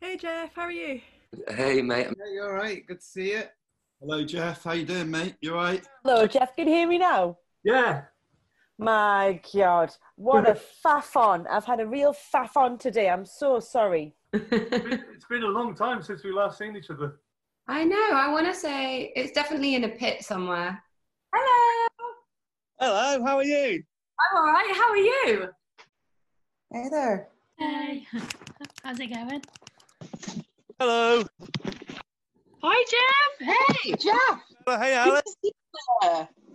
Hello, Jeff. How are you? Hey, mate. I'm- Hey, you all right? Good to see you. Hello, Jeff. How you doing, mate? You all right? Hello, Jeff. Can you hear me now? Yeah. My God, what a faff on. I've had a real faff on today. I'm so sorry. It's been a long time since we last seen each other. I know. I want to say it's definitely in a pit somewhere. Hello. Hello, how are you? I'm all right. How are you? Hey there. Hey, how's it going? Hello. Hi, Jeff. Hey, Jeff. Hello, hey, Alice.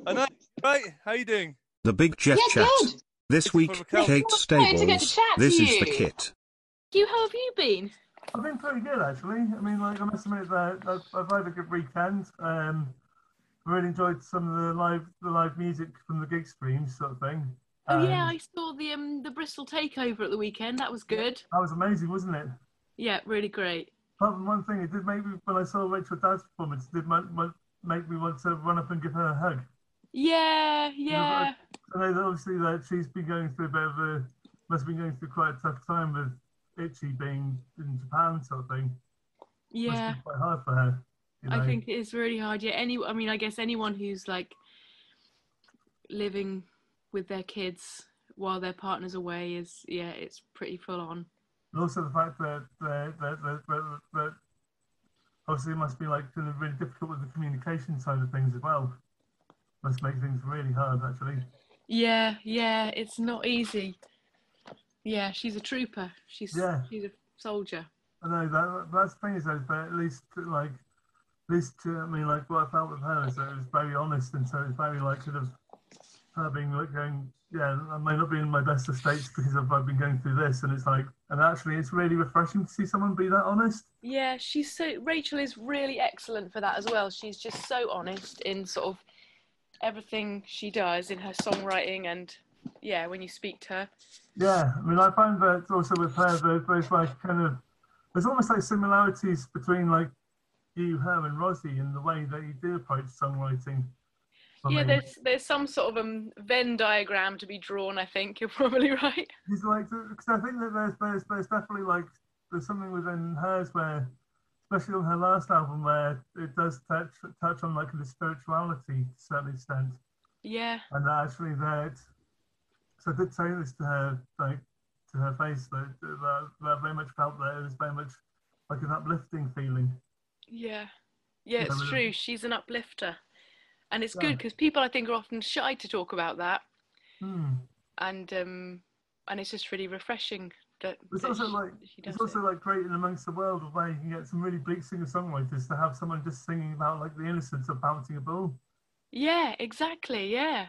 I know, right? How you doing? The Big Jeff Yeah, Chat. good. This week, Raquel. Kate It's lovely to get to Stables. chat to This is the you. kit. You, how have you been? I've been pretty good actually. I mean, like I must admit that I've, I've had a good weekend. Um, really enjoyed some of the live the live music from the gig streams sort of thing. Oh yeah, Um, I saw the um the Bristol takeover at the weekend. That was good. that was amazing, wasn't it? Yeah, really great. Apart from one thing, it did make me when I saw Rachel Dad's performance, it did make, make me want to run up and give her a hug. Yeah, yeah. I know that obviously that she's been going through a bit of a must have been going through quite a tough time with Itchy being in Japan sort of thing. Must Yeah, be quite hard for her. you know. I think it is really hard. Yeah, any I mean, I guess anyone who's like living with their kids while their partner's away is yeah, it's pretty full on. And also the fact that that that, that, that, that obviously it must be like really, really difficult with the communication side of things as well. Must make things really hard actually. Yeah, yeah, it's not easy. Yeah, she's a trooper. She's Yeah. she's a soldier. I know that that's the thing is though, but at least like at least uh, I mean like what I felt with her is that it was very honest and so it's very like sort of her being like going yeah I may not be in my best of states because I've, I've been going through this and it's like and actually it's really refreshing to see someone be that honest. Yeah, she's so Rachel is really excellent for that as well. She's just so honest in sort of everything she does in her songwriting and yeah, when you speak to her. Yeah, I mean I find that also with her there's both like kind of there's almost like similarities between like you, her, and Rosie in the way that you do approach songwriting. for Yeah, me. there's there's some sort of um Venn diagram to be drawn, I think. You're probably right. He's like, because I think that there's, there's there's definitely like there's something within hers where, especially on her last album, where it does touch touch on like the spirituality to a certain extent, Yeah. and that actually that. So I did say this to her like to her face that, that, that I very much felt that it was very much like an uplifting feeling. Yeah. Yeah, Yeah, it's but- true. She's an uplifter. And it's Yeah. good because people I think are often shy to talk about that Hmm. and um and it's just really refreshing that, It's that also she, like she does it's it. also like great in amongst the world of where you can get some really bleak singer songwriters to have someone just singing about like the innocence of bouncing a ball. Yeah, exactly. Yeah.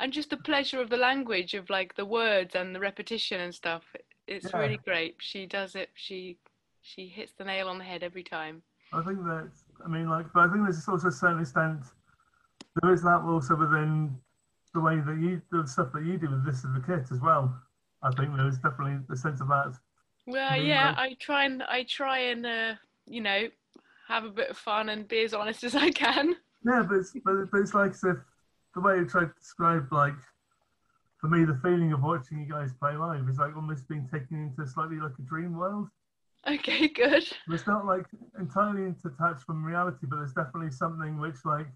And just the pleasure of the language of like the words and the repetition and stuff. It's Yeah. really great. She does it. She she hits the nail on the head every time. I think that I mean, like, but I think there's also a certain extent there is that also within the way that you the stuff that you do with this is the kit as well. I think there is definitely a sense of that. Well, Very yeah, nice. I try and I try and uh, you know, have a bit of fun and be as honest as I can. Yeah, but it's but, but it's like as if the way you try to describe like for me the feeling of watching you guys play live is like almost being taken into slightly like a dream world. Okay, good. But it's not like entirely detached from reality, but there's definitely something which like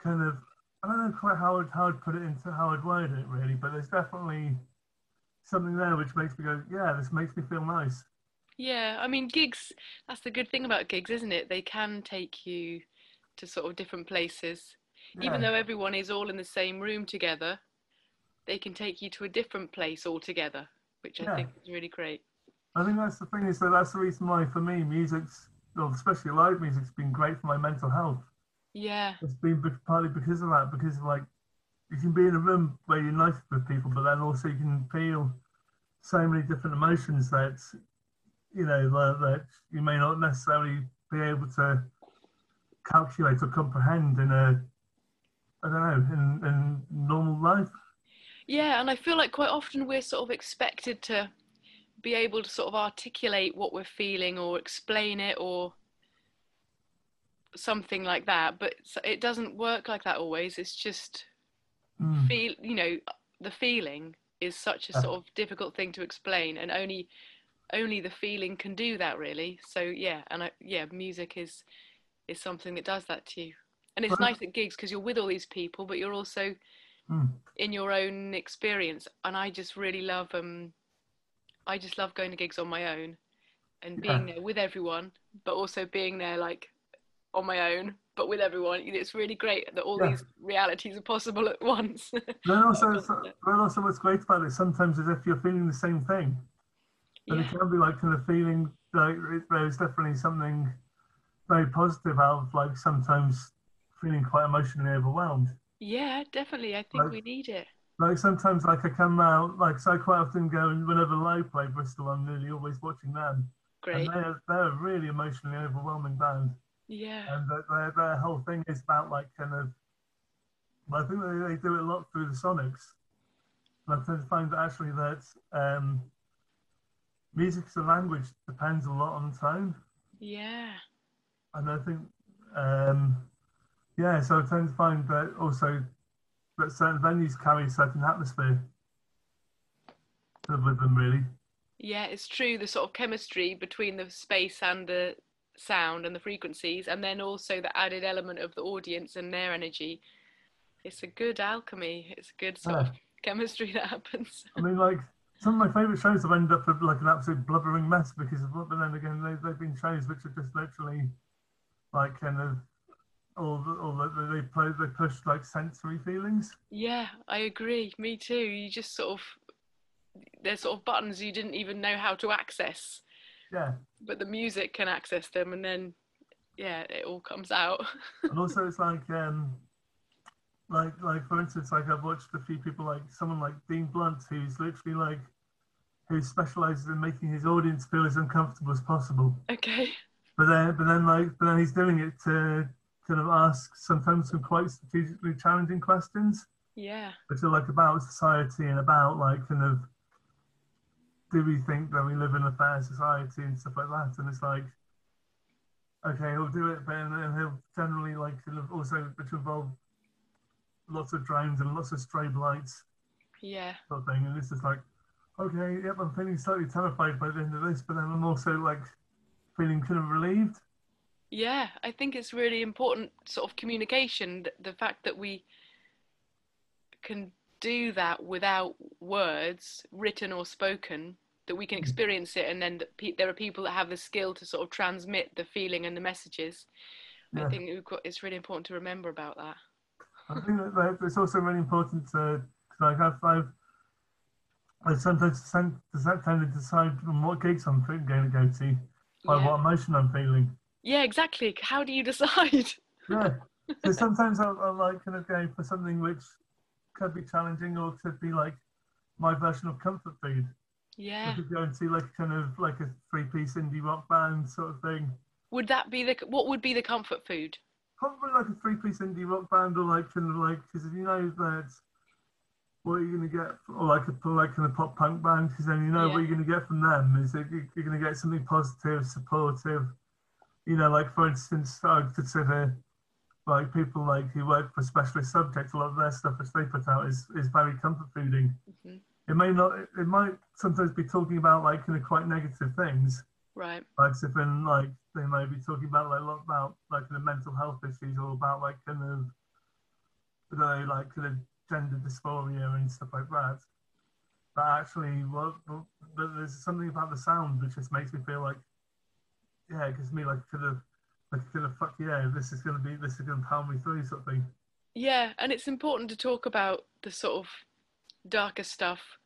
kind of I don't know quite how I'd, how I'd put it into how I'd word it really, but there's definitely something there which makes me go, yeah, this makes me feel nice. Yeah, I mean gigs, that's the good thing about gigs, isn't it? They can take you to sort of different places. even Yeah. though everyone is all in the same room together, they can take you to a different place altogether, which I Yeah. think is really great. I think that's the thing is that that's the reason why for me music's well, especially live music's been great for my mental health. Yeah, It's been be- partly because of that, because like you can be in a room where you're nice with people, but then also you can feel so many different emotions that you know that, that you may not necessarily be able to calculate or comprehend in a I don't know in, in normal life. yeah, and I feel like quite often we're sort of expected to be able to sort of articulate what we're feeling or explain it or something like that, but s- it doesn't work like that always. It's just Mm. Uh. feel, you know, the feeling is such a Yeah. sort of difficult thing to explain, and only only the feeling can do that, really. So yeah, and I, yeah, music is is something that does that to you, and it's Well- nice at gigs because you're with all these people, but you're also Hmm. in your own experience. And I just really love um, I just love going to gigs on my own and Yeah. being there with everyone, but also being there like on my own, but with everyone. You know, It's really great that all Yeah. these realities are possible at once. Then also, then also, what's great about it sometimes is if you're feeling the same thing, but yeah. it can be like kind of feeling like it- there's definitely something very positive out of like sometimes feeling quite emotionally overwhelmed. yeah, definitely. I think Right. we need it. Like sometimes, like I come out, like so I quite often go and whenever Low play Bristol, I'm nearly always watching them, Great. and they're they're a really emotionally overwhelming band. Yeah. and their, their, their whole thing is about like kind of well, I think they, they do it a lot through the Sonics. And I tend to find actually that um, music as a language depends a lot on tone, Yeah. and I think um, yeah, so I tend to find that also that certain venues carry a certain atmosphere with them really. Yeah, it's true. The sort of chemistry between the space and the sound and the frequencies, and then also the added element of the audience and their energy. It's a good alchemy. It's a good sort of chemistry that happens. I mean, like some of my favourite shows have ended up with like an absolute blubbering mess because of what. But then again, they, they've been shows which are just literally like kind of all the, all the, they play they push like sensory feelings. Yeah, I agree. Me too. You just sort of, there's sort of buttons you didn't even know how to access, Yeah, but the music can access them, and then, yeah, it all comes out. and also it's like um like like for instance, like I've watched a few people like someone like Dean Blunt who's literally like who specialises in making his audience feel as uncomfortable as possible. Okay. But then, but then, like, but then he's doing it to kind of ask sometimes some quite strategically challenging questions, Yeah. which are like about society and about like kind of do we think that we live in a fair society and stuff like that. And it's like, okay, he'll do it, but and, and he'll generally like kind of also which involve lots of drones and lots of strobe lights Yeah. sort of thing. And it's just like, okay, yep, I'm feeling slightly terrified by the end of this, but then I'm also like feeling kind of relieved. Yeah, I think it's really important sort of communication, th- the fact that we can do that without words, written or spoken, that we can experience it, and then that pe- there are people that have the skill to sort of transmit the feeling and the messages. I Yeah. think we've got, it's really important to remember about that. I think that, that it's also really important to like I've, I've I sometimes tend to tend to decide on what gigs I'm going to go to by Yeah. what emotion I'm feeling. Yeah, exactly. How do you decide? Yeah. so sometimes I'll, I'll like kind of go for something which could be challenging or could be like my version of comfort food. I Yeah. could go and see like kind of like a three-piece indie rock band sort of thing. Would that be the, what would be the comfort food? probably like a three-piece indie rock band or like kind of like because if you know that what you're gonna get or like a like kind of pop punk band because then you know what Yeah. you're gonna get from them is that you- you're gonna get something positive, supportive. You know, like for instance, I would consider like people like who work for specialist subjects. A lot of their stuff which they put out is is very comfort fooding. Mhm. It may not. It might sometimes be talking about like kind of quite negative things, Right. like so then like they might be talking about like a lot about like the mental health issues or about like kind of I don't know, like kind of gender dysphoria and stuff like that. But actually, what what- but there's something about the sound which just makes me feel like, yeah, it gives me like kind of like kind of fuck yeah, this is gonna be this is gonna power me through something. Yeah, and it's important to talk about the sort of darker stuff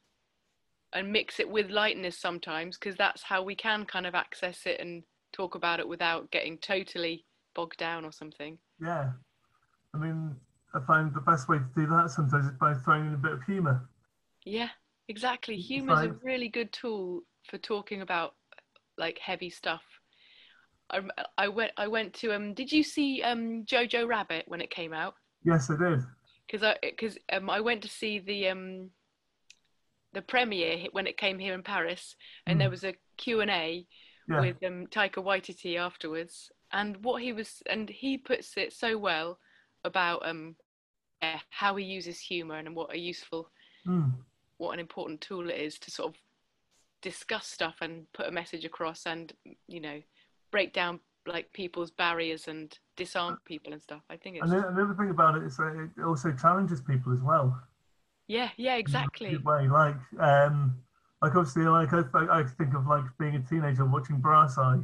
and mix it with lightness sometimes because that's how we can kind of access it and talk about it without getting totally bogged down or something. Yeah, I mean, I find the best way to do that sometimes is by throwing in a bit of humour. Yeah, exactly. It's Humor's a like- really good tool for talking about like heavy stuff. I, rem- I went I went to um did you see um Jojo Rabbit when it came out? Yes, I did. because I because um, I went to see the um the premiere he- when it came here in Paris, and there Mm. was a Q and A Yeah. with um, Taika Waititi afterwards, and what he was and he puts it so well about um eh, how he uses humour and what a useful Mm. what an important tool it is to sort of discuss stuff and put a message across and you know break down like people's barriers and disarm people and stuff. I think it's And then another thing about it is that it also challenges people as well. yeah, yeah, exactly. good way. Like, um, like obviously, like I, I, I think of like being a teenager and watching Brass Eye.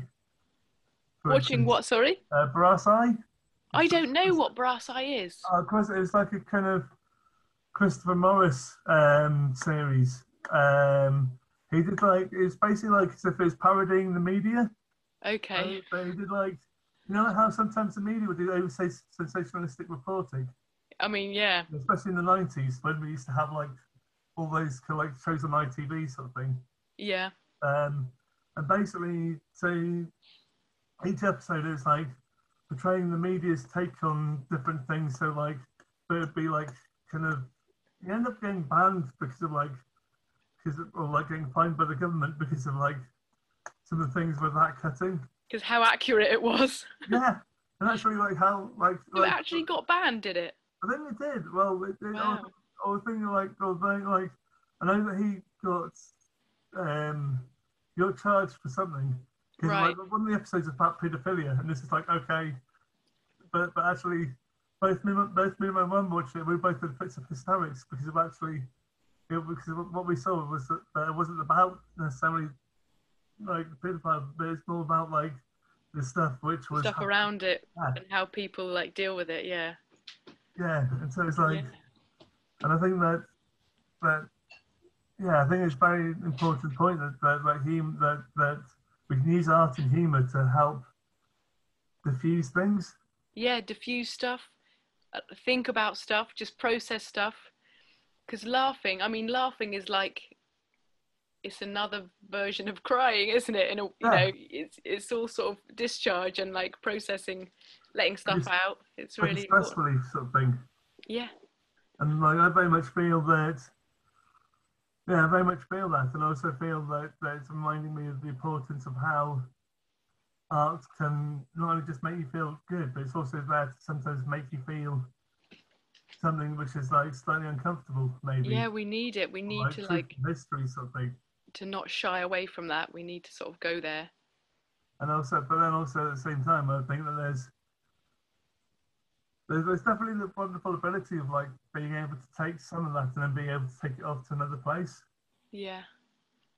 for Watching instance. what? Sorry, Uh, Brass Eye. I don't know what Brass Eye is. Uh, of course, it was like a kind of Christopher Morris um, series. Um, he did like it's basically like as if it was parodying the media. Okay, But- But he did like you know how sometimes the media would do over sens- sensationalistic reporting, I mean, yeah, especially in the nineties when we used to have like all those kind of, like shows on ITV sort of thing. yeah, Um, and basically, so each episode is like portraying the media's take on different things. So like, there would be like kind of you end up getting banned because of like because or like getting fined by the government because of like some of the things with that cutting. because how accurate it was. Yeah, and actually like how like, It like actually got banned, did it? I think it did. Well, it, it, Wow. I, was, I was thinking like, I was thinking, like, I know that he got um, he got charged for something. 'Cause, Right. Like, one of the episodes is about paedophilia, and this is like okay, but but actually, both me, and- both me and my mum watched it. We both had fits of hysterics because of actually, it, because of what we saw was that, that it wasn't about necessarily like paedophile, but it's more about like the stuff which was Stuff around it Yeah. and how people like deal with it. Yeah, Yeah, and so it's like. yeah. And I think that that yeah, I think it's a very important point that that that, hum that that we can use art and humour to help diffuse things. yeah diffuse stuff uh, think about stuff just process stuff because laughing i mean laughing is like it's another version of crying isn't it and you Yeah. know it's it's all sort of discharge and like processing letting stuff It's- out it's Like really a stress important. relief sort of thing. yeah And like I very much feel that yeah, I very much feel that and also feel that, that it's reminding me of the importance of how art can not only just make you feel good, but it's also there to sometimes make you feel something which is like slightly uncomfortable maybe. yeah we need it we need like to truth like and history something to not shy away from that we need to sort of go there and also but then also at the same time i think that there's there's, there's definitely the wonderful ability of like being able to take some of that and then being able to take it off to another place yeah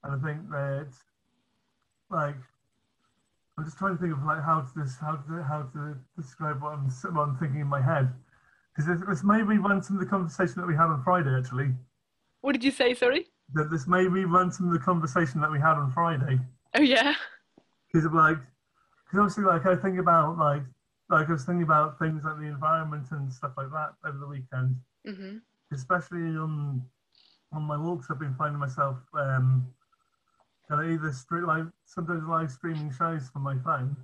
and i think that like i'm just trying to think of like how to this how to how to describe what i'm, what I'm thinking in my head because this, this may rerun some of the conversation that we had on friday actually what did you say sorry that this may rerun some of the conversation that we had on friday oh yeah because like because obviously like I think about like like I was thinking about things like the environment and stuff like that over the weekend, hmm especially on on my walks. I've been finding myself um, kind of either stream like sometimes live streaming shows from my phone.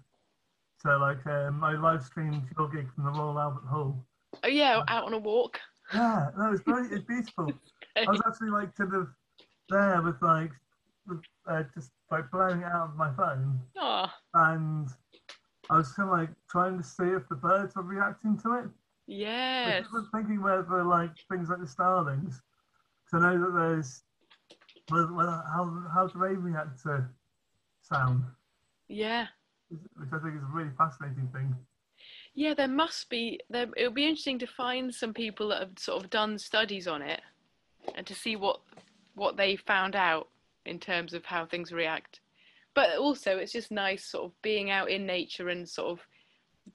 So like um, I live streamed your gig from the Royal Albert Hall. oh yeah out on a walk Yeah, no, it's great. It's beautiful. I was actually like kind of there with like with, uh, just like blowing it out of my phone oh and I was kind of like trying to see if the birds were reacting to it. yes I was thinking whether like things like the starlings, to know that there's whether, whether, how how do they react to sound, yeah which I think is a really fascinating thing. Yeah, there must be. There, it would be interesting to find some people that have sort of done studies on it, and to see what what they found out in terms of how things react. But also, it's just nice sort of being out in nature and sort of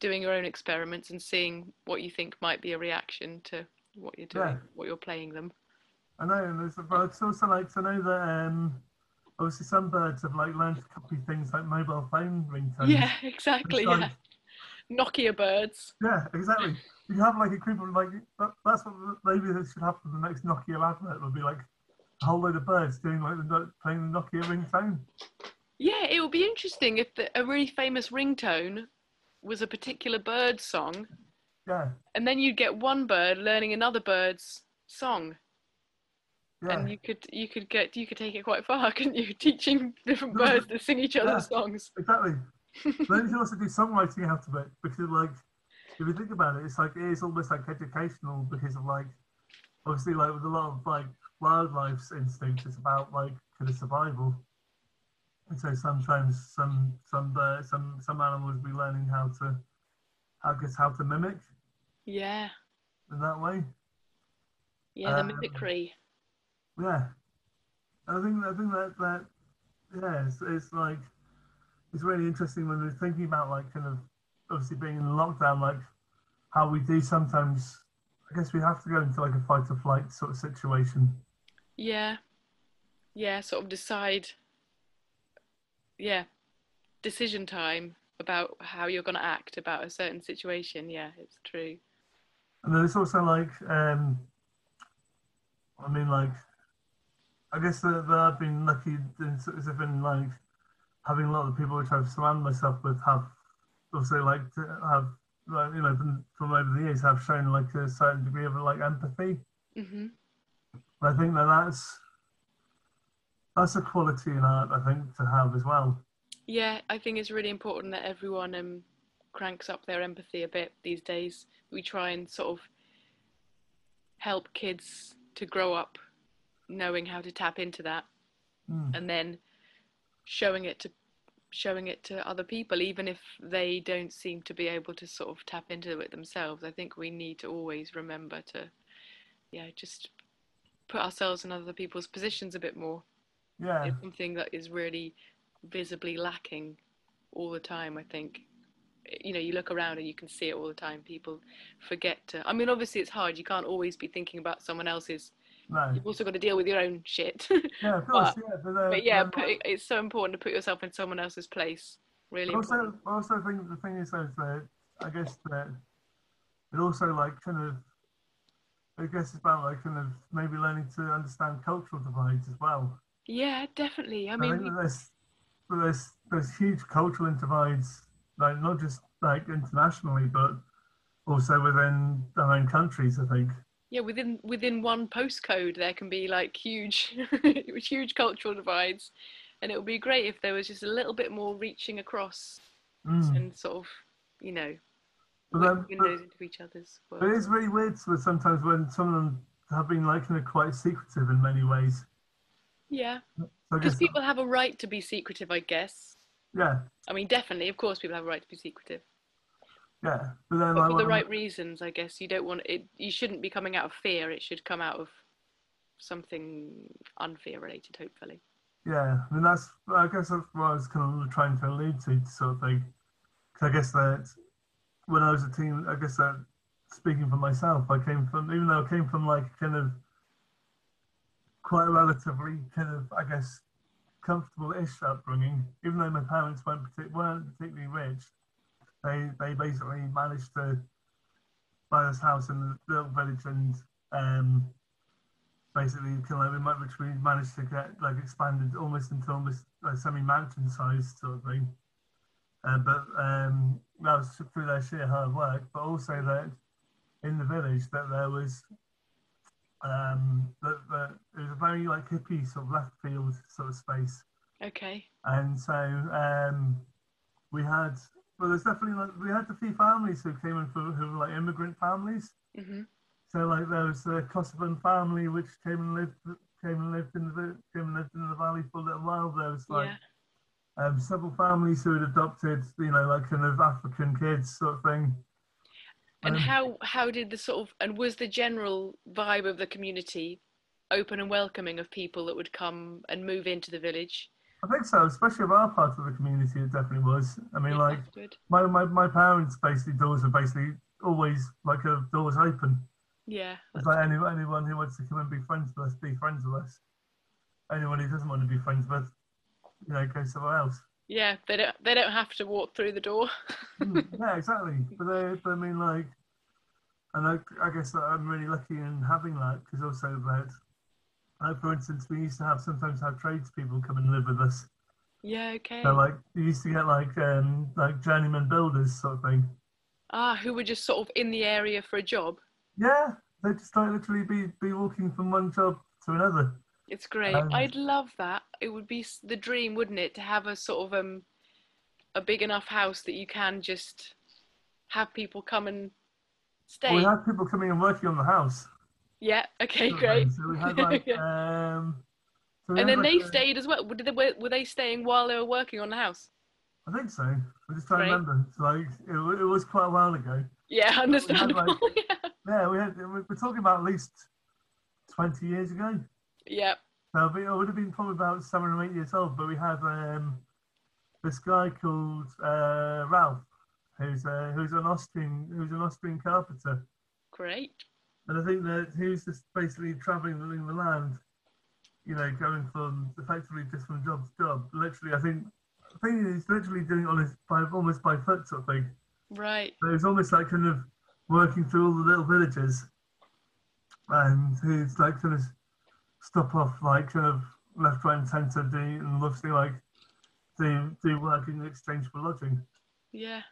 doing your own experiments and seeing what you think might be a reaction to what you're doing, Yeah. what you're playing them. I know, and there's, but it's also like to know that um, obviously some birds have like learned to copy things like mobile phone ringtones. yeah, It's exactly. like- Yeah, Nokia birds. Yeah, exactly. You can have like a group of like that, that's what maybe this should happen. The next Nokia advert would be like a whole load of birds doing like the no- playing the Nokia ringtone. Yeah, it would be interesting if the, a really famous ringtone was a particular bird song. Yeah, and then you'd get one bird learning another bird's song yeah, and you could you could get you could take it quite far couldn't you teaching different No, birds to sing each other's songs exactly. then you can also do songwriting out of it because like if you think about it, it's like it is almost like educational because of like obviously like with a lot of like wildlife's instincts, it's about like kind of survival. And so sometimes some some bird, some some animals be learning how to, I guess, how to mimic Yeah. in that way. Yeah, the Um, mimicry. Yeah, I think I think that that yeah, it's, it's like it's really interesting when we're thinking about like kind of obviously being in lockdown, like how we do sometimes. I guess we have to go into like a fight or flight sort of situation. Yeah. Yeah, sort of decide. Yeah. Decision time about how you're going to act about a certain situation. Yeah, it's true. And then it's also like, um, I mean, like, I guess that, that I've been lucky in sort of in like having a lot of people which I've surrounded myself with have also like to have like you know from, from over the years have shown like a certain degree of like empathy. hmm And I think that that's that's a quality in art I think to have as well. Yeah, I think it's really important that everyone um, cranks up their empathy a bit these days. We try and sort of help kids to grow up knowing how to tap into that Mm. and then showing it to showing it to other people even if they don't seem to be able to sort of tap into it themselves i think we need to always remember to yeah just put ourselves in other people's positions a bit more Yeah, it's something that is really visibly lacking all the time i think you know you look around and you can see it all the time people forget to i mean obviously it's hard you can't always be thinking about someone else's no, you've also got to deal with your own shit yeah, of course, But- yeah, but, uh, but yeah um, put, it's so important to put yourself in someone else's place really I also, important. I also think the thing is though, is that I guess that it also like kind of I guess it's about like kind of maybe learning to understand cultural divides as well. yeah definitely i I, mean think we, that there's that there's there's huge cultural divides like not just like internationally but also within our own countries. I think. yeah within within one postcode there can be like huge huge cultural divides and it would be great if there was just a little bit more reaching across Mm. and sort of, you know, But windows then, but, into each other's but it worlds. is really weird so sometimes when some of them have been like kind of quite secretive in many ways. Yeah, So I because guess people have a right to be secretive, I guess. yeah, I mean, definitely, of course, people have a right to be secretive, yeah. But then but like for the when- right reasons, I guess. You don't want it. You shouldn't be coming out of fear. It should come out of something unfear related, hopefully. Yeah, I mean that's. I guess that's what I was kind of trying to allude to, sort of thing. 'Cause I guess that when I was a teen, I guess that speaking for myself, I came from, even though I came from like kind of quite a relatively kind of, I guess, comfortable-ish upbringing. Even though my parents weren't partic- weren't particularly rich, they they basically managed to buy this house in the little village and. Um, basically kind of like we might, which we managed to get like expanded almost into almost like semi mountain sized sort of thing. Uh, but um, that was through their sheer hard work, but also that in the village that there was um, that, that it was a very like hippie sort of left field sort of space Okay. and so um, we had well there's definitely like we had a few families who came in from who were like immigrant families hmm so like there was the Kosovan family which came and lived came and lived in the vi- came and lived in the valley for a little while. There was like Yeah. um, several families who had adopted, you know, like kind of African kids sort of thing. And Um, how how did the sort of and was the general vibe of the community open and welcoming of people that would come and move into the village? I think so, especially of our part of the community, it definitely was. I mean, Yeah, like that's good. my, my, my parents' basically doors were basically always like uh, doors open. Yeah. It's like any, anyone who wants to come and be friends with us, be friends with us. Anyone who doesn't want to be friends with, us, you know, go somewhere else. Yeah, they don't they don't have to walk through the door. Hmm. Mm, yeah, exactly. But they, but I mean, like, and I, I guess that I'm really lucky in having that because also that, like, for instance, we used to have sometimes have tradespeople come and live with us. Yeah, okay. So like, we used to get like, um, like journeyman builders sort of thing. Ah, who were just sort of in the area for a job. Yeah, they just like literally be be walking from one job to another. It's great. Um, I'd love that. It would be s- the dream, wouldn't it, to have a sort of um a big enough house that you can just have people come and stay. We had people coming and working on the house. yeah, okay, sort of great. thing. So we had like, Yeah. um, So we And had, then like, they a- stayed as well. Were they, were were they staying while they were working on the house? I think so. I'm just trying Right. to remember. It's like it, wa- it was quite a while ago. Yeah, like- understandable. yeah. Yeah, we had, we- we're talking about at least twenty years ago. yeah. So I would have been probably about seven or eight years old. But we had um, this guy called uh, Ralph, who's uh, who's an Austrian who's an Austrian carpenter. Great. And I think that he was just basically traveling the land, you know, going from effectively just from job to job. Literally, I think, I think he's literally doing it on his by almost by foot sort of thing. Right. So it's almost like kind of working through all the little villages, and he's like kind of stop off like kind of left, right, and centre, do and obviously like do do work in exchange for lodging Yeah.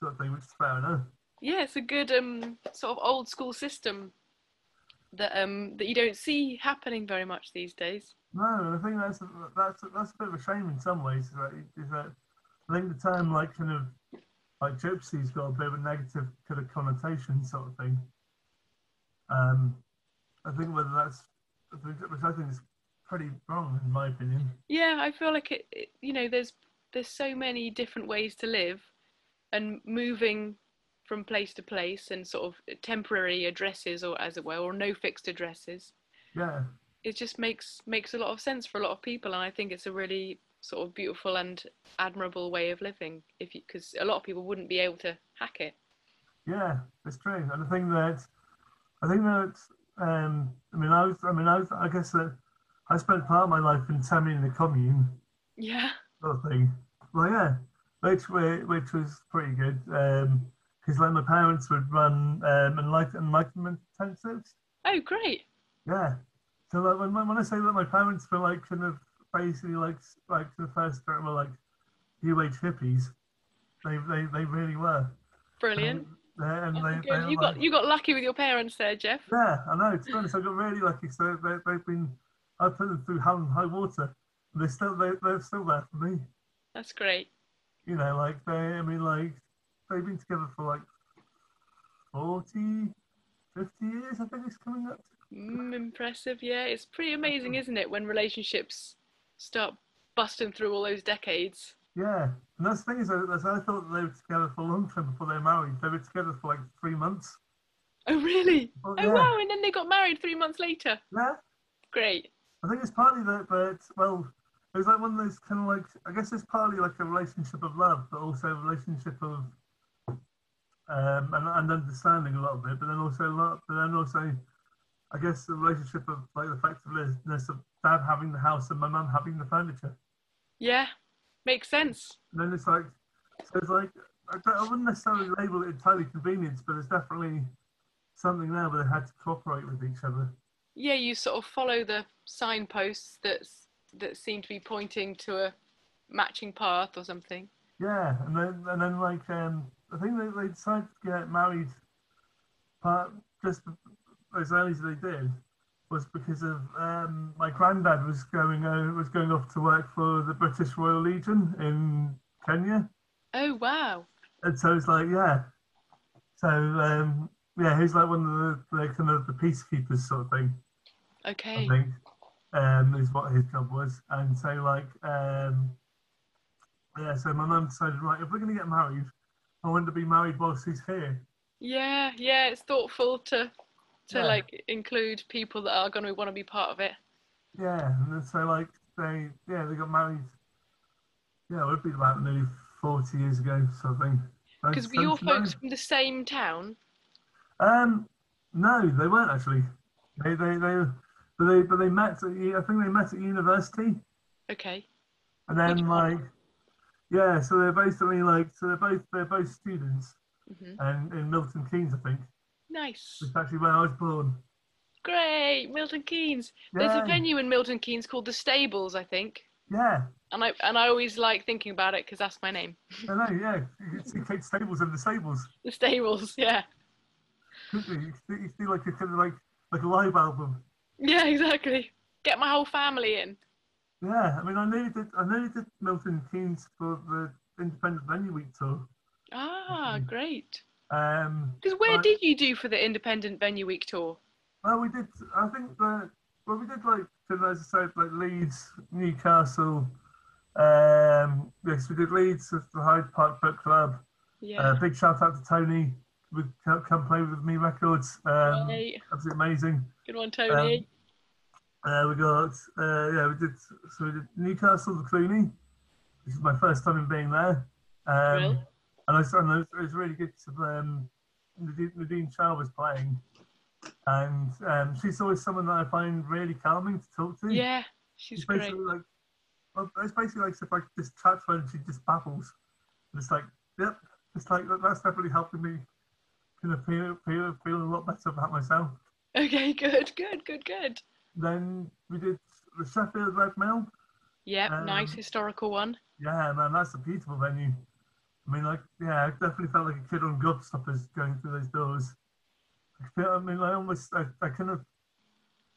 sort of thing, which is fair enough. Yeah, it's a good um, sort of old school system that um, that you don't see happening very much these days. No, and I think that's that's that's a bit of a shame in some ways. Is that, is that I think the term like kind of like gypsy's got a bit of a negative kind of connotation sort of thing. Um, I think whether that's which I think is pretty wrong in my opinion. Yeah, I feel like it, it. You know, there's there's so many different ways to live, and moving from place to place and sort of temporary addresses, or as it were, or no fixed addresses. Yeah, it just makes makes a lot of sense for a lot of people and i think it's a really sort of beautiful and admirable way of living if you because a lot of people wouldn't be able to hack it yeah, it's true. And I think that I think that um, I mean I was I mean I was, I guess that I spent part of my life in Tammy in the commune. yeah sort of thing. Well, yeah, which were, which was pretty good. Um 'cause because like my parents would run um, enlight- enlightenment intensives. oh great Yeah. So like when, when I say that my parents were like kind of basically like s- like the first term were like new age hippies. They they, they really were. brilliant And, and That's they, they good. were you like- got you got lucky with your parents there jeff yeah, I know. To be honest, I got really lucky. So they, they've been I put them through hell and high water. They're still they, they're still there for me. that's great you know, like they, I mean, like they've been together for like 40, 50 years, I think it's coming up. mm, impressive yeah it's pretty amazing isn't it when relationships start busting through all those decades Yeah. And that's the thing is, I, that's- I thought they were together for a long time before they were married. They were together for like three months. oh really Well, oh yeah. wow and then they got married three months later Yeah. great I think it's partly that, but well, it was like one of those kind of like, I guess it's partly like a relationship of love, but also a relationship of, um, and, and understanding a lot of it, but then also a lot, but then also, I guess the relationship of like the effectiveness of dad having the house and my mum having the furniture. yeah makes sense And then it's like, so it's like, I, don't- I wouldn't necessarily label it entirely convenience, but there's definitely something there where they had to cooperate with each other. yeah you sort of follow the signposts that's that seem to be pointing to a matching path or something Yeah, and then and then like um, I think they, they decided to get married, part just as early as they did, was because of um, my granddad was going uh, was going off to work for the British Royal Legion in Kenya, oh wow and so it's like yeah, so um, yeah, he's like one of the, the kind of the peacekeepers sort of thing. I okay think um, is what his job was. And so, like, um, yeah, so my mum decided, right, if we're going to get married, I want to be married whilst he's here. yeah yeah it's thoughtful to to Yeah. like include people that are going to want to be part of it Yeah, and then so, like, they, yeah, they got married, yeah, it would be about nearly 40 years ago, sort of thing. Like because were your 79? folks from the same town Um, no, they weren't actually. They, they, they, but they, but they met, at, u- I think they met at university. okay And then Which one? like, yeah, so they're basically like, so they're both they're both students, Mhm. and in Milton Keynes, I think, nice which is actually where I was born. great milton keynes there's Yeah. a venue in milton keynes called the stables i think Yeah, and i and i always like thinking about it because that's my name I know. Yeah, you can see Kate Stables and the Stables. the stables yeah couldn't You You could see- you could see like a kind of like like a live album. yeah exactly get my whole family in Yeah, I mean, I nearly did I nearly did Milton Keynes for the Independent Venue Week tour. Ah, great. Um, Because where but- did you do for the Independent Venue Week tour? Well, we did. I think that well, we did like those aside, like Leeds, Newcastle. Um, yes, we did Leeds with the Hyde Park Book Club. Yeah. Uh, big shout out to Tony with Come, Come Play With Me Records. Um, Right. Absolutely amazing. Good one, Tony. Uh, we got uh, yeah, we did so we did Newcastle the Clooney. This is my first time in being there, um, Really? and I s- and it was, it was really good. To, um, Nadine, Nadine Chow was playing, and um, she's always someone that I find really calming to talk to. yeah, she's It's great. basically like, well, it's basically like if I just chat to her and she just babbles, and it's like, yep, it's like that- that's definitely helping me kind of feel feel feel a lot better about myself. Okay, good, good, good, good. Then we did the Sheffield Red Mill. Yeah, nice Um, historical one. Yeah, man, that's a beautiful venue. I mean, like, yeah, I definitely felt like a kid on Gobstoppers going through those doors. I feel, I mean, I almost, I, I kind of,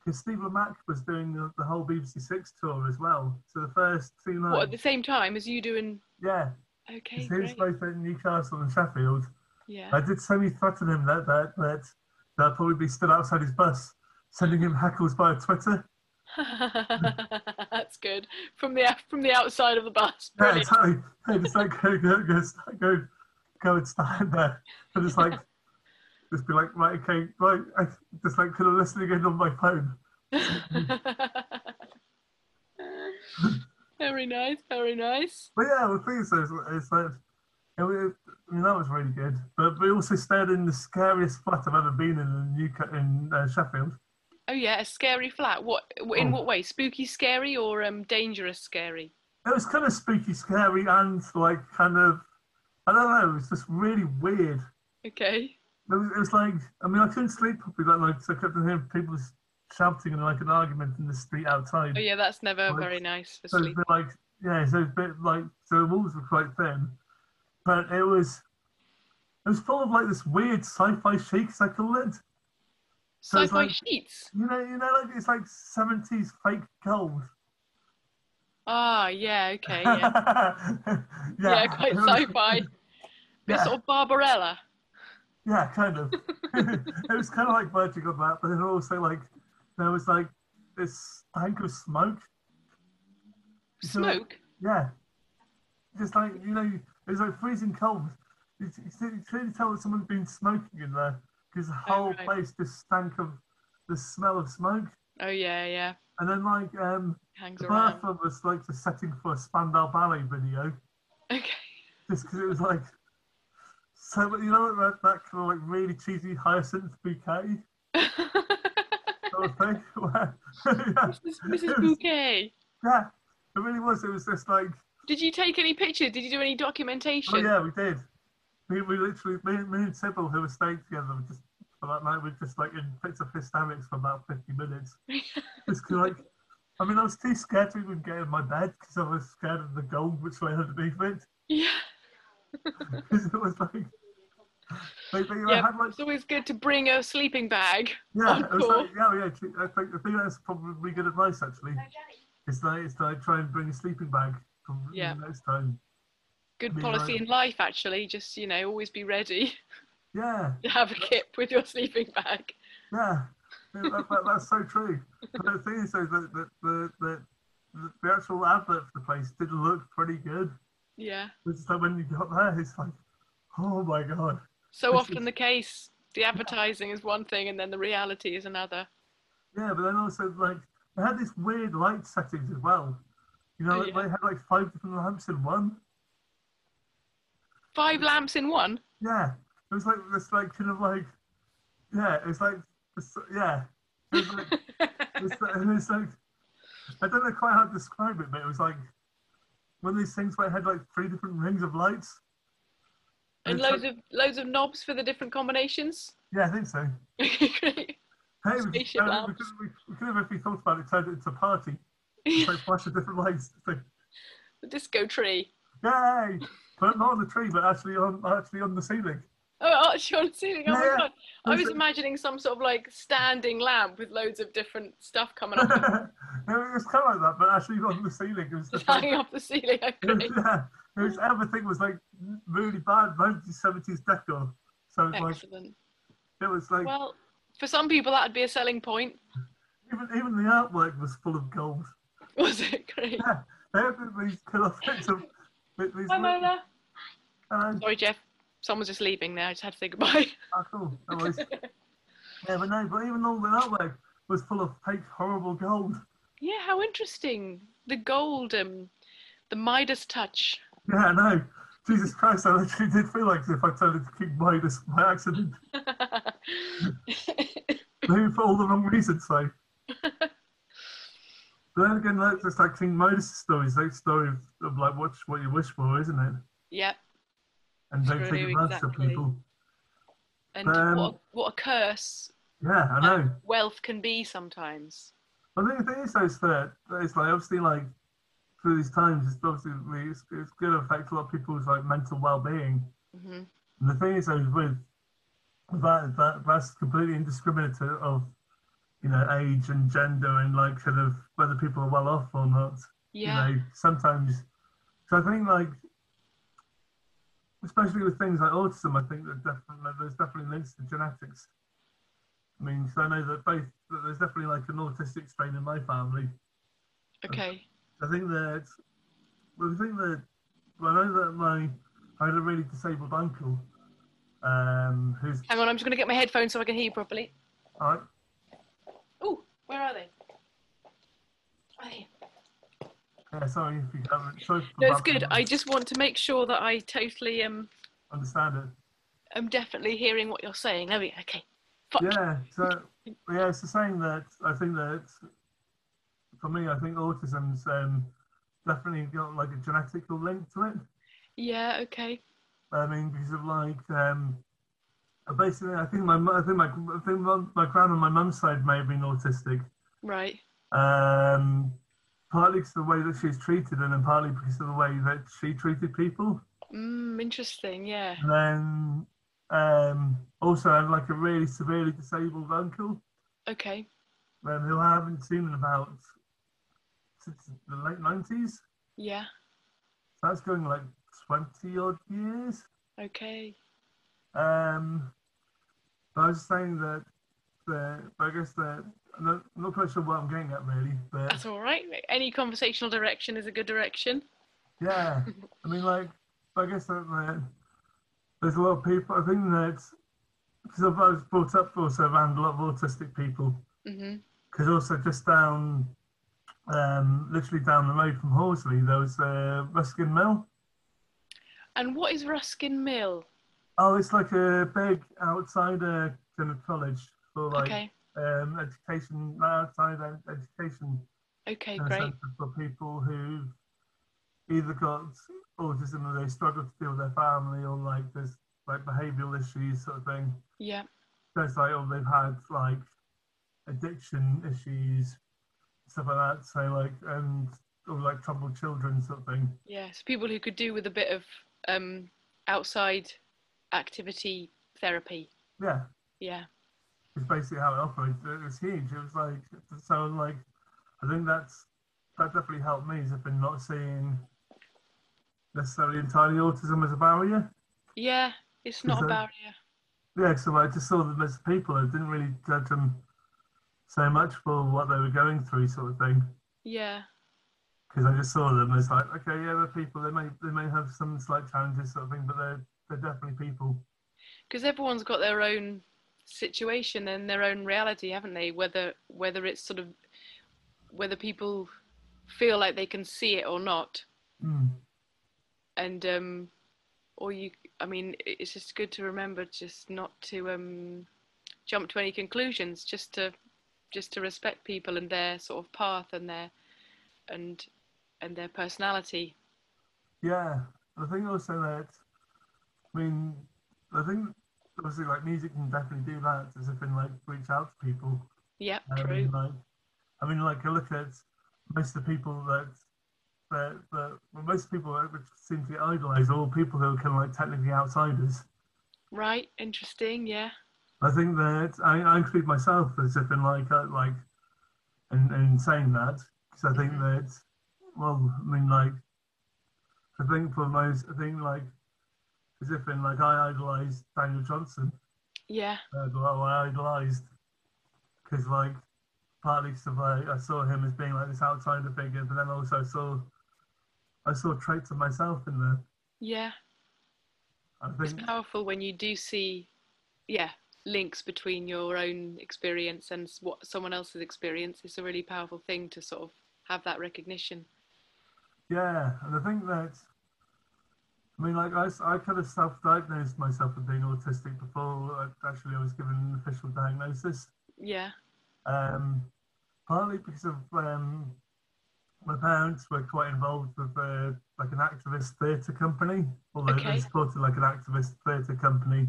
because Steve Lamack was doing the, the whole BBC Six tour as well. So the first two What at the nights, same time as you doing? yeah, Okay, because he was great. both at Newcastle and Sheffield. Yeah. I did so many threats at him that that that that I'd probably be stood outside his bus, sending him heckles via Twitter. That's good. From the out- from the outside of the bus. Yeah, Brilliant. exactly. They just like go, go, go, st- go, go and stand there, and it's like, just be like, right, okay, right, I just like kind of listening in on my phone. very nice, very nice. But yeah, the thing is, though, is, is that it, was- I mean that was really good. But we also stayed in the scariest flat I've ever been in in, Newca- in uh, Sheffield. Oh yeah, a scary flat. What in Oh. what way? Spooky, scary, or um, dangerous, scary? It was kind of spooky, scary, and like kind of, I don't know, it was just really weird. Okay. It was, it was like, I mean, I couldn't sleep properly that night because I kept on hearing people shouting and like an argument in the street outside. Oh yeah, that's never Well, very nice for So it's a sleep. bit like, yeah, so it's a bit like, so the walls were quite thin, but it was, it was full of like this weird sci-fi chic, as I call it. so it's Sci-fi like- sheets. You know, you know, like it's like seventies fake gold. Ah, yeah, okay, yeah, yeah. yeah, quite sci-fi. Bit Yeah. sort of Barbarella. Yeah, kind of. it was kind of like verging on that, but then also like there was like this tank of smoke. So, like, Smoke. yeah, just like you know, it was like freezing cold. You, you, could- you clearly tell that someone's been smoking in there because the whole right. place just stank of the smell of smoke. Oh yeah, yeah. And then like um, Hangs the around. bathroom was like the setting for a Spandau Ballet video, Okay. just because it was like. So you know that that kind of like really cheesy hyacinth bouquet. sort of thing. yeah, Mrs. Mrs. Bouquet. yeah, it really was. It was just like, Did you take any pictures? Did you do any oh documentation? yeah, we did. We, we literally, me, me and Sybil, who were staying together, we just for that night, we were just like in fits of hysterics for about 50 minutes. Just 'cause, like, I mean, I was too scared to even get in my bed because I was scared of the gold which lay underneath it. Yeah. 'Cause it was like, like they Yeah, had like It's always good to bring a sleeping bag. Yeah, on it was tour. like, yeah, yeah. t- I think I think that's probably good advice actually. It's like it's like try and bring a sleeping bag from Yeah. next time. Good Be policy right. in life, actually. Just you know, always be ready Yeah, to have a kip with your sleeping bag. yeah. Yeah, that, that, that's so true. But the thing is, though, that that the, the the the actual advert for the place did look pretty good. Yeah. It's just like when you got there, it's like, oh my god. So This often the case. The advertising is one thing, and then the reality is another. Yeah, but then also like they had these weird light settings as well. You know, Oh, like, yeah. they had like five different lamps in one. Five lamps in one. Yeah, it was like this, like kind of like, yeah, it was like, this, yeah, it was like, it's, it was like, I don't know quite how to describe it, but it was like one of these things where it had like three different rings of lights. And It's loads like- of loads of knobs for the different combinations. Yeah, I think so. Okay, great. Hey, we, Spaceship uh, we, lamps. could, we, we could have, if we thought about it, turned it into a party. It's like flash of different lights. It's like, the disco tree. yay! But not on the tree, but actually on actually on the ceiling. Oh, Archie on the ceiling. Oh my Yeah. god. I was Listen. imagining some sort of like standing lamp with loads of different stuff coming it up was kind of like that, but actually on the ceiling. It was just just like, hanging off the ceiling. Oh, It was, great. yeah, it was, everything was like really bad 1970s decor. So it was like, Excellent. it was like, Well, for some people that'd be a selling point. Even, even the artwork was full of gold. Was it great? Yeah, they had these kilometres of. with These Uh, Hi, Mola. Hello. Sorry, Jeff. Someone's just leaving now. I just had to say goodbye. Oh, cool. No worries. yeah, but no, but even all the artwork was full of fake, horrible gold. yeah, how interesting. The gold, um, the Midas touch. Yeah, I know. Jesus Christ, I literally did feel like as if I turned into King Midas by accident. Maybe for all the wrong reasons, though. but then again, that's just like King Midas' story. It's that story of, of like, watch what you wish for, isn't it? yep. And don't True, take advantage exactly. of people. And Um, what, a, what a curse Yeah, I know. wealth can be sometimes. I think the thing is, though, is that that it's like obviously like through these times, it's obviously it's, it's going to affect a lot of people's like mental well-being. hmm And the thing is, though, with that, that that's completely indiscriminate of you know age and gender and like kind of whether people are well off or not. Yeah. You know, sometimes. So I think like, especially with things like autism, I think that definitely there's definitely links to genetics. I mean, so I know that both that there's definitely like an autistic strain in my family. okay. I think that well, the thing that well, I know that my I had a really disabled uncle um, who's Hang on, I'm just going to get my headphones so I can hear you properly. all right, Oh, where are they? Oh, here. yeah, sorry if you haven't sorry if No, it's about that, good. I just want to make sure that I totally am understand it. am definitely hearing what you're saying. There we go. Okay. Fuck. Yeah, so yeah, it's the same that I think that for me, I think autism's um, definitely got like a genetic link to it. Yeah, okay. I mean, because of like um, basically, I think my mu- I think my I think my, my gran on my mum's side may have been autistic. Right. um, partly because of the way that she's treated, and then partly because of the way that she treated people. Mm, interesting. Yeah. And then um, also, I have like a really severely disabled uncle Okay. um, who I haven't seen in about since the late nineties. Yeah. That's going like twenty odd years. Okay. Um, but I was just saying that. The, I guess that I'm not, I'm not quite sure what I'm getting at really, but That's all right. Any conversational direction is a good direction. Yeah, I mean, like, I guess that uh, there's a lot of people. I think that because I was brought up also around a lot of autistic people. hmm Because also just down, um, literally down the road from Horsley, there was a Ruskin Mill. And what is Ruskin Mill? Oh, it's like a big outsider kind of college for like okay. um, education, outside ed- education Okay. in a Great. sense for people who've either got autism or they struggle to deal with their family or like there's like behavioural issues sort of thing. Yeah. So it's like or they've had like addiction issues, stuff like that. So like and or like troubled children sort of thing. Yeah. So people who could do with a bit of um, outside activity therapy. Yeah. Yeah. It's basically how it operated. It was huge. It was like so like I think that's that definitely helped me is I've been not seeing necessarily entirely autism as a barrier. Yeah. It's not a that- barrier. Yeah, so I just saw them as people. I didn't really judge them so much for what they were going through, sort of thing. Yeah. Because I just saw them as like, okay, yeah, they're people. They may they may have some slight challenges, sort of thing, but they're they're definitely people. because everyone's got their own situation and their own reality haven't they whether whether it's sort of whether people feel like they can see it or not Mm. and um or you i mean i- it's just good to remember just not to um jump to any conclusions just to just to respect people and their sort of path and their and and their personality Yeah, I think also that, I mean, I think obviously like music can definitely do that. As if in like reach out to people. yep I true mean, like, I mean, like, I look at most of the people that that, that well, most people that would seem to idolise all people who are kind of like technically outsiders. right interesting yeah I think that I, I include myself as if in like uh, like, in, in saying that because I think Mhm. that well, I mean, like, I think for most, I think like as if in like I idolise Daniel Johnson yeah uh, well, I idolized because like partly because of, like, I saw him as being like this outsider figure, but then also I saw I saw traits of myself in there. Yeah. I It's think powerful when you do see, yeah, links between your own experience and s- what someone else's experience. It's a really powerful thing to sort of have that recognition. yeah, and I think that I mean like I, s- I could have self-diagnosed myself with being autistic before I actually I was given an official diagnosis. Yeah. um, partly because of um, my parents were quite involved with uh, like an activist theatre company, although Okay. they supported like an activist theatre company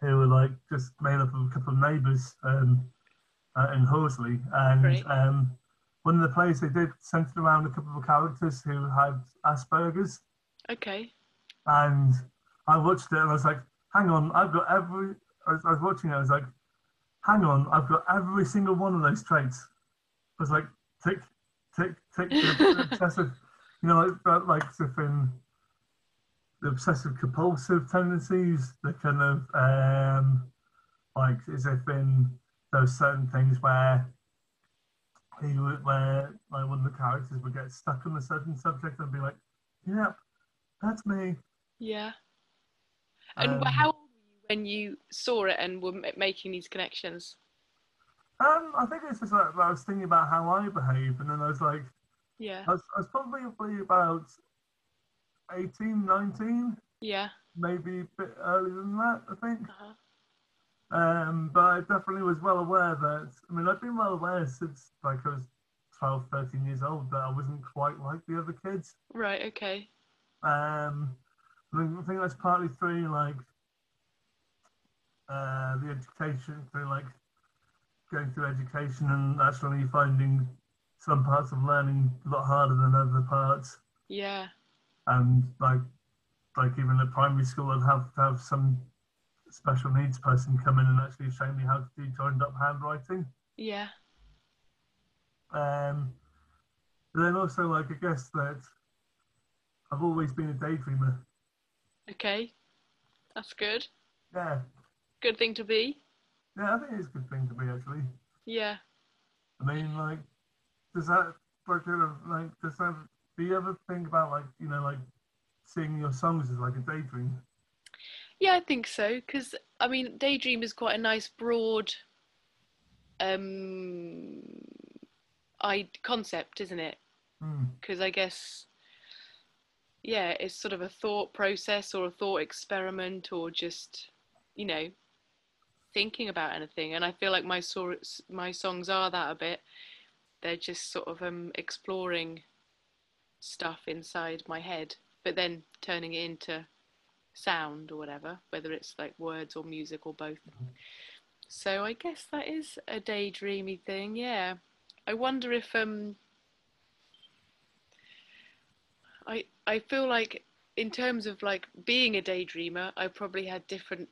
who were like just made up of a couple of neighbours um, uh, in Horsley, and Right. um, one of the plays they did centered around a couple of characters who had Aspergers, Okay. and I watched it and I was like, hang on, I've got every. I was, I was watching it. I was like, hang on, I've got every single one of those traits. I was like, tick, tick, tick. The obsessive, you know, like that, like as if in the obsessive compulsive tendencies, the kind of um, like as if in those certain things where. He would, where like one of the characters would get stuck on a certain subject and be like, "Yep, that's me." Yeah. And wh- Um, how old were you when you saw it and were ma- making these connections? Um, I think it's just like I was thinking about how I behave, and then I was like, Yeah. I was, I was probably about 18, 19, Yeah. maybe a bit earlier than that, I think. Uh-huh. Um, but I definitely was well aware that, I mean, I've been well aware since like I was 12, 13 years old that I wasn't quite like the other kids. Right. Okay. Um, I, mean, I think that's partly through like uh, the education, through like going through education and actually finding some parts of learning a lot harder than other parts. Yeah. And like, like even at primary school, I'd have to have some special needs person come in and actually show me how to do joined up handwriting. Yeah. Um, but then also like I guess that I've always been a daydreamer. Okay. That's good. Yeah. Good thing to be. Yeah, I think it's a good thing to be actually. Yeah. I mean, like, does that like, kind of, like does that? Do you ever think about like you know like singing your songs as like a daydream? Yeah, I think so. Because I mean, daydream is quite a nice broad um, I concept, isn't it? Hmm. Because I guess, yeah, it's sort of a thought process or a thought experiment or just, you know, thinking about anything. And I feel like my so- my songs are that a bit. They're just sort of um, exploring stuff inside my head, but then turning it into sound or whatever, whether it's like words or music or both. So I guess that is a daydreamy thing, yeah. I wonder if um I I feel like in terms of like being a daydreamer, I probably had different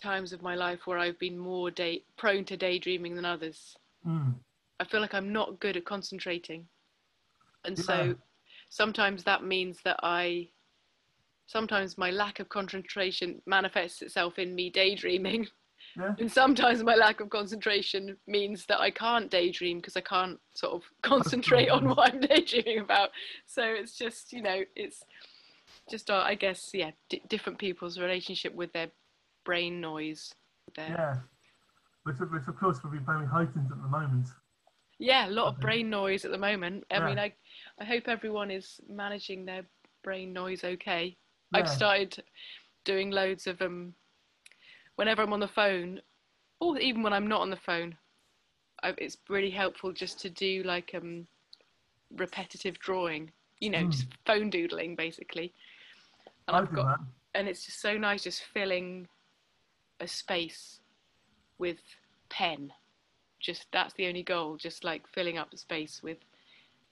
times of my life where I've been more day prone to daydreaming than others. Hmm. I feel like I'm not good at concentrating. And Yeah. so sometimes that means that I sometimes my lack of concentration manifests itself in me daydreaming. Yeah. And sometimes my lack of concentration means that I can't daydream because I can't sort of concentrate on nice. what I'm daydreaming about. So it's just, you know, it's just, uh, I guess, yeah, di different people's relationship with their brain noise. Their, Yeah. Which, of- which of course will be very heightened at the moment. Yeah, a lot of Okay. brain noise at the moment. I Yeah. mean, I, I hope everyone is managing their brain noise okay. I've Yeah. started doing loads of um, whenever I'm on the phone, or even when I'm not on the phone, I, it's really helpful just to do like um, repetitive drawing. You know, Mm. just phone doodling basically. And I I've do got, that. and it's just so nice just filling a space with pen just that's the only goal just like filling up the space with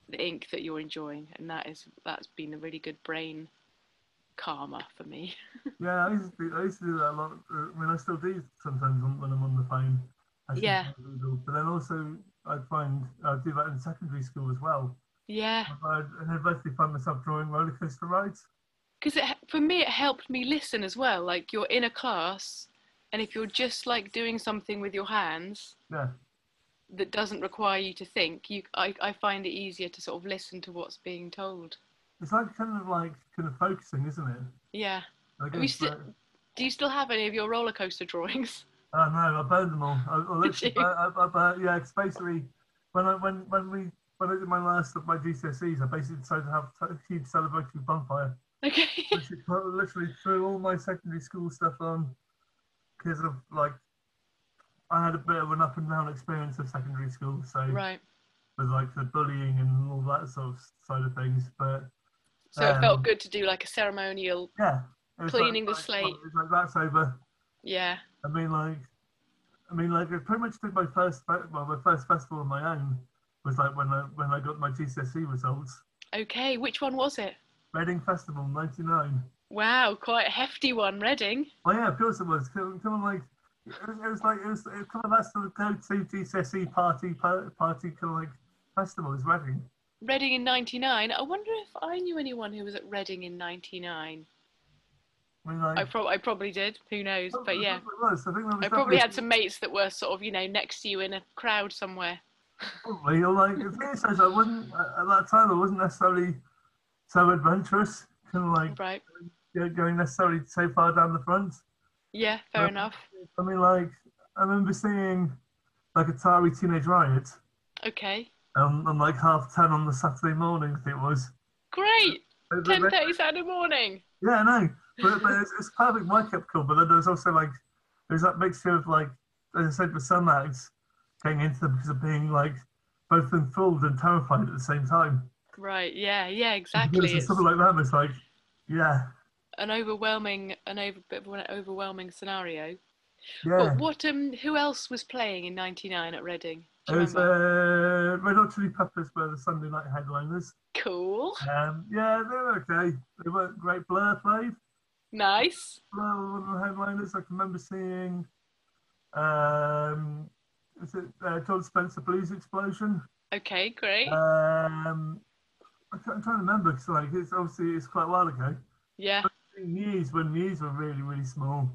the ink that you're enjoying and that is that's been a really good brain karma for me Yeah, I used, to do, I used to do that a lot. uh, I mean, I still do sometimes when when I'm on the phone. I should Yeah. doodle. But then also, I find I do that in secondary school as well. yeah I, and I basically find myself drawing roller coaster rides. because it for me it helped me listen as well like you're in a class and if you're just like doing something with your hands Yeah. that doesn't require you to think, you I, I find it easier to sort of listen to what's being told. It's like kind of like kind of focusing, isn't it? Yeah. Like Are we sti- do you still have any of your roller coaster drawings? Oh no, I burned them all. I, I literally, Did I, you? I, I, burned- yeah, it's basically when I when when we when I did my last of my GCSEs, I basically decided to have a huge celebratory bonfire. Okay. Literally, I literally threw all my secondary school stuff on because of like I had a bit of an up and down experience of secondary school, so right. with like the bullying and all that sort of side of things. But So it felt Um, good to do like a ceremonial. yeah, it was Cleaning the like, slate. It's like that's over. Yeah. I mean, like, I mean, like, I pretty much did my first, fe- well, my first festival of my own was like when I when I got my GCSE E results. Okay. Which one was it? Reading Festival '99. Wow, quite a hefty one, Reading. Oh yeah, of course it was. Come come on, like. It was, it was like it was it kind of that's the go-to GCSE E party pa- party kind of like festival is Reading. Reading in 99. I wonder if I knew anyone who was at Reading in 99. I mean, like, I, prob- I probably did. Who knows? that's- But yeah. that's what it was. Oh, I think there was I probably definitely- had some mates that were sort of, you know, next to you in a crowd somewhere. Probably, or like the thing is, I wasn't at that time. I wasn't necessarily so adventurous, kind of like Right. you know, going necessarily so far down the front. Yeah, fair Um, enough. I mean, like I remember seeing like Atari Teenage Riot Okay. um, on like half ten on the Saturday morning. I think it was. Great. But- but- 10.30 Saturday morning. Yeah, I know. But, but it's, it's perfect wake-up call. But then there was also like there was that mixture of like, as I said, with some acts going into them because of being like both enthralled and terrified at the same time. Right. Yeah. Yeah, Because exactly. it's It's something like that. It's like, yeah, an overwhelming, an over, bit of an overwhelming scenario. yeah. But what, um, who else was playing in 99 at Reading? Do It you was remember? uh, Red Hot Chili Peppers were the Sunday night headliners. Cool. Um, yeah, they were okay. They weren't great. Blur played. Nice. Blur were one of the headliners. I can remember seeing. Um, is it uh, John Spencer Blues Explosion? Okay, great. Uh, Um, I can't- I'm trying to remember because like it's obviously it's quite a while ago. yeah. News when news were really really small,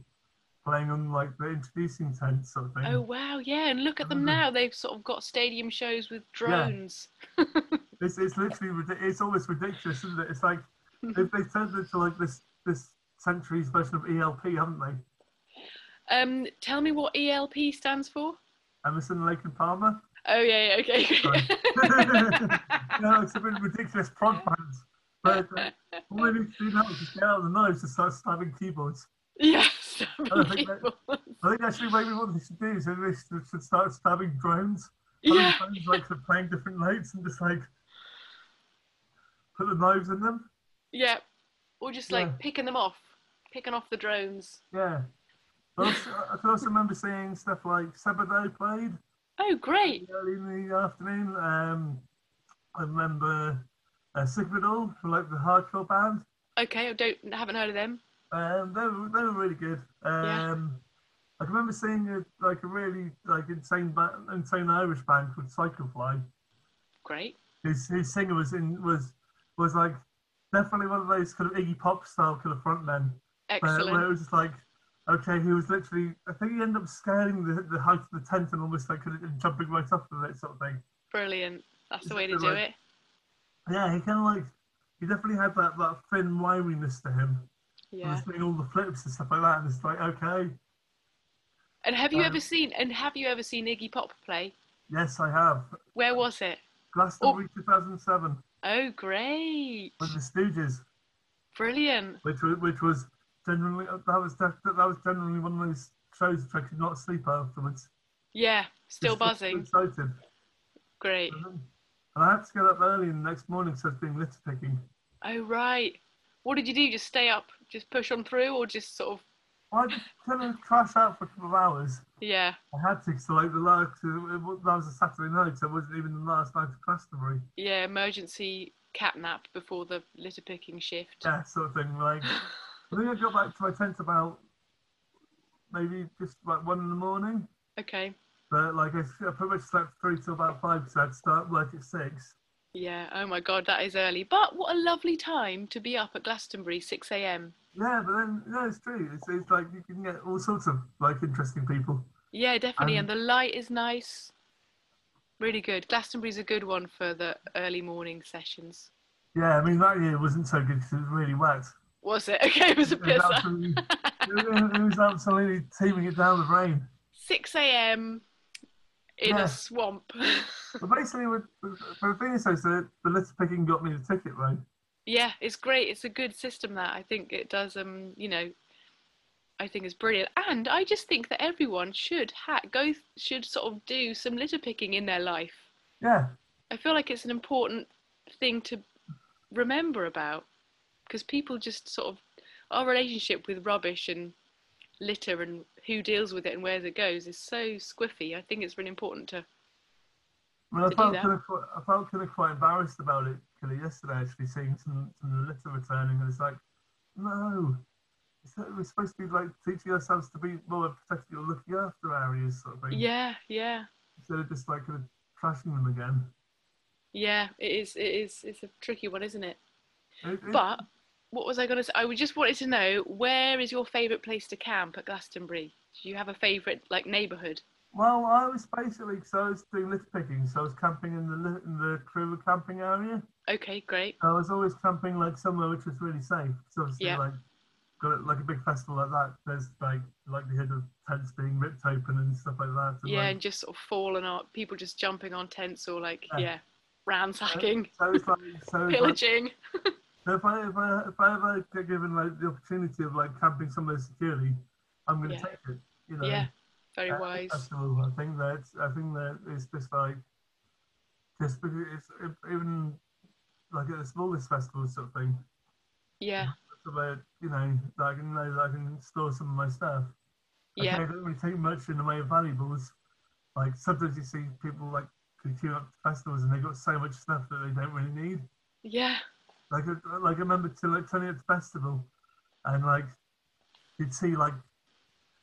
playing on like the introducing tent sort of thing. Oh wow, yeah, and look at them Mhm. now. They've sort of got stadium shows with drones. It's it's literally ridic- it's almost ridiculous, isn't it? It's like Mm-hmm. they've, they've turned into like this this century's version of ELP, haven't they? Um, tell me what ELP stands for. Emerson, Lake and Palmer. Oh yeah, yeah okay. Sorry. no, it's a bit ridiculous prog bands. But uh, all they need to do now is just get out of the knives and start stabbing keyboards. yeah, I don't think that- people. I think actually maybe what they should do is they should- should start stabbing drones. Having yeah, drones like they're playing different notes and just like put the knives in them. yeah. Or just like Yeah. picking them off, picking off the drones. Yeah. I also, I can also remember seeing stuff like Sabado played Oh great. early in the afternoon. Um, I remember uh, Sigvidal from like the hardcore band. Okay, I don't haven't heard of them. Um, they were they were really good. Um, Yeah. I can remember seeing a, like a really like insane ba- insane Irish band called Cyclefly, Great. whose whose singer was in was was like definitely one of those kind of Iggy Pop style kind of frontmen. where, Excellent. where it was just like, okay, he was literally, I think he ended up scaling the, the height of the tent and almost like kind of jumping right off of it, sort of thing. Brilliant. That's the way to Just do like- it. Yeah, he kind of like, he definitely had that, that thin wiriness to him. He Yeah. was doing all the flips and stuff like that, and it's like, okay, And have you um, ever seen and have you ever seen Iggy Pop play? yes, I have. Where was it? Glastonbury 2007 Oh great. with the Stooges, Brilliant. which was, which was generally, that was, def- that was generally one of those shows which I could not sleep afterwards. Yeah, still Just so buzzing. Excited. Great. And I had to get up early the next morning, so I was being litter picking. Oh right. What did you do? Just stay up, just push on through, or just sort of Well, I just kind of crash out for a couple of hours. yeah, I had to, so like the last, uh, that was a Saturday night, so it wasn't even the last night of Glastonbury. yeah, emergency cat nap before the litter picking shift. Yeah, sort of thing. Like, I think I got back to my tent about maybe just about one in the morning, Okay. but like I, s- I pretty much slept through till about five because I'd start work at six. Yeah. Oh my god, that is early. But what a lovely time to be up at Glastonbury, six a.m. Yeah, but then, no, it's true. It's, it's like you can get all sorts of like interesting people. Yeah, definitely. Um, and the light is nice. really good. Glastonbury's a good one for the early morning sessions. Yeah, I mean that year wasn't so good because it was really wet. Was it? Okay, it was a It was, pisser. absolutely, it was- it was absolutely teeming it down with rain. 6 a.m. in Yeah. a swamp. But basically, with, with, with Phoenix Race, the, the litter picking got me the ticket, right? yeah, it's great. It's a good system that I think it does. Um, you know, I think it's brilliant, and I just think that everyone should ha- go should sort of do some litter picking in their life. Yeah, I feel like it's an important thing to remember about because people just sort of our relationship with rubbish and litter and who deals with it and where it goes is so squiffy. I think it's really important to. I mean, I To do felt, that. kind of, qu- I felt kind of quite embarrassed about it kind of yesterday, actually, seeing some, some of the litter returning, and it's like, no, it's like we're supposed to be like teaching ourselves to be more protective or looking after areas, sort of thing, Yeah, yeah. instead of just like kind of trashing them again. Yeah, it is. It is. It's a tricky one, isn't it? It- it- But what was I going to say? I would- just wanted to know where is your favourite place to camp at Glastonbury? Do you have a favourite like neighbourhood? Well, I was basically because I was doing litter picking, so I was camping in the li- in the crew camping area. Okay, great. I was always camping like somewhere which was really safe. Because obviously, Yeah. like, got it, like a big festival like that, there's like likelihood of tents being ripped open and stuff like that. And, Yeah, like, and just sort of falling out, people just jumping on tents or like Yeah. yeah, ransacking, So it's like, so it's like, pillaging. so if I if I if I ever get given like the opportunity of like camping somewhere securely, I'm gonna Yeah. take it. You know. Yeah, very Uh, wise. festival. I think that I think that it's just like just because it's it- even like at the smallest festival sort of thing. Yeah, It's about you know that I can know that I can store some of my stuff. yeah, Okay, I don't really take much in the way of valuables. Like sometimes you see people like who queue up to festivals and they got so much stuff that they don't really need. yeah, Like I, like I remember to like turning up to festival, and like you'd see like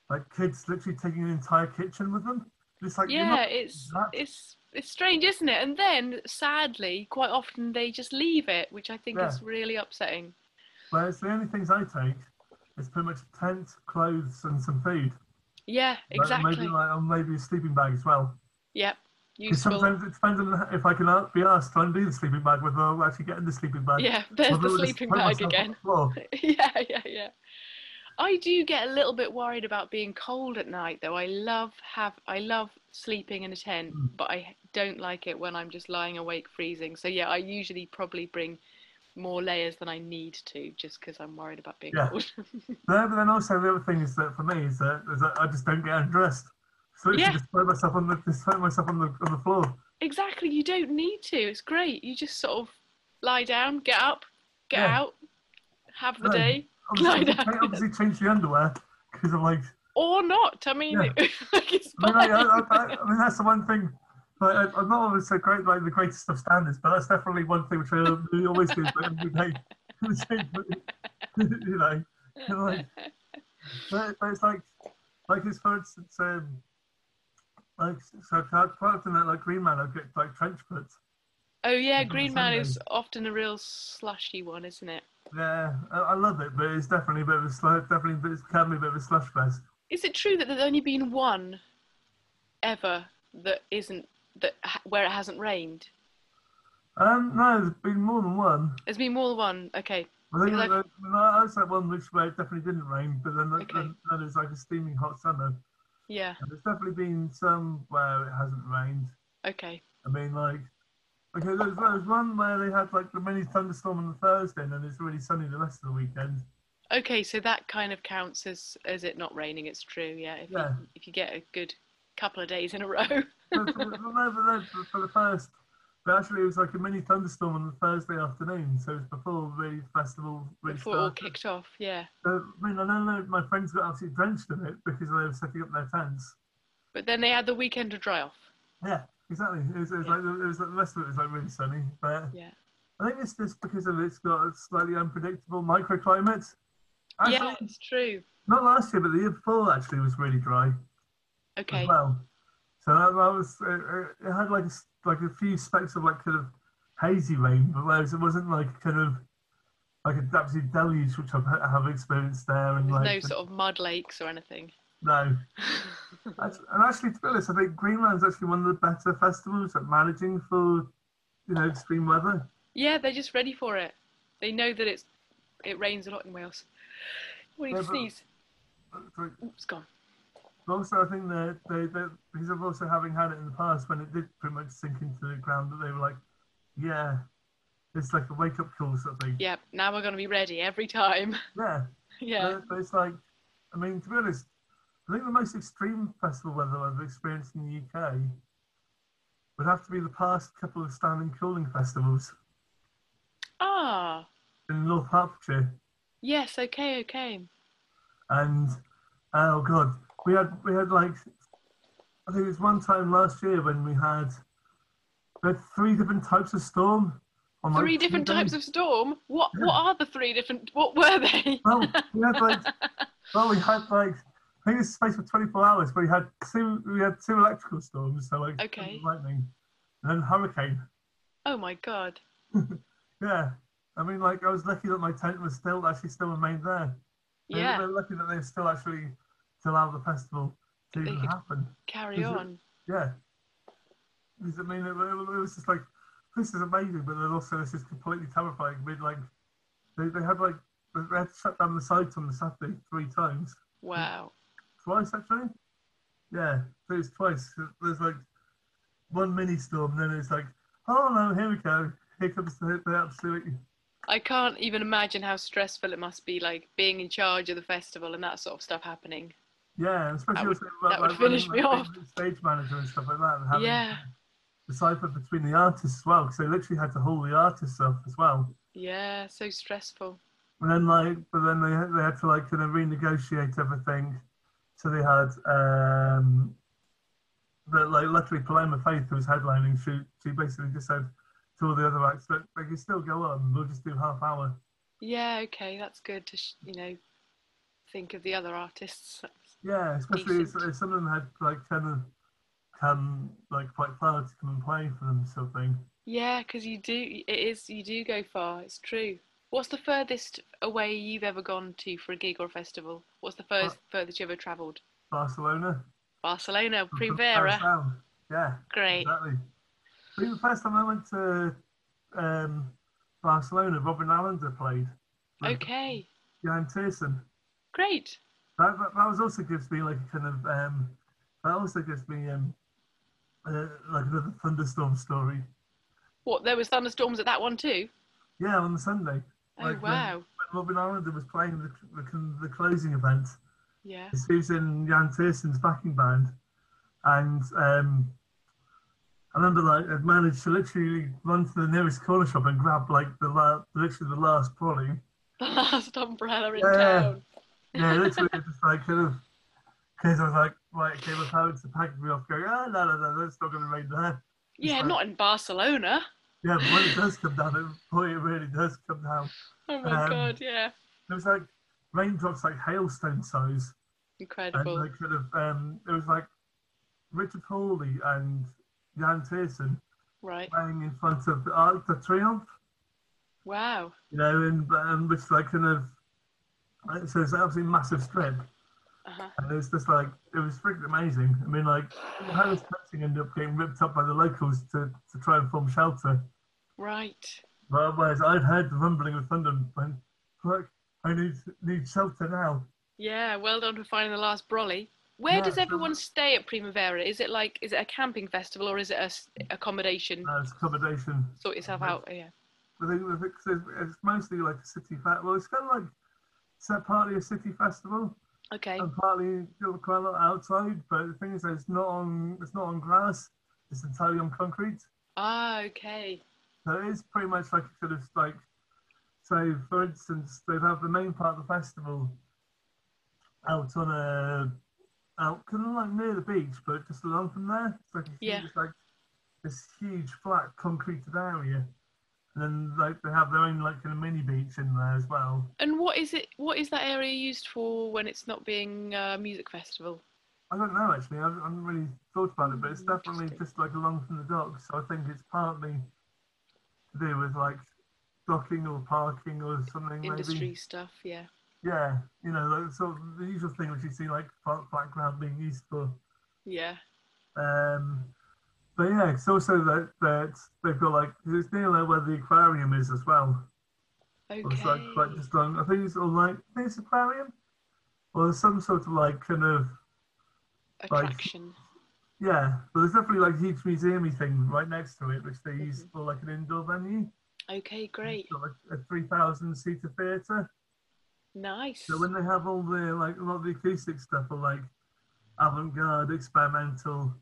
like kids literally taking an entire kitchen with them. It's like you're not- yeah. It's that- it's it's strange, isn't it? And then sadly, quite often they just leave it, which I think Yeah. is really upsetting. Whereas the only things I take is pretty much tent, clothes, and some food. Yeah, Like, exactly. Maybe like or maybe a sleeping bag as well. Yep. 'Cause Useful. sometimes it depends on if I can out- be asked to undo the sleeping bag whether I'll actually get in the sleeping bag. Yeah, there's Whether the I'll just sleeping throw bag myself on again. the floor. yeah, yeah, yeah. I do get a little bit worried about being cold at night though. I love have I love sleeping in a tent, Mm. but I don't like it when I'm just lying awake freezing. So yeah, I usually probably bring more layers than I need to just because I'm worried about being Yeah. cold. No, but then also the other thing is that for me is that, is that I just don't get undressed. So Yeah. I just throw myself on the just throw myself on the on the floor. exactly, you don't need to. It's great. You just sort of lie down, get up, get Yeah. out, have the No. day. Lie Obviously, down. I obviously change the underwear because I'm like Or not. I mean, Yeah. like it's I mean, I, I, fine. I, I mean, that's the one thing. Like, I, I'm not always so great, like the greatest of standards, but that's definitely one thing which I really always do. But every day, you know, and like, but, but it's like, like it's for instance, um, like so quite quite often that like Green Man, I get like trench foot. Oh yeah, Mhm, Green Man is Sunday. often a real slushy one, isn't it? Yeah, I, I love it, but it's definitely a bit of a slush. Definitely, a bit- it can be a bit of a slush fest. Is it true that there's only been one ever that isn't that ha- where it hasn't rained? Um, no, there's been more than one. There's been more than one. Okay, I think Because that, no, I was that one which where it definitely didn't rain, but then, that Okay. then, then it's like a steaming hot summer. yeah, And there's definitely been some where it hasn't rained. okay, I mean, like, okay, there was, there was one where they had like the mini thunderstorm on the Thursday, and then it's really sunny the rest of the weekend. okay. So that kind of counts as as it not raining. It's true. Yeah, if Yeah. You, if you get a good couple of days in a row. But for, the- well, no, but then for, for the first, but actually it was like a mini thunderstorm on the Thursday afternoon, so it was before really the festival really Before it all started. kicked off, yeah. So, I mean, I don't know, my friends got absolutely drenched in it because they were setting up their tents. But then they had the weekend to dry off. Yeah, exactly. It was, it was Yeah. like it was like the rest of it was like really sunny, but Yeah. I think it's just because of it's got a slightly unpredictable microclimate. Actually, yeah, it's true. Not last year, but the year before actually was really dry Okay. as well. So that, that was it, it had like a, s- like a few specks of like kind of hazy rain, but whereas it wasn't like kind of like an absolute deluge which I've, I have experienced there and There's like no sort of mud lakes or anything. No. That's- and actually, to be honest, I think Greenland's actually one of the better festivals at managing for, you know, extreme weather. Yeah, they're just ready for it. They know that it's it rains a lot in Wales. We need to Yeah, but- sneeze. But It's gone. also, I think that they, they, because of also having had it in the past when it did pretty much sink into the ground, that they were like, yeah, it's like a wake up call sort of thing. Yeah, now we're going to be ready every time. yeah. Yeah. But, but it's like, I mean, to be honest, I think the most extreme festival weather I've experienced in the UK would have to be the past couple of standing cooling festivals Ah, in North Hertfordshire. yes, okay, okay. And oh god, we had we had like I think it was one time last year when we had we had three different types of storm. On like Three different types of storm. What Yeah. what are the three different what were they? Well, we had like well, we had like I think it's space for 24 hours. But we had two we had two electrical storms, so like Okay. thunder, lightning, and then hurricane. Oh my god. Yeah, I mean, like I was lucky that my tent was still actually still remained there. They were- Yeah, they're lucky that they still actually to allow the festival to They even could- happen. carry is it- on. Yeah. Because, I mean, it, it was just like, this is amazing, but then also this is completely terrifying. I mean, like, they, they had like, they had to shut down the sites on the Saturday three times. Wow. Twice, actually? Yeah, it was twice. There's like one mini storm, then it's like, oh no, here we go. Here comes the, the absolute. I can't even imagine how stressful it must be like being in charge of the festival and that sort of stuff happening. Yeah, especially That would- also, that would running, finish me like, Stage manager and stuff like that. And having Yeah. The cipher between the artists as well, because they literally had to haul the artists off as well. Yeah, so stressful. And then like, but then they had- they had to like kind of renegotiate everything. So they had um, but like luckily Paloma Faith who was headlining. She she basically just said to all the other acts, look, they can still go on. We'll just do half hour. Yeah, okay, that's good to sh- you know think of the other artists. Yeah, especially if, Decent. if some of them had like kind of come like quite far to come and play for them sort of thing. Yeah, because you do. It is you do go far. It's true. What's the furthest away you've ever gone to for a gig or a festival? What's the first furthest you ever travelled? Barcelona. Barcelona, from Paris Primavera. down. Yeah. Great. Exactly. I think the first time I went to um, Barcelona, Robin Allender played. with Okay, Jan Tiersen. great. That, that, that was also gives me like a kind of um, that also gives me um, uh, like another thunderstorm story. What? There was thunderstorms at that one too. Yeah, on the Sunday. Oh Like, when- wow. When Robin Allender was playing the, the, the closing event, Yeah. Susan in Jan Tiersen's backing band, and um, I remember like I'd managed to literally run to the nearest corner shop and grab like the la- literally the last trolley. The last umbrella in Yeah. town. Yeah, literally just like kind of because I was like, right, okay, my parents are packing me off, going, ah, no, no, no, that's not going to rain there. Yeah, like- not in Barcelona. Yeah, but when it does come down, it, boy, it really does come down. Oh my Um, god. Yeah. It was like raindrops like hailstone size. Incredible. and they could have um it was like Richard Hawley and Jan Tiersen right. playing in front of the Arc de Triomphe, Wow. you know, and um, which like kind of like, so it's an absolutely massive strip Uh-huh. and it's just like it was freaking amazing. I mean like Harris Cutting ended up getting ripped up by the locals to, to try and form shelter. Right. But whereas I'd heard the rumbling of thunder and went, Look, I need need shelter now. Yeah, well done for finding the last brolly. Where Yeah, does so- everyone stay at Primavera? Is it like, is it a camping festival or is it a s- accommodation? Uh, it's accommodation. Sort yourself out. Yeah. I think the fix is it's mostly like a city festival. Well, it's kind of like it's uh, partly a city festival Okay. and partly you're quite a lot outside. But the thing is, that it's not on it's not on grass. It's entirely on concrete. Ah, okay. So it is pretty much like a kind of like so. For instance, they'd have the main part of the festival out on a out kind of like near the beach, but just along from there. It's like a Yeah. huge, like this huge flat concreted area. And then like they have their own like kind of mini beach in there as well. And what is it? What is that area used for when it's not being a music festival? I don't know actually. I haven't, I haven't really thought about it, but it's definitely Hmm, Interesting. just like along from the dock. So I think it's partly to do with like docking or parking or something. Industry Maybe. stuff. Yeah. yeah, you know, like, sort of the usual thing which you see like black- background being used for. Yeah. Um, but yeah, it's also that that they've got like 'cause it's near like where the aquarium is as well. It's like Okay. like just on I think it's on like I think it's aquarium or there's some sort of like kind of Attraction. yeah. But there's definitely like a huge museumy thing right next to it, which they use for like an indoor venue. Okay, great. It's got, like a three thousand seater theatre. Nice. So when they have all the like a lot of the acoustic stuff are like avant-garde, experimental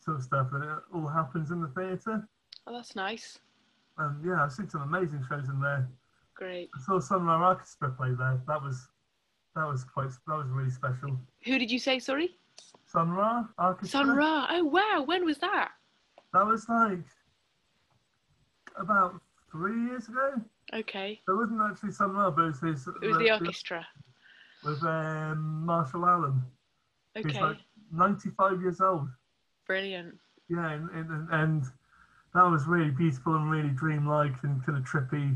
sort of stuff, and it all happens in the theatre. Oh, that's nice. And yeah, I've seen some amazing shows in there. Great. I saw Sunrise Orchestra play there. That was that was quite that was really special. Who did you say, sorry? Sunra Orchestra. Sun Ra. Oh, wow. When was that? That was like about three years ago. Okay. There wasn't actually Sunra, but it was, his, It was the orchestra. with um, Marshall Allen. He's Okay. like 95 years old. Brilliant. Yeah, and, and, and- and that was really beautiful and really dreamlike and kind of trippy.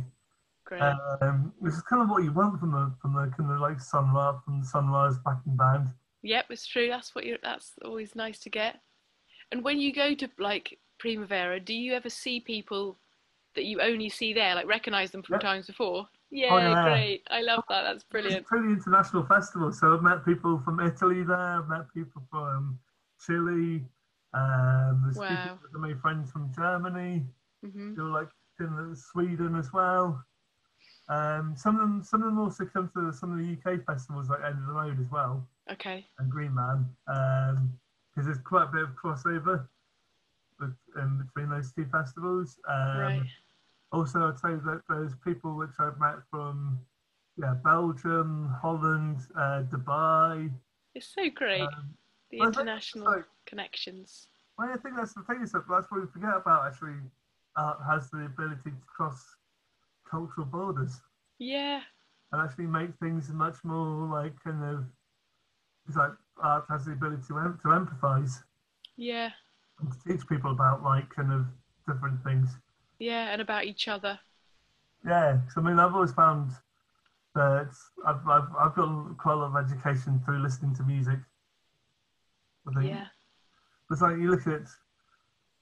Great. Um, which is kind of what you want from the from the kind of like Sunra from the Sunrise backing band. Yep, it's true. That's what you. That's always nice to get. And when you go to like Primavera, do you ever see people that you only see there, like recognise them from Yep. times before? Yeah, Oh, yeah. great. I love that. That's brilliant. It's a pretty international festival. So I've met people from Italy there. I've met people from Chile. Um, there's Wow. people that made friends from Germany. hmm Who are like in Sweden as well. Um, some of them, some of them also come to some of the UK festivals like End of the Road as well Okay. and Green Man because there's quite a bit of crossover with, um, between those two festivals. Um, right. also, I'd say that there's people which I've met from yeah, Belgium, Holland, uh, Dubai. It's so great. um, the well, I think- international sorry. connections. well, I think that's the thing is that that's what we forget about actually art has the ability to cross cultural borders Yeah. and actually make things much more like kind of it's like art has the ability to, em- to empathize Yeah. and to teach people about like kind of different things. Yeah. And about each other. Yeah, 'cause I mean, I've always found that I've, I've, I've got quite a lot of education through listening to music. I think. Yeah. It's like you look at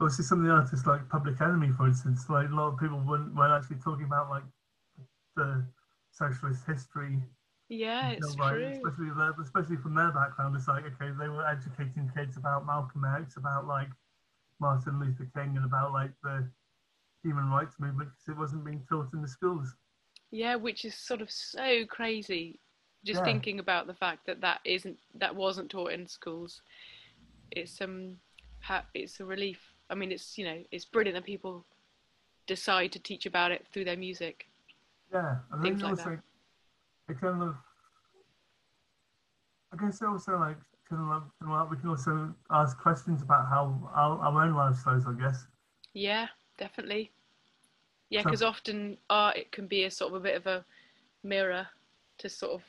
obviously some of the artists like Public Enemy, for instance, like a lot of people weren't, weren't actually talking about like the socialist history. Yeah. until, It's like, true. Especially, their, especially from their background, it's like, okay, they were educating kids about Malcolm X, about like Martin Luther King, and about like the human rights movement because it wasn't being taught in the schools. Yeah, which is sort of so crazy. Just Yeah. thinking about the fact that that isn't that wasn't taught in schools. It's um, ha- it's a relief. I mean, it's you know, it's brilliant that people decide to teach about it through their music. Yeah, and Things then like also it kind of, I guess also like kind of like, you know, we can also ask questions about how our, our own lifestyles, I guess. Yeah, definitely. Yeah, So- because often art it can be a sort of a bit of a mirror to sort of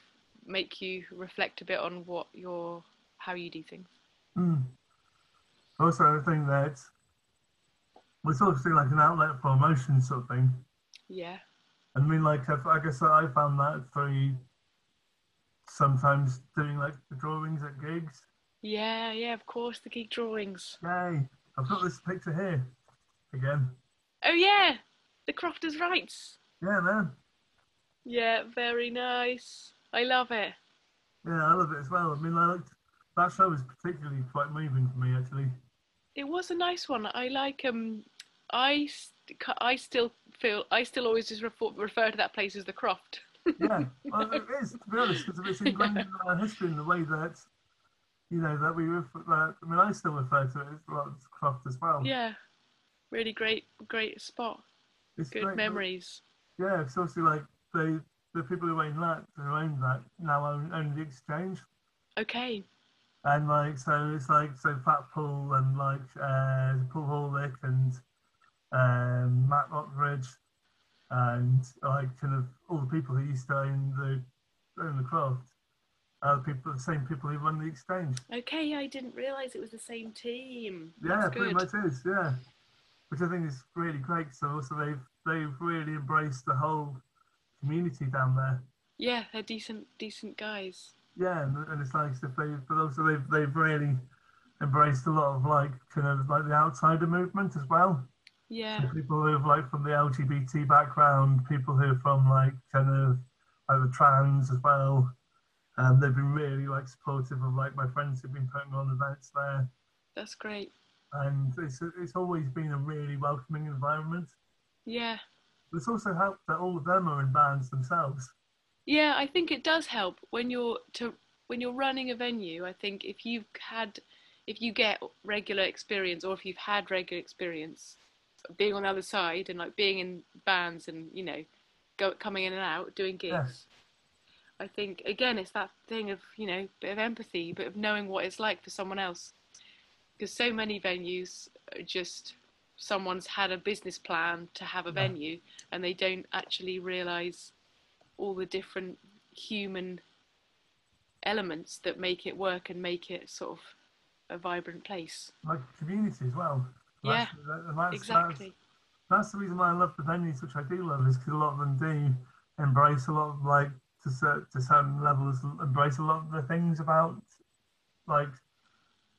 make you reflect a bit on what your how you do things. Hmm. Also, I think that it's obviously like an outlet for emotion, sort of thing. Yeah, And I mean, like, I've, I guess I found that through sometimes doing like the drawings at gigs. yeah, yeah. Of course, the geek drawings. Yay! I've got this picture here again. Oh yeah, the Crofters' Rights. Yeah, man. Yeah, very nice. I love it. Yeah, I love it as well. I mean, like that show was particularly quite moving for me, actually. It was a nice one. I like um, I st- ca- I still feel I still always just refer, refer to that place as the Croft. Yeah, well, it is to be honest, because it's ingrained in our history in the way that you know that we refer. That, I mean, I still refer to it as well as craft as well. Yeah, really great, great spot. it's Good great. memories. Yeah, it's obviously like the the people who own that who own that now own, own the exchange. Okay. And like so, it's like so Fat Paul and like uh, Paul Horlick and um, Matt Rockridge and like kind of all the people who used to own the own the craft are the people the same people who run the exchange. Okay, I didn't realise it was the same team. Yeah, That's pretty good. much is. Yeah, which I think is really great. So also they've they've really embraced the whole community down there. Yeah, they're decent, decent guys. Yeah, and, and it's nice if they, but also they've they've really embraced a lot of like kind of like the outsider movement as well. Yeah, So people who are like from the LGBT background, people who are from like kind of either trans as well. And they've been really like supportive of like my friends who've been putting on events there, that's great. and it's it's always been a really welcoming environment. Yeah, But it's also helped that all of them are in bands themselves. yeah. I think it does help when you're to when you're running a venue. I think if you've had, if you get regular experience, or if you've had regular experience of being on the other side and like being in bands and you know, go coming in and out doing gigs. Yes. I think again, it's that thing of you know, bit of empathy, bit of knowing what it's like for someone else, because so many venues are just someone's had a business plan to have a Yeah. venue and they don't actually realise all the different human elements that make it work and make it sort of a vibrant place. like a community as well. Yeah, That's- that- and that's- exactly. That's, that's the reason why I love the venues, which I do love, is because a lot of them do embrace a lot of like to cer- to certain levels, embrace a lot of the things about like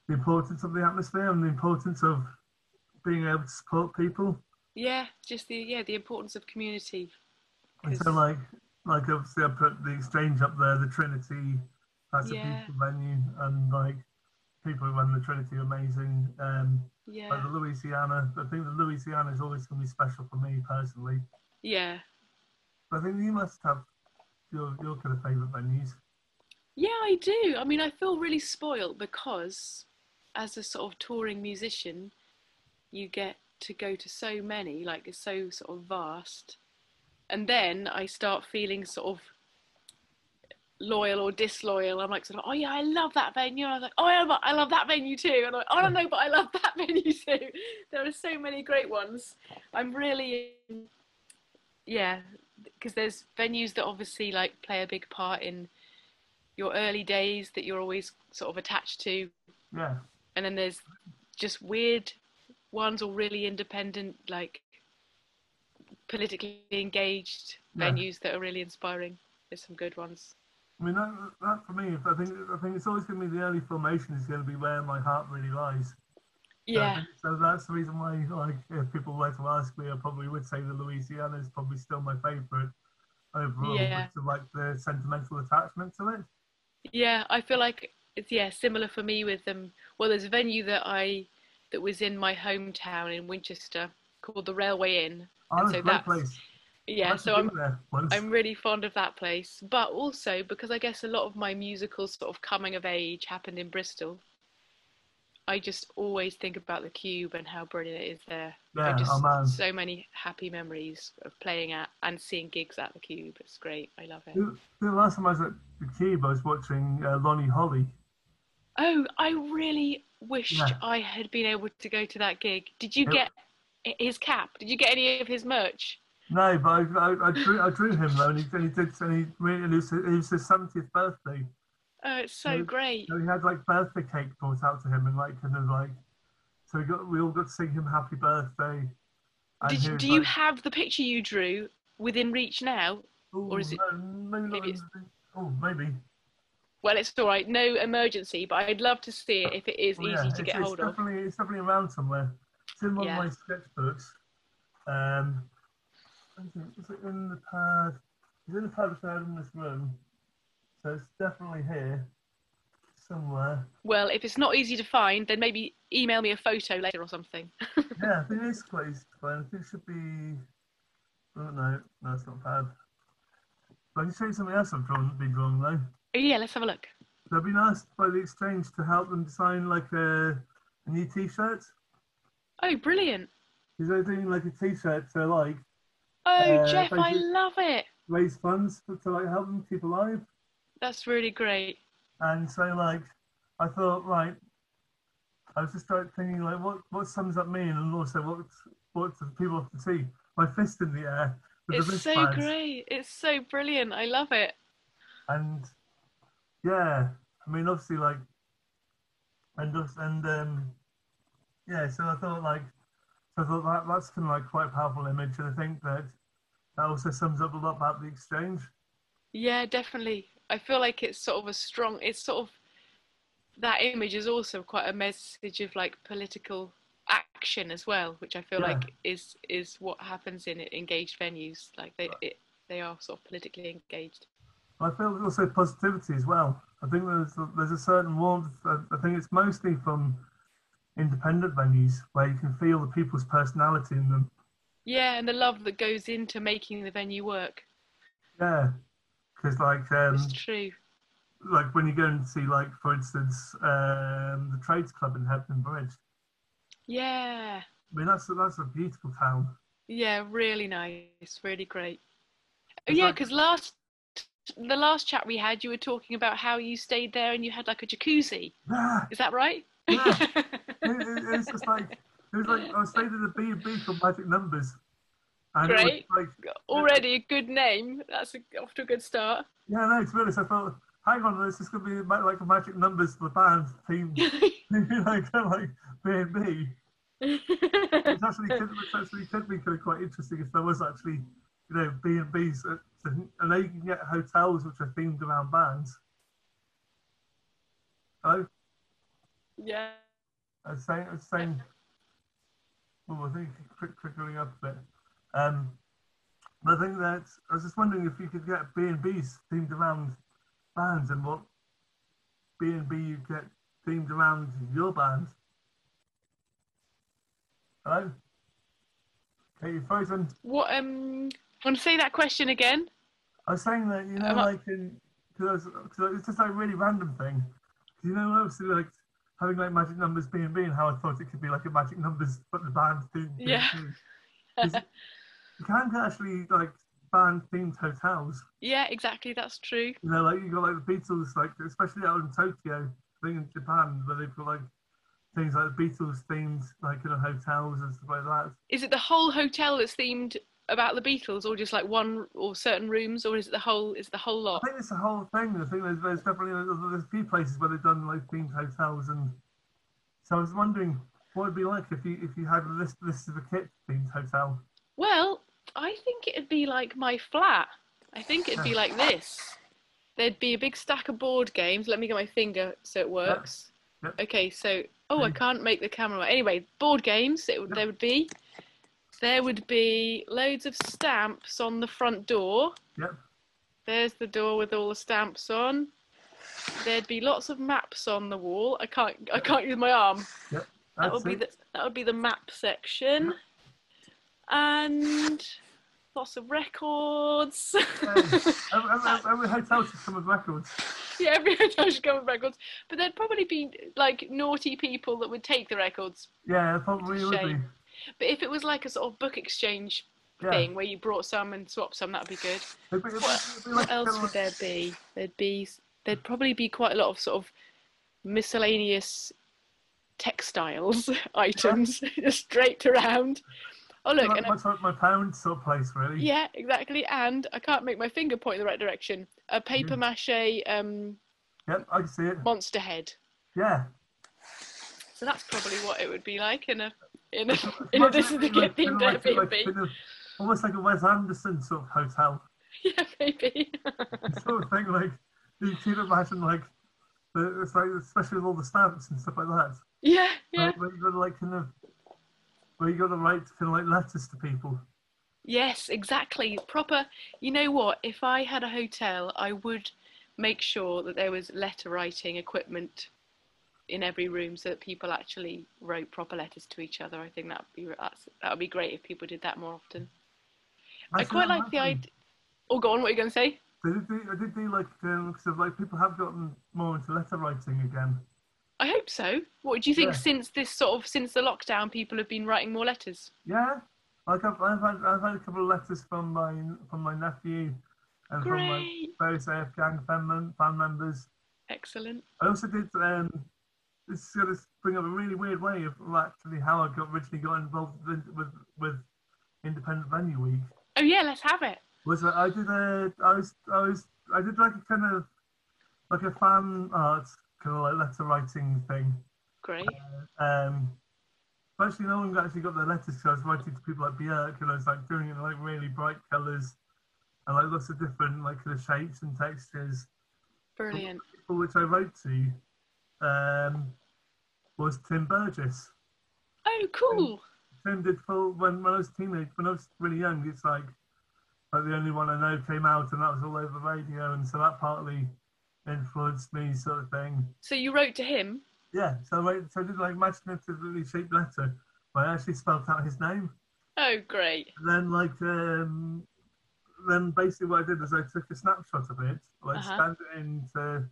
the importance of the atmosphere and the importance of being able to support people. Yeah, just the yeah the importance of community. And so, 'Cause- like, like obviously, I put the exchange up there, the Trinity. That's Yeah. a beautiful venue, and like people who run the Trinity are amazing. Um, Like yeah, the Louisiana, I think the Louisiana is always going to be special for me personally. yeah. But I think you must have your your kind of favourite venues. Yeah, I do. I mean, I feel really spoilt because as a sort of touring musician, you get to go to so many, like it's so sort of vast. And then I start feeling sort of loyal or disloyal. I'm like sort of, oh yeah, I love that venue. And I was like, oh yeah, but I love that venue too. And I'm like, oh, I don't know, but I love that venue too. There are so many great ones. I'm really, yeah, because there's venues that obviously like play a big part in your early days that you're always sort of attached to Yeah, and then there's just weird ones or really independent like politically engaged Yeah. venues that are really inspiring there's some good ones I mean that, that for me, I think I think it's always going to be the early formation is going to be where my heart really lies. So I yeah think- So, that's the reason why, like, if people were to ask me, I probably would say the Louisiana is probably still my favourite overall, Yeah. because of like the sentimental attachment to it. yeah i feel like it's yeah similar for me with them well there's a venue that i that was in my hometown in winchester called the railway inn Oh, And that's so a great that's- place. I yeah actually so i'm been there once. I'm really fond of that place, but also because I guess a lot of my musical sort of coming of age happened in Bristol. I just always think about the Cube and how brilliant it is there. I yeah, just oh man. so many happy memories of playing at and seeing gigs at the Cube. It's great. I love it. The the last time I was at the Cube, I was watching uh, Lonnie Holly. Oh, I really wished Yeah. I had been able to go to that gig. Did you It- get i- his cap? Did you get any of his merch? No, but I, I, I drew I drew him though, and he, and he did, and he really, it was, it was his seventieth birthday, Oh, it's so Yeah. great. so he had like birthday cake brought out to him, and like kind of like, so we got we all got to sing him happy birthday. and Did he you, was do you like, have the picture you drew within reach now? or "Ooh, is it- no, maybe, maybe not, oh maybe Well, it's all right. No emergency, but I'd love to see it if it is Well, easy Oh, yeah, to it's, get it's hold of. definitely, It's definitely around somewhere. It's in one Yeah. of my sketchbooks. Um, is it- is it in the pad? It's in the pad there in this room. So it's definitely here somewhere. Well, if it's not easy to find, then maybe email me a photo later or something. Yeah, I think it's quite easy to find. I think it should be. Oh, no, no, it's not pad. But I can show you something else I've drawn, been drawing though. Oh, Yeah, let's have a look. They've been asked by the exchange to help them design like a, a new t shirt. Oh, brilliant. Because they're doing like a t shirt to like Oh, Uh, Jeff, thank I you. love it. raise funds to, to like help them keep alive. That's really great. And so like I thought right, I was just like thinking like what what sums up me and also what what do people have to see? My fist in the air with the It's so wristbands. great. It's so brilliant. I love it. And yeah, I mean obviously like and us- and um yeah, so I thought like so I thought that that's kind of like quite a powerful image and I think that that also sums up a lot about the exchange. Yeah, definitely. I feel like it's sort of a strong. It's sort of that image is also quite a message of like political action as well, which I feel Yeah. like is is what happens in engaged venues. Like they it, they are sort of politically engaged. I feel there's also positivity as well. I think there's there's a certain warmth. I I think it's mostly from independent venues where you can feel the people's personality in them. Yeah, and the love that goes into making the venue work. Yeah, because like um, It's true. like when you go and see like for instance um, the Trades Club in Hebden Bridge. Yeah. I mean that's a, that's a beautiful town. Yeah, really nice, really great. Oh, Is yeah, that- because last the last chat we had, you were talking about how you stayed there and you had like a jacuzzi. Yeah, Is that right? Yeah. it, it, it was just like it was like I stayed in a B and B for Magic Numbers. And it was Great. like Already a good name. That's a, off to a good start. yeah, no, to be honest, I thought, hang on, this is gonna be ma- like a Magic Numbers for the band theme. you know, kind of like B and B. It's actually could, it's actually could be kind of quite interesting if there was actually you know B and B's. I know you can get hotels which are themed around bands. Hello, yeah. I was saying, I was saying. Well, uh, Oh, I think quick, quickly up a bit. Um, but I think that I was just wondering if you could get B and B's themed around bands and what B and B you get themed around your band. Hello, Kate, you frozen. What um want to say that question again? I was saying that you know, Um, I- like in because it's just like a really random thing. 'Cause You know, obviously, like having like magic numbers B and B, and how I thought it could be like a magic numbers, but the band theme. theme Yeah. too. 'Cause you can get actually like band themed hotels. Yeah, exactly, that's true. You know, like you got like the Beatles, like especially out in Tokyo, I think in Japan, where they've got like things like the Beatles themed, like in the hotels and stuff like that. Is it the whole hotel that's themed about the Beatles or just like one or certain rooms or is it the whole is it the whole lot? I think it's the whole thing. I think there's, there's definitely there's a few places where they've done like themed hotels, and so I was wondering what it'd be like if you if you had a list list of a kit themed hotel. Well, I think it'd be like my flat. I think it'd be like this. There'd be a big stack of board games. Let me get my finger so it works. Yeah. Okay, so oh, I can't make the camera. work. Anyway, board games. It, would There would be. There would be loads of stamps on the front door. Yep. There's the door with all the stamps on. There'd be lots of maps on the wall. I can't. I can't use my arm that would be it. the that would be the map section, and lots of records. Um, every, every, every hotel should come with records. yeah, every hotel should go with records, but there'd probably be like naughty people that would take the records. Yeah, it probably would be. Shame. But if it was like a sort of book exchange Yeah. thing where you brought some and swapped some, that'd be good. It'd be, it'd be, it'd be like uh, What else kinda would like- there be? There'd be there'd probably be quite a lot of sort of miscellaneous textiles items just draped around. Oh look, like and a- much like my parents' sort of place, really. Yeah, exactly. And I can't make my finger point in the right direction. A Hmm. paper mache um, Yep, I can see it. monster head. Yeah. So that's probably what it would be like in a in a in a this is the kid themed Like- like- like- Airbnb. Almost like a Wes Anderson sort of hotel. Yeah, maybe. sort of thing. Like you can imagine, like the- it's like especially with all the stamps and stuff like that. yeah, yeah. Where, where you got like kind of where you got to write kind of like letters to people. Yes, exactly. Proper. You know what? If I had a hotel, I would make sure that there was letter writing equipment in every room so that people actually wrote proper letters to each other. I think that'd be that's, that would be great if people did that more often. I Actually, quite like the reminds me, idea. Oh, go on. What are you going to say? I did do, I did do like because of like people have gotten more into letter writing again. I hope so. What do you think Yeah. since this sort of since the lockdown, people have been writing more letters? Yeah, like I've, I've had I've had a couple of letters from my from my nephew and from my Great, various AF gang fan, mem- fan members. excellent. I also did. Um, this is going to bring up a really weird way of actually how I got originally got involved with with, with Independent Venue Week. Oh yeah, let's have it. Was that I did a I was I was I did like a kind of like a fan art kind of like letter writing thing. Great. Um, but actually, no one actually got their letters because I was writing to people like Björk and I was like doing it in like really bright colours and like lots of different like kind of shapes and textures. Brilliant. For which I wrote to um, was Tim Burgess. Oh, cool. Tim did full when, when I was teenage, when I was really young. It's like like the only one I know came out, and that was all over radio, and so that partly influenced me, sort of thing. So you wrote to him. Yeah, so I, wrote- so I did like imaginatively shaped letter, but I actually spelled out his name. Oh, great. And then like um then basically what I did was I took a snapshot of it, like Uh-huh. scanned it into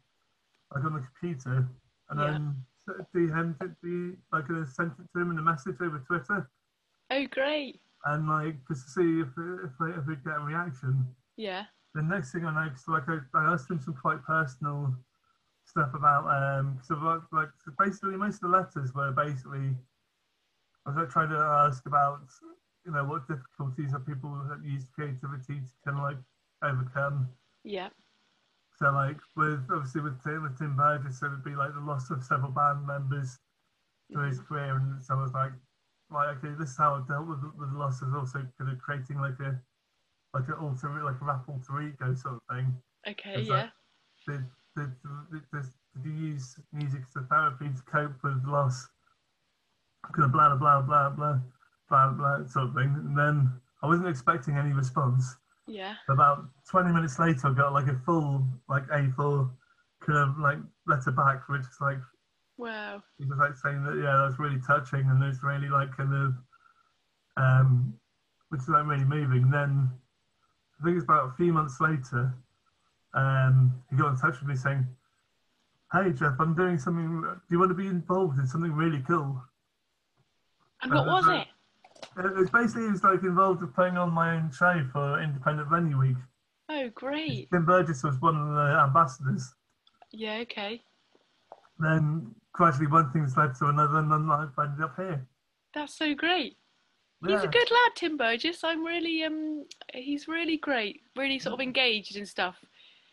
like on the computer, and Yeah. then sort of DM'd it, the like uh, sent it to him in a message over Twitter, Oh, great. and like just to see if if, like, if we'd get a reaction. Yeah. The next thing I know, 'cause, like I, I asked him some quite personal stuff about um, so like, like so basically most of the letters were basically I was like trying to ask about you know what difficulties have people that use creativity to kind of like overcome. Yeah. So like with obviously with Tim, with Tim Burgess, it would be like the loss of several band members through his career, and so I was like, like okay, this is how I dealt with with loss is also kind of creating like a like an alter like a rap alter ego sort of thing. Okay. It's Yeah. like- Did did, did, did, did you use music as a therapy to cope with loss? Kind of blah blah blah blah blah blah sort of thing, and then I wasn't expecting any response Yeah. about 20 minutes later, I got like a full, like A4 kind of like letter back, which is like, Wow. it was like saying that, yeah, that's really touching and it's really like kind of, um, which is like really moving. And then I think it's about a few months later, um, he got in touch with me saying, Hey Jeff, I'm doing something. Do you want to be involved in something really cool? And what was it? It was basically, he was like involved with putting on my own show for Independent Venue Week. Oh, great. Tim Burgess was one of the ambassadors. Yeah. Okay. then gradually one thing's led to another, and then I've ended up here. That's so great. He's Yeah. a good lad, Tim Burgess. I'm really um, he's really great, really sort of Mm. engaged and stuff.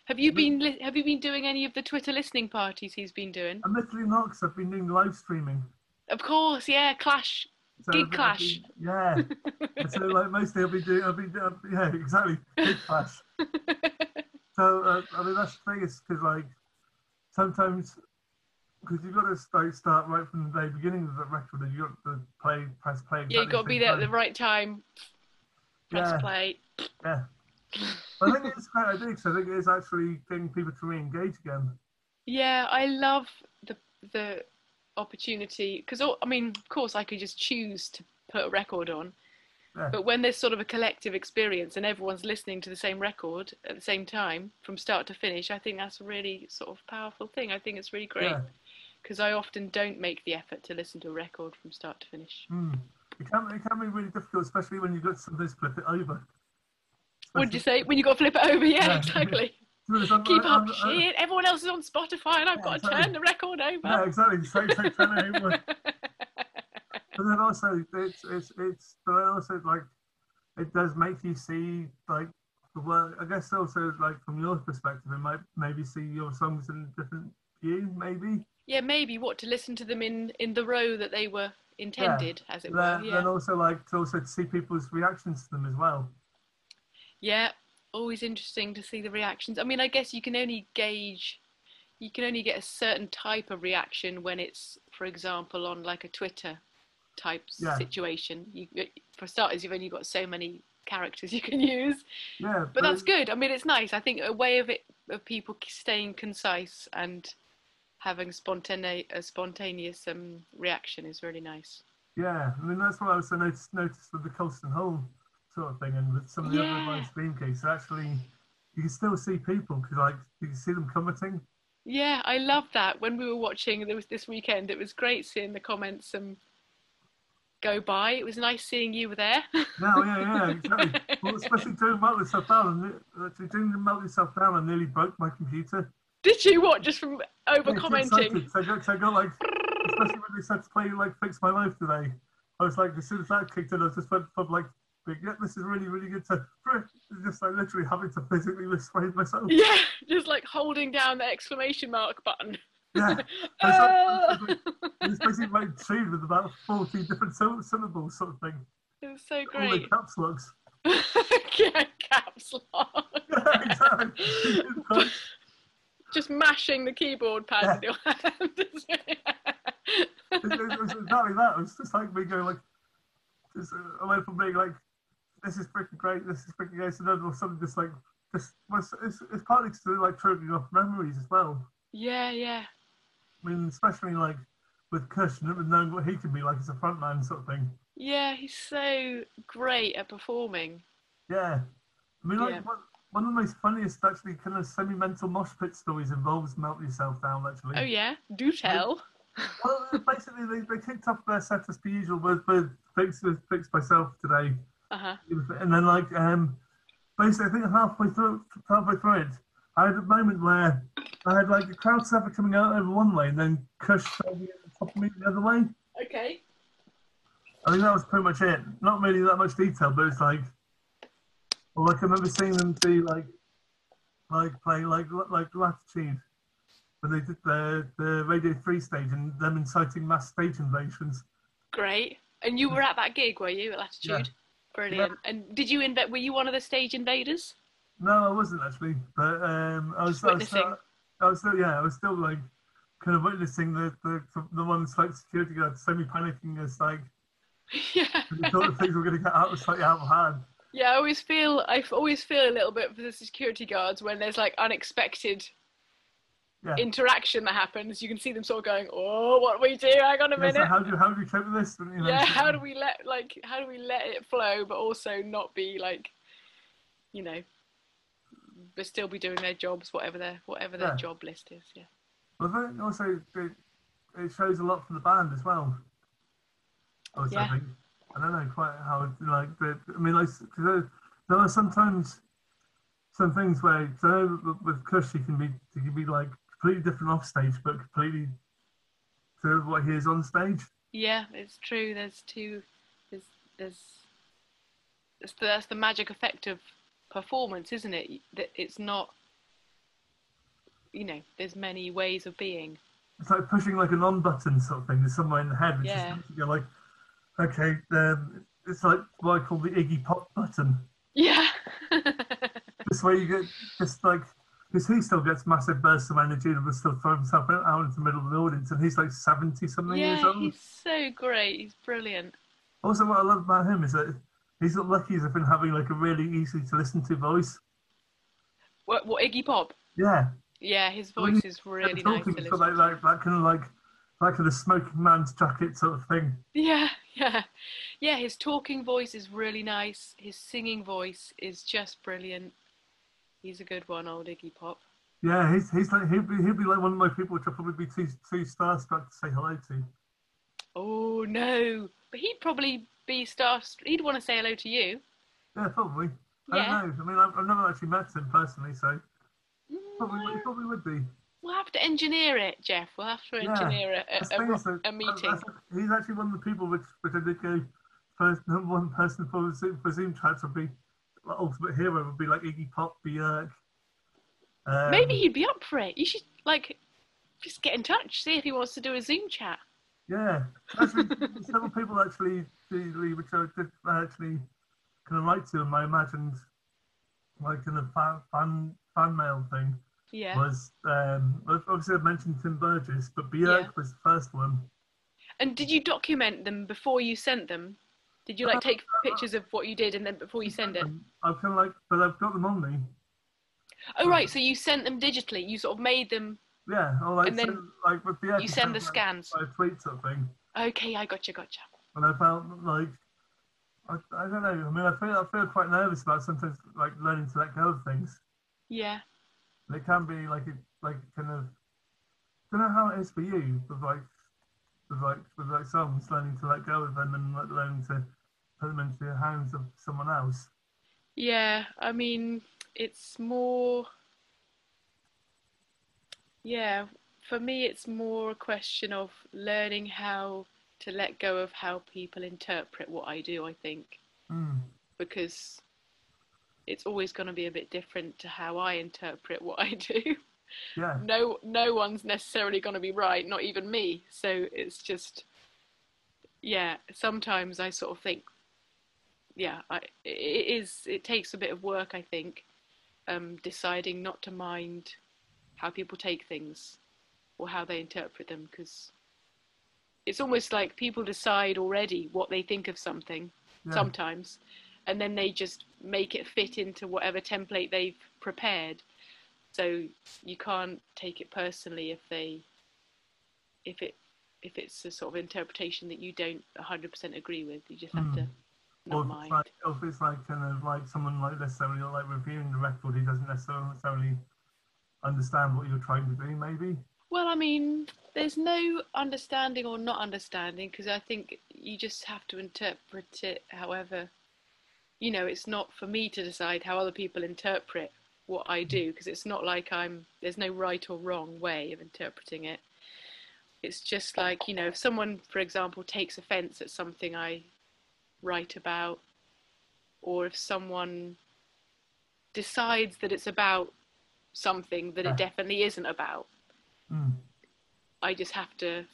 Have you been li- Have you been doing any of the Twitter listening parties he's been doing? Admittedly not, 'cause I've been doing live streaming. Of course, yeah, Clash. So Gig I've been- clash. yeah. And so like mostly I've been doing, I've been, I've, yeah, exactly, gig clash. so uh, I mean that's the thing is because like sometimes because you've got to start, start right from the very beginning of the record, and you've got to play, press play. exactly Yeah, you got to same be there at the time. right time. Press Yeah. play. Yeah. I think it's a great idea 'cause I think it's actually getting people to re-engage again. Yeah, I love the the opportunity because I mean, of course, I could just choose to put a record on, Yeah. but when there's sort of a collective experience and everyone's listening to the same record at the same time from start to finish, I think that's a really sort of powerful thing. I think it's really great Yeah. because I often don't make the effort to listen to a record from start to finish. Mm. It can it can be really difficult, especially when you've got something to flip it over. What did you say? When you got to flip it over, yeah, Yeah. exactly. To be honest, I'm- Keep I'm- up, I'm- shit. Everyone else is on Spotify, and I've Yeah, got to totally. turn the record Yeah, over. exactly. So, so trying to but then also it's it's it's but then also like it does make you see like the work. I guess also like from your perspective, it might maybe see your songs in a different view, maybe. yeah, maybe what to listen to them in in the row that they were intended, as it were. Then, Yeah, then also like to also to see people's reactions to them as well. yeah. Always interesting to see the reactions. I mean, I guess you can only gauge, you can only get a certain type of reaction when it's, for example, on like a Twitter type Yeah. situation. You, for starters, you've only got so many characters you can use. Yeah, but that's it- good. I mean, it's nice. I think a way of it of people k- staying concise and having spontane a spontaneous um, reaction is really nice. Yeah, I mean that's what I also noticed noticed with the Colston Hall sort of thing, and with some of the Yeah. other live stream gigs. Actually, you can still see people because like you can see them commenting. Yeah, I love that. When we were watching there was this weekend, it was great seeing the comments um, go by. It was nice seeing you were there. No, yeah, yeah, exactly. well, especially doing melt yourself down, and actually doing the melt yourself down, I nearly broke my computer. Did you what just from Yeah, over it's commenting? excited. So I got, so I got like, especially when they said to play like "Fix My Life" today, I was like, as soon as that kicked in, I just went from like, being, "Yeah, this is really, really good," to just like literally having to physically restrain myself. Yeah, just like holding down the exclamation mark button. Yeah. It's Oh! like- It's basically like tuned with about 40 different syll- syllables, sort of thing. It was so All great. the caps locks. yeah, caps lock. time. But- Just mashing the keyboard pad with your it, it hand. was exactly that. It was just like me going like, just uh, away from being like, this is freaking great, this is freaking great, and then something just like, just well, it's, it's, it's partly to do like triggering off memories as well. yeah, yeah. I mean, especially like with Kushner and knowing what he can be like as a frontman sort of thing. Yeah, he's so great at performing. Yeah, I mean, like Yeah. one, one of the most funniest actually kind of semi-mental mosh pit stories involves melt yourself down actually. Oh yeah, do tell. well, basically, they, they kicked off their set as per usual with, with Fix, with Fix Myself today. Uh huh. And then, like, um, basically, I think halfway through, halfway through it, I had a moment where I had, like, the crowd surfer coming out over one way and then Kush over the top of me the other way. Okay. I think that was pretty much it. Not really that much detail, but it's like, well, like I remember seeing them do like, like play like like Latitude when they did the the Radio Three stage and them inciting mass stage invasions. Great. And you were at that gig, were you, at Latitude? Yeah. Brilliant. And did you inv- were you one of the stage invaders? No, I wasn't actually, but um, I was. Just I was, still, witnessing. I was still, yeah, I was still like kind of witnessing the the the one that's like security guard semi panicking as like yeah. we thought the things were going to get out was slightly out of hand. Yeah, I always feel I f- always feel a little bit for the security guards when there's like unexpected Yeah. interaction that happens. You can see them sort of going, "Oh, what do we do? Hang on a Yeah, minute." so how do how do you cope with this? And, you know, yeah, it's- how do we let like how do we let it flow, but also not be like, you know, but still be doing their jobs, whatever their whatever their Yeah. job list is. Yeah. Well, I think also it, it shows a lot for the band as well. Also, I, Yeah. think. I don't know quite how like the, I mean like 'cause there, there are sometimes some things where 'cause I know with- with Kush he can be he can be like completely different off stage but completely to what he is on stage. Yeah, it's true. There's two. There's there's. It's the, that's the magic effect of performance, isn't it? That it's not. You know, there's many ways of being. It's like pushing like an on button sort of thing to somewhere in the head, which Yeah. is you're like, okay, um, it's like what I call the Iggy Pop button. Yeah. This way you get just like because he still gets massive bursts of energy and will still throw himself out out into the middle of the audience and he's like 70 something years yeah, old. he's so great. He's brilliant. Also what I love about him is that he's not lucky as I've been having like a really easy to listen to voice. What, what Iggy Pop? Yeah. Yeah, his Well, voice is really It's nice to talking listen for like, to. like that kind of like that kind of smoking man's jacket sort of thing. Yeah, yeah. Yeah, his talking voice is really nice. His singing voice is just brilliant. He's a good one, old Iggy Pop. Yeah, he's he's like he'd be he'd be like one of my people which I'd probably be too too starstruck to say hello to. Oh no! But he'd probably be star. He'd want to say hello to you. Yeah, probably. I Yeah. don't know. I mean I've, I've never actually met him personally, so probably would- Mm, probably would be. We'll have to engineer it, Jeff. We'll have to Yeah. engineer The a, a, thing a, is that- a meeting. that's- He's actually one of the people which, which I did go first number one person for Zoom, for Zoom chats would be like, ultimate hero would be like Iggy Pop, Björk. Um, Maybe he'd be up for it. You should like just get in touch, see if he wants to do a Zoom chat. Yeah, actually, several people actually do- which I did actually kind of write to, and I imagined like in the fan fan fan mail thing Yeah. was um, obviously I mentioned Tim Burgess, but Björk Yeah. was the first one. And did you document them before you sent them? Did you like take pictures of what you did and then before you send it? I've kind of like, but I've got them on me. Oh right, so you sent them digitally. You sort of made them. Yeah, or like, And then send, like with Björk, You I send the like, scans. I tweet something, Okay, I gotcha, gotcha. and I felt like I, I don't know. I mean, I feel I feel quite nervous about sometimes like learning to let go of things. Yeah. And it can be like a like kind of don't know how it is for you, but like with like with like songs, learning to let go of them and like learning to put them into the hands of someone else. Yeah, I mean, it's more. Yeah, for me, it's more a question of learning how to let go of how people interpret what I do, I think, Mm. because it's always going to be a bit different to how I interpret what I do. Yeah, No, no one's necessarily going to be right, not even me. So it's just, yeah. Sometimes I sort of think, yeah, I, it it is. It takes a bit of work, I think, um, deciding not to mind how people take things or how they interpret them because it's almost like people decide already what they think of something Yeah. sometimes and then they just make it fit into whatever template they've prepared so you can't take it personally if they if it if it's a sort of interpretation that you don't 100% agree with you just have to Or if, not it's mind like, or if it's like kind of like someone like necessarily like reviewing the record who doesn't necessarily understand what you're trying to do, maybe. Well, I mean, there's no understanding or not understanding because I think you just have to interpret it however, you know, it's not for me to decide how other people interpret what I do because it's not like I'm, there's no right or wrong way of interpreting it. It's just like, you know, if someone, for example, takes offense at something I write about, or if someone decides that it's about something that Yeah. it definitely isn't about. Hmm. Mm. I just have to.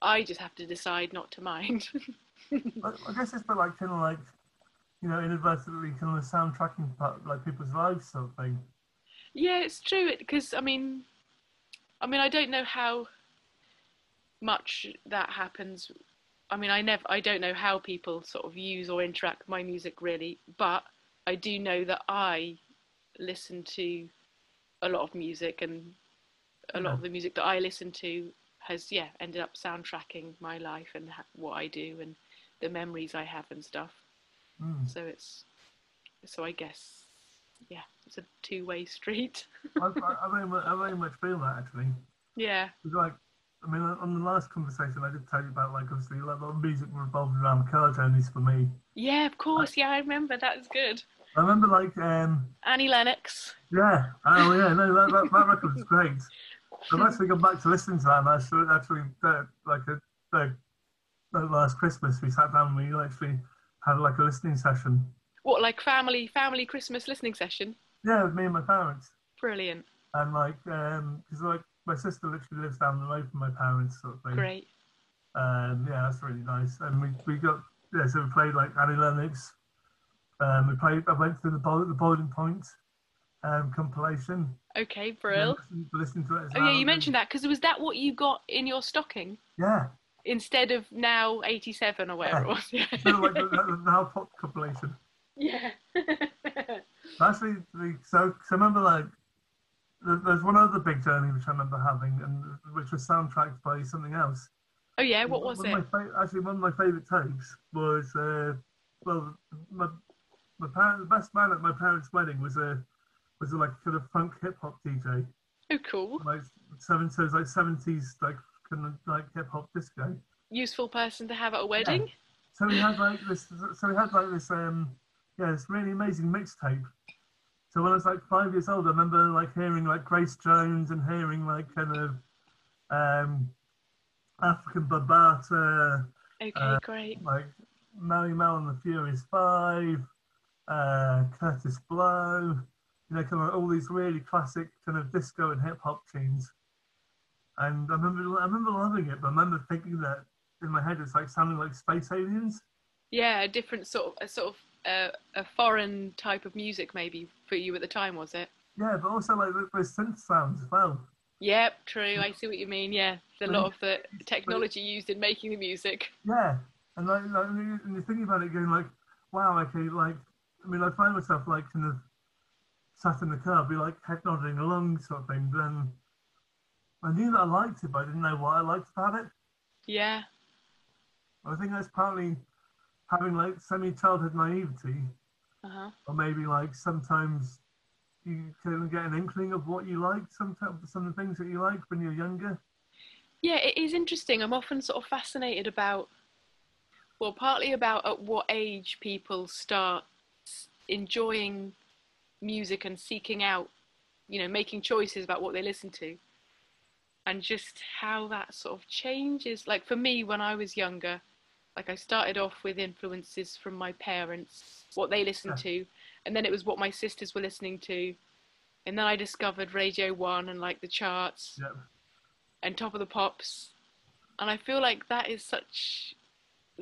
I just have to decide not to mind. I, I guess it's a bit like kind of like, you know, inadvertently kind of soundtracking part, like people's lives sort of thing. yeah, it's true. Because I mean, I mean, I don't know how much that happens. I mean, I never, I don't know how people sort of use or interact with my music really, but I do know that I listen to a lot of music, and a lot Yeah. of the music that I listen to has, yeah, ended up soundtracking my life and ha- what I do and the memories I have and stuff. Mm. So it's so I guess yeah, it's a two way street. I, I, I, very much, I very much feel that actually. yeah. It's like, I mean, on the last conversation, I did tell you about like obviously like, a lot of music revolved around car journeys for me. Yeah, of course, yeah, I remember that was good. I remember like um, Annie Lennox. Yeah. Oh, yeah. No, that, that, that record was great. I've actually gone back to listening to that. And actually, actually uh, like a, uh, uh, last Christmas, we sat down and we actually had like a listening session. What like family family Christmas listening session? Yeah, with me and my parents. Brilliant. And like, because like my sister literally lives down the road from my parents, sort of thing. Great. Um, yeah, that's really nice. And we, we got yeah, so we played like Annie Lennox. Um, we played. I went through the Bol- the Boiling Point um, compilation. Okay, Brill. Listened, listened to it. as Oh yeah, well. you mentioned that because was that what you got in your stocking Yeah. instead of now eighty seven or whatever it was? Sort of Uh, like Yeah. the, the, the Hal Pop compilation. yeah. Actually, the, so, so I remember like there- there's one other big journey which I remember having, and which was soundtracked by something else. oh yeah, what was one it? Of my, fa- actually, one of my favourite tapes was uh, well, my my parents, the best man at my parents' wedding was a was a, like kind of funk hip hop DJ, Oh cool. like seven so it was like seventies like kind of like hip hop disco. Useful person to have at a wedding. So we had like this. So we had like this. Um, yeah, this really amazing mixtape. So when I was like five years old, I remember like hearing like Grace Jones and hearing like kind of um, African Babata, Okay, Uh, great. like Mary Mel and the Furious Five, uh, Curtis Blow. You know, kind of all these really classic kind of disco and hip hop tunes. And I remember, I remember loving it, but I remember thinking that in my head it's like sounding like space aliens. Yeah, a different sort of a sort of uh, a foreign type of music maybe for you at the time, was it? Yeah, but also like th- those synth sounds as well. Yep, true. I see what you mean. Yeah, a lot of the but- technology used in making the music. Yeah, and like, like and you- and you're thinking about it, going like, wow, okay, like I mean, I find myself like kind of sat in the car, be like head nodding along sort of thing. But then I knew that I liked it, but I didn't know what I liked about it. Yeah, I think that's partly having like semi-childhood naivety, uh-huh. or maybe like sometimes you kind of get an inkling of what you like. Sometimes some of the things that you like when you're younger. yeah. It is interesting. I'm often sort of fascinated about, well, partly about at what age people start s- enjoying music and seeking out, you know, making choices about what they listen to, and just how that sort of changes. Like for me, when I was younger, like I started off with influences from my parents, what they listened to, and then it was what my sisters were listening to, and then I discovered Radio One and like the charts Yeah. and Top of the Pops, and I feel like that is such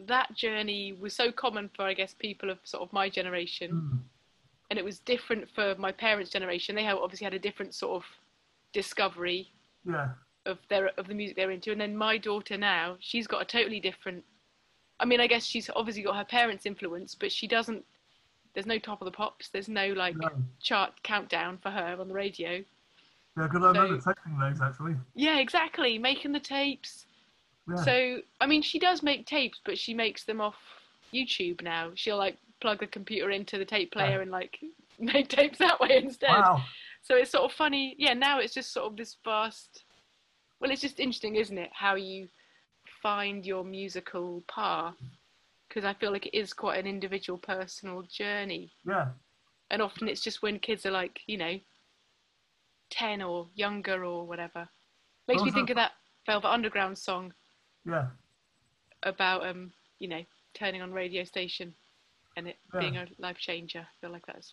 that journey was so common for I guess people of sort of my generation Mm. and it was different for my parents' generation. They had, obviously had a different sort of discovery Yeah. of their of the music they're into. And then my daughter now, she's got a totally different. I mean, I guess she's obviously got her parents' influence, but she doesn't. There's no top of the pops. There's no like No. chart countdown for her on the radio. Yeah, because I remember So- taking those actually. Yeah, exactly. Making the tapes. Yeah. So I mean, she does make tapes, but she makes them off YouTube now. She'll like plug the computer into the tape player and like make tapes that way instead. wow. So it's sort of funny. Yeah, now it's just sort of this vast. Well, it's just interesting, isn't it? How you find your musical path. Because I feel like it is quite an individual, personal journey. Yeah. And often it's just when kids are like, you know, 10 or younger or whatever. Makes me Also- think of that Velvet Underground song Yeah. about, um, you know, turning on radio station and it Yeah. being a life changer. I feel like that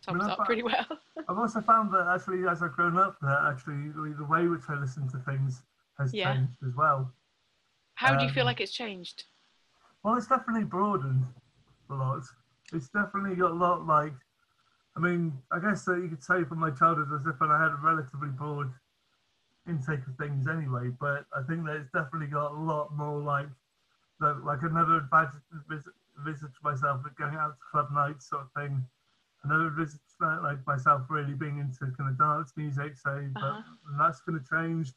sums that's up what- pretty well. I've also found that actually, as I've grown up, that actually the the way which I listen to things has Yeah. changed as well. How do you feel Um, like it's changed? Well, it's definitely broadened a lot. It's definitely got a lot like, I mean, I guess that you could say from my childhood as if I had a relatively broad intake of things anyway, but I think that it's definitely got a lot more like, like, like another advantage visit, visit to myself of going out to club nights sort of thing. Another visit to that, like myself really being into kind of dance music, so Uh-huh. but that's kind of changed.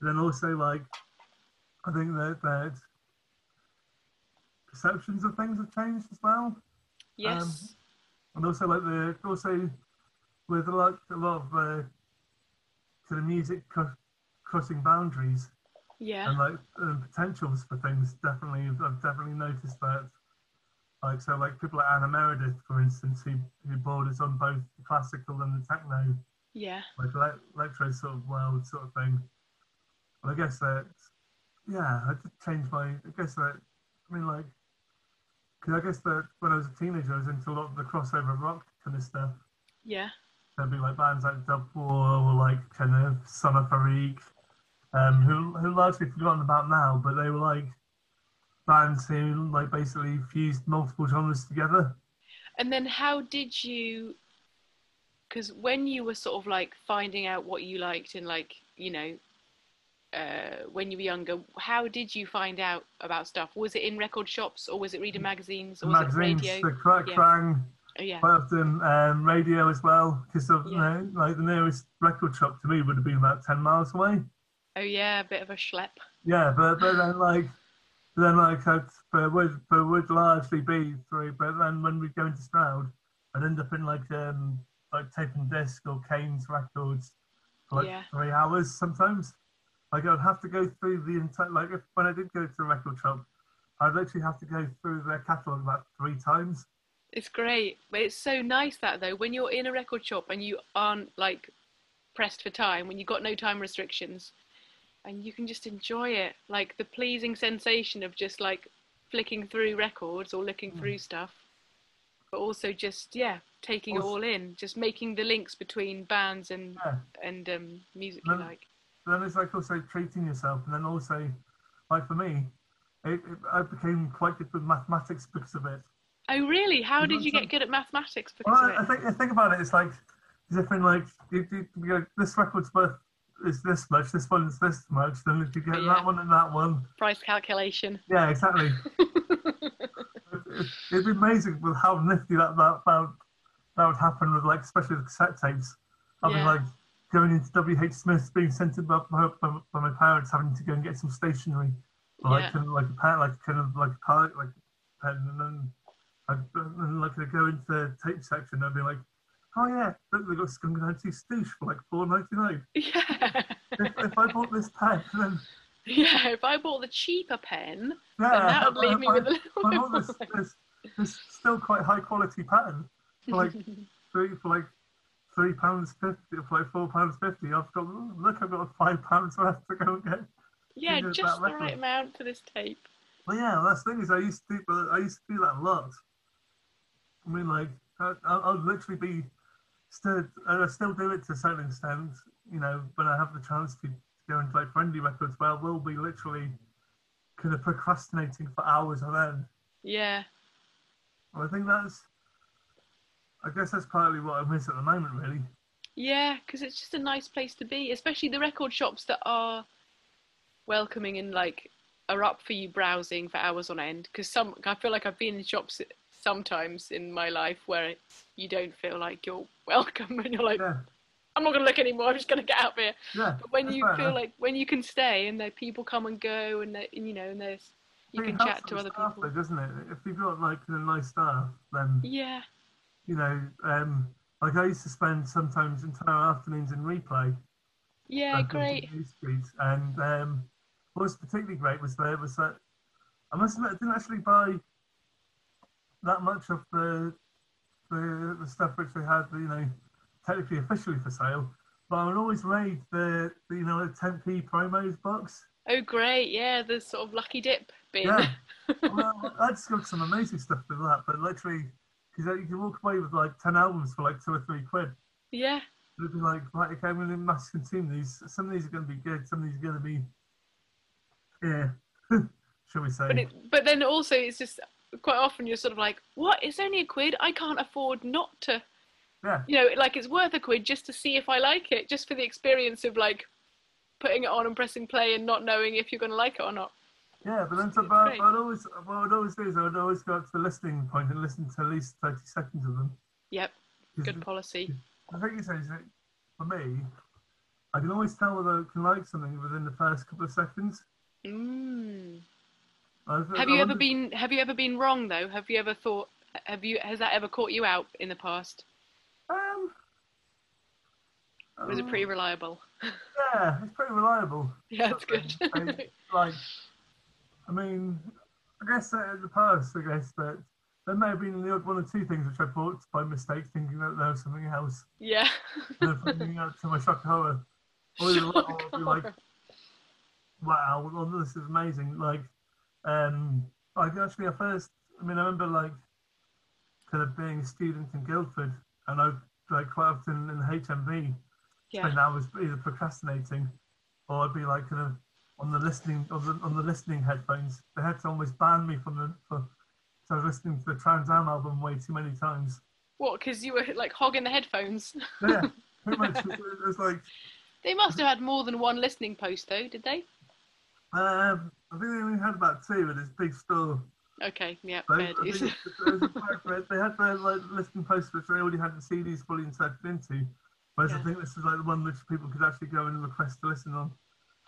Then also like, I think that that perceptions of things have changed as well. Yes. um, and also like the also with a lot a lot of uh, kind of music cr- crossing boundaries yeah. and like um, potentials for things. Definitely, I've- I've definitely noticed that. Like so, like people like Anna Meredith, for instance, who who borders on both the classical and the techno, Yeah. like ele- electro sort of world sort of thing. And I guess that, yeah, I did change my. I guess that, I mean, like, because I guess that when I was a teenager, I was into a lot of the crossover rock kind of stuff. Yeah. There'd be like bands like Dub War or like kind of Son of Farik, um, who who largely forgotten about now, but they were like bands who like basically fused multiple genres together. And then how did you? Because when you were sort of like finding out what you liked and like you know, uh, when you were younger, how did you find out about stuff? Was it in record shops or was it reading magazines or was Magazines, it radio? the Crack Yeah. Crang, Oh, yeah. quite often um, radio as well, because of you Yeah. know, like the nearest record shop to me would have been about ten miles away. Oh yeah, a bit of a schlep. Yeah, but but Ah. then like then like I'd, but would but would largely be through. But then when we go into Stroud, I'd end up in like um like tape and disc or Kane's records for like Yeah. three hours sometimes. Like I'd have to go through the entire like if, when I did go to the record shop, I'd literally have to go through their catalogue about three times. It's great, but it's so nice that though when you're in a record shop and you aren't like pressed for time, when you've got no time restrictions, and you can just enjoy it, like the pleasing sensation of just like flicking through records or looking Hmm. through stuff, but also just yeah, taking it Also- all in, just making the links between bands and Yeah. and um, music you No. like. then it's like also treating yourself, and then also, like for me, it, it, I became quite good with mathematics because of it. Oh really? How You did know you get some- good at mathematics Well, because I, I of it? think I think about it. It's like as if in like you, you, you go, this record's worth is this much, this one's this much. Then if you get Yeah. that one and that one, Price calculation. yeah, exactly. it, it'd be amazing with how nifty that that that, that would happen with like especially the cassette tapes. I'd be Yeah. like going into W. H. Smith's, being sent in by, by, by by my parents, having to go and get some stationery, or like Yeah. kind of like a pen, like kind of like a palette, like a pen, and then I'd and then, like I'd go into the tape section. I'd be like, oh yeah, look, they got Skunk Nancy Stoosh for like four ninety nine. Yeah. If, if I bought this pen, then Yeah, if I bought the cheaper pen, yeah, then that if would I- leave me if Ah, I- with a little I bit love more. this, this, this still quite high quality pattern. For like three for like three pounds fifty for like four pounds fifty. I've got look, I've got five pounds left to go and get. Yeah, there's just that the record. right amount for this tape. Well, yeah, that's the thing is I used to do, I used to do that a lot. I mean, like I, I- I'll literally be still I still do it to a certain extent. You know, when I have the chance to go into like friendly records, where I will be literally kind of procrastinating for hours on end. Yeah, Well, I think that's I guess that's partly what I miss at the moment, really. Yeah, because it's just a nice place to be, especially the record shops that are welcoming and like are up for you browsing for hours on end. Because some, I feel like I've been in shops sometimes in my life where you don't feel like you're welcome, and you're like, Yeah, I'm not gonna look anymore. I'm just gonna get out of here. yeah. But when that's you fair feel enough. like when you can stay and the people come and go and they, you know and there's you It can helps chat to with other staff, people. Though, doesn't it? If you've got like a nice staff, then Yeah, you know, um, like I used to spend sometimes entire afternoons in replay. yeah, back on great. New Street. And um, what was particularly great was there was that I must admit I didn't actually buy that much of the the, the stuff which they had, you know, technically officially for sale. But I would always raid the, the you know the 10p promos box. Oh, great. Yeah, the sort of lucky dip bin. Yeah. well, I discovered some amazing stuff with that. But literally, because you can walk away with like 10 albums for like two or three quid. yeah. It'd be like, right, okay, I'm going to mass consume these. Some of these are going to be good. Some of these are going to be, yeah, shall we say? But it, but then also it's just quite often you're sort of like, what? It's only a quid. I can't afford not to. yeah, You know, like it's worth a quid just to see if I like it, just for the experience of like putting it on and pressing play and not knowing if you're going to like it or not. yeah. But then, so, it's but, great. but I'd always, what I'd always do is I would always go up to the listening point and listen to at least thirty seconds of them. Yep. 'Cause Good policy. The thing is, is that for me, I can always tell whether I can like something within the first couple of seconds. Mm. I, Have I you ever wonder- been Have you ever been wrong though? Have you ever thought? Have you Has that ever caught you out in the past? Um, Was it um, pretty reliable? Yeah, it's pretty reliable. Yeah, it's good. um, I- like, I mean, I guess uh, in the past, I guess that there may have been the odd one or two things which I bought by mistake, thinking that there was something else, yeah. and then finding out to my shock and horror. Or either that, or Shock I'll be like, horror. wow, well, this is amazing. Like, um, I actually, at first, I mean, I remember like kind of being a student in Guildford, and I like quite often in HMV, yeah. and I was either procrastinating or I'd be like kind of on the listening on the, on the listening headphones. They had to almost ban me from the for so I was listening to the Trans Am album way too many times. What? Because you were like hogging the headphones. Yeah, pretty much. It was like They must have had more than one listening post though, did they? um, I think they only had about two in this big store. Okay. Yeah. But Fair I think dues. it was- it was like- they had their like listening posts which they already had the CDs fully inserted into. Whereas Yeah. I think this is like the one which people could actually go and request to listen on.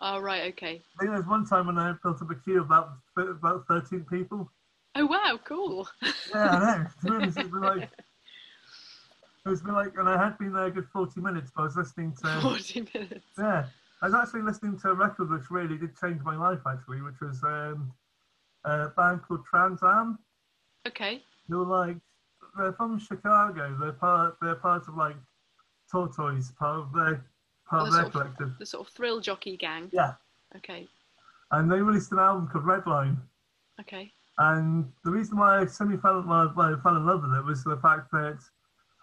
oh right. Okay. I think there was one time when I built up a queue of about about thirteen people. Oh wow. Cool. Yeah, I know. To be honest, it's been like it was been like, and I had been there a good forty minutes, but I was listening to Forty minutes. yeah, I was actually listening to a record which really did change my life actually, which was um, a band called Trans Am. Okay. They were like they're from Chicago. They're part they're part of like Tortoise, part of their part of Those their sort of- collective. The sort of thrill jockey gang. Yeah, Okay. and they released an album called Redline. Okay. And the reason why I semi fell, why why I fell in love with it was the fact that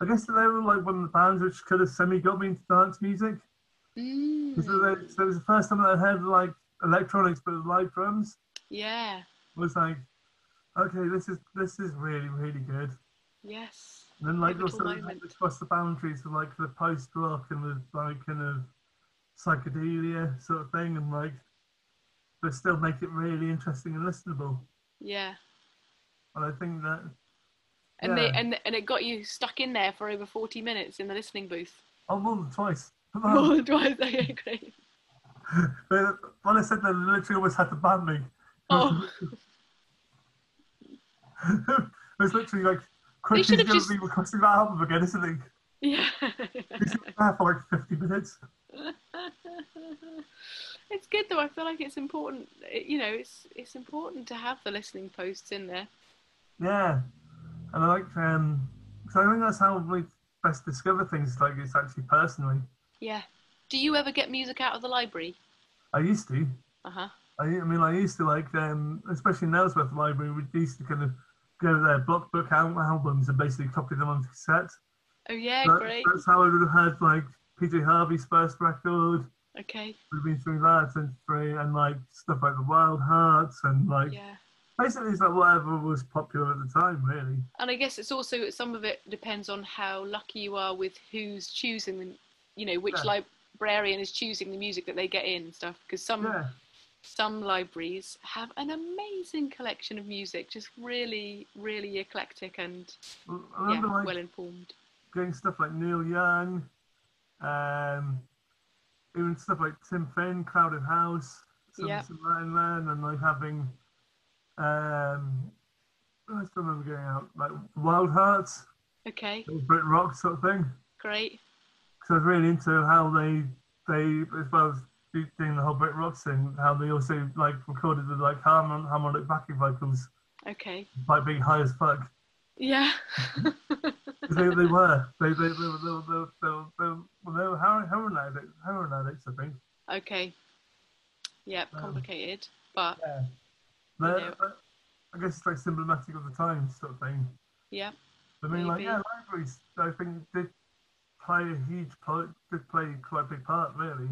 I guess that they were like one of the bands which could have semi got me into dance music. Mm. Because they- so it was the first time that I heard like electronics but with live drums. Yeah. It was like, okay, this is this is really really good. Yes. And then like Pivotal also like, moment. across the boundaries with like the post rock and the like kind of psychedelia sort of thing, and like but still make it really interesting and listenable. Yeah. And I think that And they Yeah. and and it got you stuck in there for over forty minutes in the listening booth. oh, more than twice. More than twice. Okay. Great. But when I said that, they literally almost had to ban me. Oh. it was literally like, They quick, should he's have going just- to be requesting that album again, isn't Yeah. he? There for like 50 minutes. it's good though. I feel like it's important. It, you know, it's it's important to have the listening posts in there. Yeah. And I like, um, so I think that's how we best discover things, like it's actually personally. Yeah. Do you ever get music out of the library? I used to. Uh huh. I, I mean, I used to like, um, especially in Ellsworth Library, we used to kind of go there, block book al- albums and basically copy them onto cassette. Oh yeah, That- great. That's how I would have heard like PJ Harvey's first record. Okay. We've been through that and through and like stuff like the Wild Hearts and like Yeah. basically it's like whatever was popular at the time, really. And I guess it's also some of it depends on how lucky you are with who's choosing the, you know, which Yeah. librarian is choosing the music that they get in and stuff. Because some Yeah, some libraries have an amazing collection of music, just really, really eclectic and Well, I yeah, remember like well informed. getting stuff like Neil Young, um, even stuff like Tim Finn, Crowded House, some, Yeah. some that in there, and then like having, um, I still remember going out like Wild Hearts, Okay, little Brit rock sort of thing. great. because I was really into how they they as well as do- doing the whole Brit rock thing, how they also like recorded with like harmon- harmonic backing vocals, Okay, like being high as fuck. yeah. 'Cause they, they were they they they were they were they were, they were, they were, well, they were heroin, heroin addicts heroin addicts I think. okay, yeah, Um, complicated, but Yeah. They're, Yeah. they're- I guess it's like symptomatic of the time sort of thing. yeah, I mean, like Maybe. yeah, libraries I think did play a huge part, did play quite a big part really.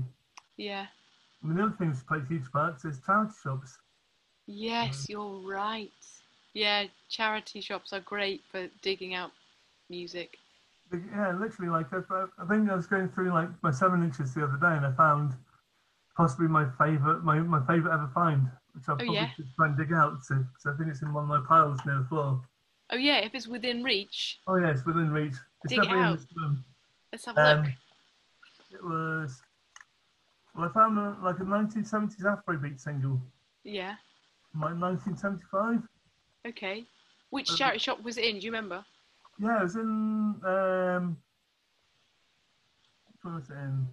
yeah. I mean, the other thing that's played huge parts is charity shops. Yes, you're right. Yeah, charity shops are great for digging out music. Yeah, literally, like I, I think I was going through like my seven inches the other day, and I found possibly my favorite, my, my favorite ever find, which I probably Oh, yeah. should try and dig out to, because I think it's in one of my piles near the floor. Oh yeah, if it's within reach, Oh yeah, it's within reach. It's Dig it definitely in out. this room. let's have a look. Um, it was. Well, I found a, like a 1970s Afrobeat single, Yeah, like 1975. okay. Which um, charity shop was it in? Do you remember? Yeah, it was in. Um, what was it in?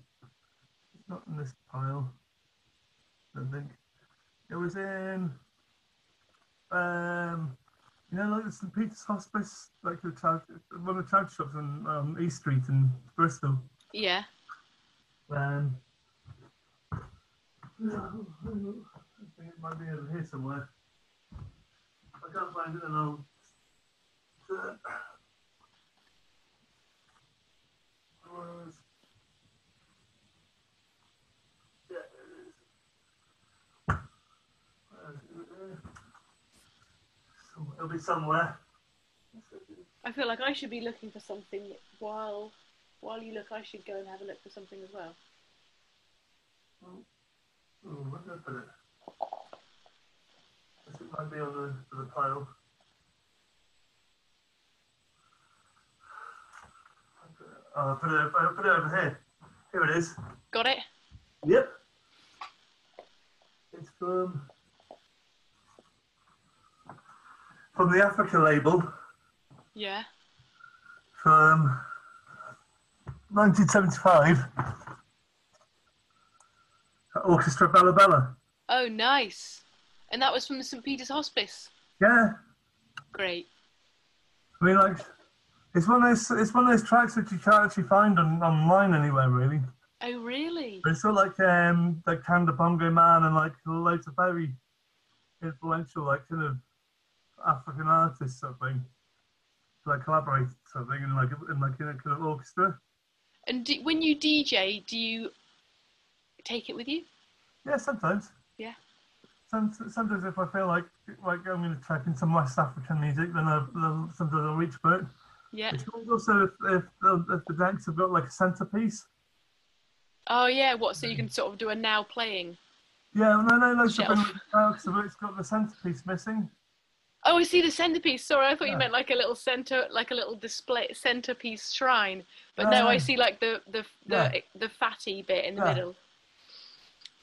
It's not in this pile. I don't think. It was in. Um, you know, like the St Peter's Hospice, like the charity, one of the charity shops on um, East Street in Bristol. Yeah. Um, I think it might be over here somewhere. If I can't find it, then I'll. Was- Yeah, it is. Where is it? Somewhere- It'll be somewhere. I feel like I should be looking for something while while you look. I should go and have a look for something as well. Ooh, where did I put it? I think it might be on the, the pile. I put it- Oh, I put it, I put it over here. Here it is. Got it. Yep. It's from from the Africa label Yeah. from 1975. Orchestra Bella Bella. Oh, nice. And that was from the St Peter's Hospice. Yeah. Great. I mean, like, it's one of those it's one of those tracks that you can't actually find on, online anywhere really. Oh, really? But it's sort of like um like Kanda Bongo Man and like loads of very influential like kind of African artists something like collaborate something in like in like in a kind of orchestra. And do, when you DJ, do you take it with you? Yeah, sometimes. Yeah. Some, sometimes if I feel like like I'm going to check in some West African music, then I, then sometimes I'll reach for it. Yeah. It's also if, if, the, if the decks have got like a centerpiece. Oh, yeah. What? So you can sort of do a now playing. Yeah, no, no, no. So Shelf. it's got the centerpiece missing. Oh, I see the centerpiece. Sorry, I thought you Yeah. meant like a little center, like a little display centerpiece shrine. But no, No, I no. see like the the the, the fatty bit in the Yeah. middle.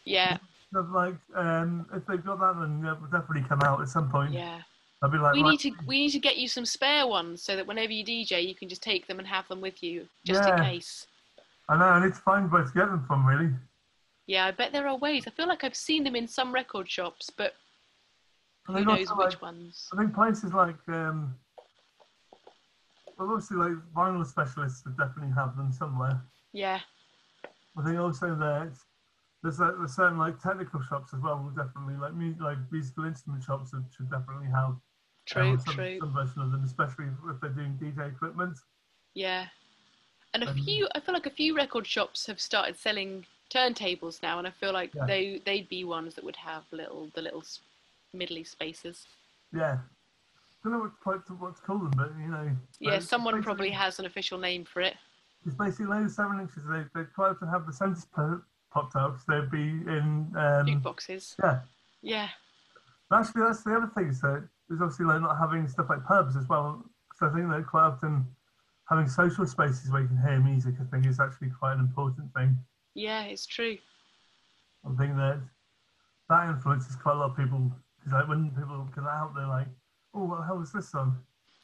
Yeah. They've, like, um, if they've got that, then it will definitely come out at some point. Yeah. I'll be like, we right, need to we need to get you some spare ones so that whenever you DJ, you can just take them and have them with you just in Yeah. case. I know, I need to find where to get them from, really. Yeah, I bet there are ways. I feel like I've seen them in some record shops, but And who they've knows also, which like, ones? I think places like, um, well, obviously, like vinyl specialists would definitely have them somewhere. Yeah, I think also there's there's like there's certain like technical shops as well. Will definitely like mu- like musical instrument shops should- should definitely have um, true, some, true. some version of them, especially if, if they're doing DJ equipment. Yeah, and a Um, few. I feel like a few record shops have started selling turntables now, and I feel like Yeah. they they'd be ones that would have little the little s- middly spaces. Yeah. don't know what, quite to, what to call them, but you know. Yeah, it's someone basically- probably has an official name for it. It's basically those seven inches. They, they try to have the centers po- popped out, so they'd be in. Um, Jukeboxes. yeah. Yeah. And actually, that's the other thing is that there's obviously like not having stuff like pubs as well. Because I think that quite often having social spaces where you can hear music, I think, is actually quite an important thing. Yeah, it's true. I think that that influences quite a lot of people. Because like when people come out, they're like, "Oh, what the hell is this song?"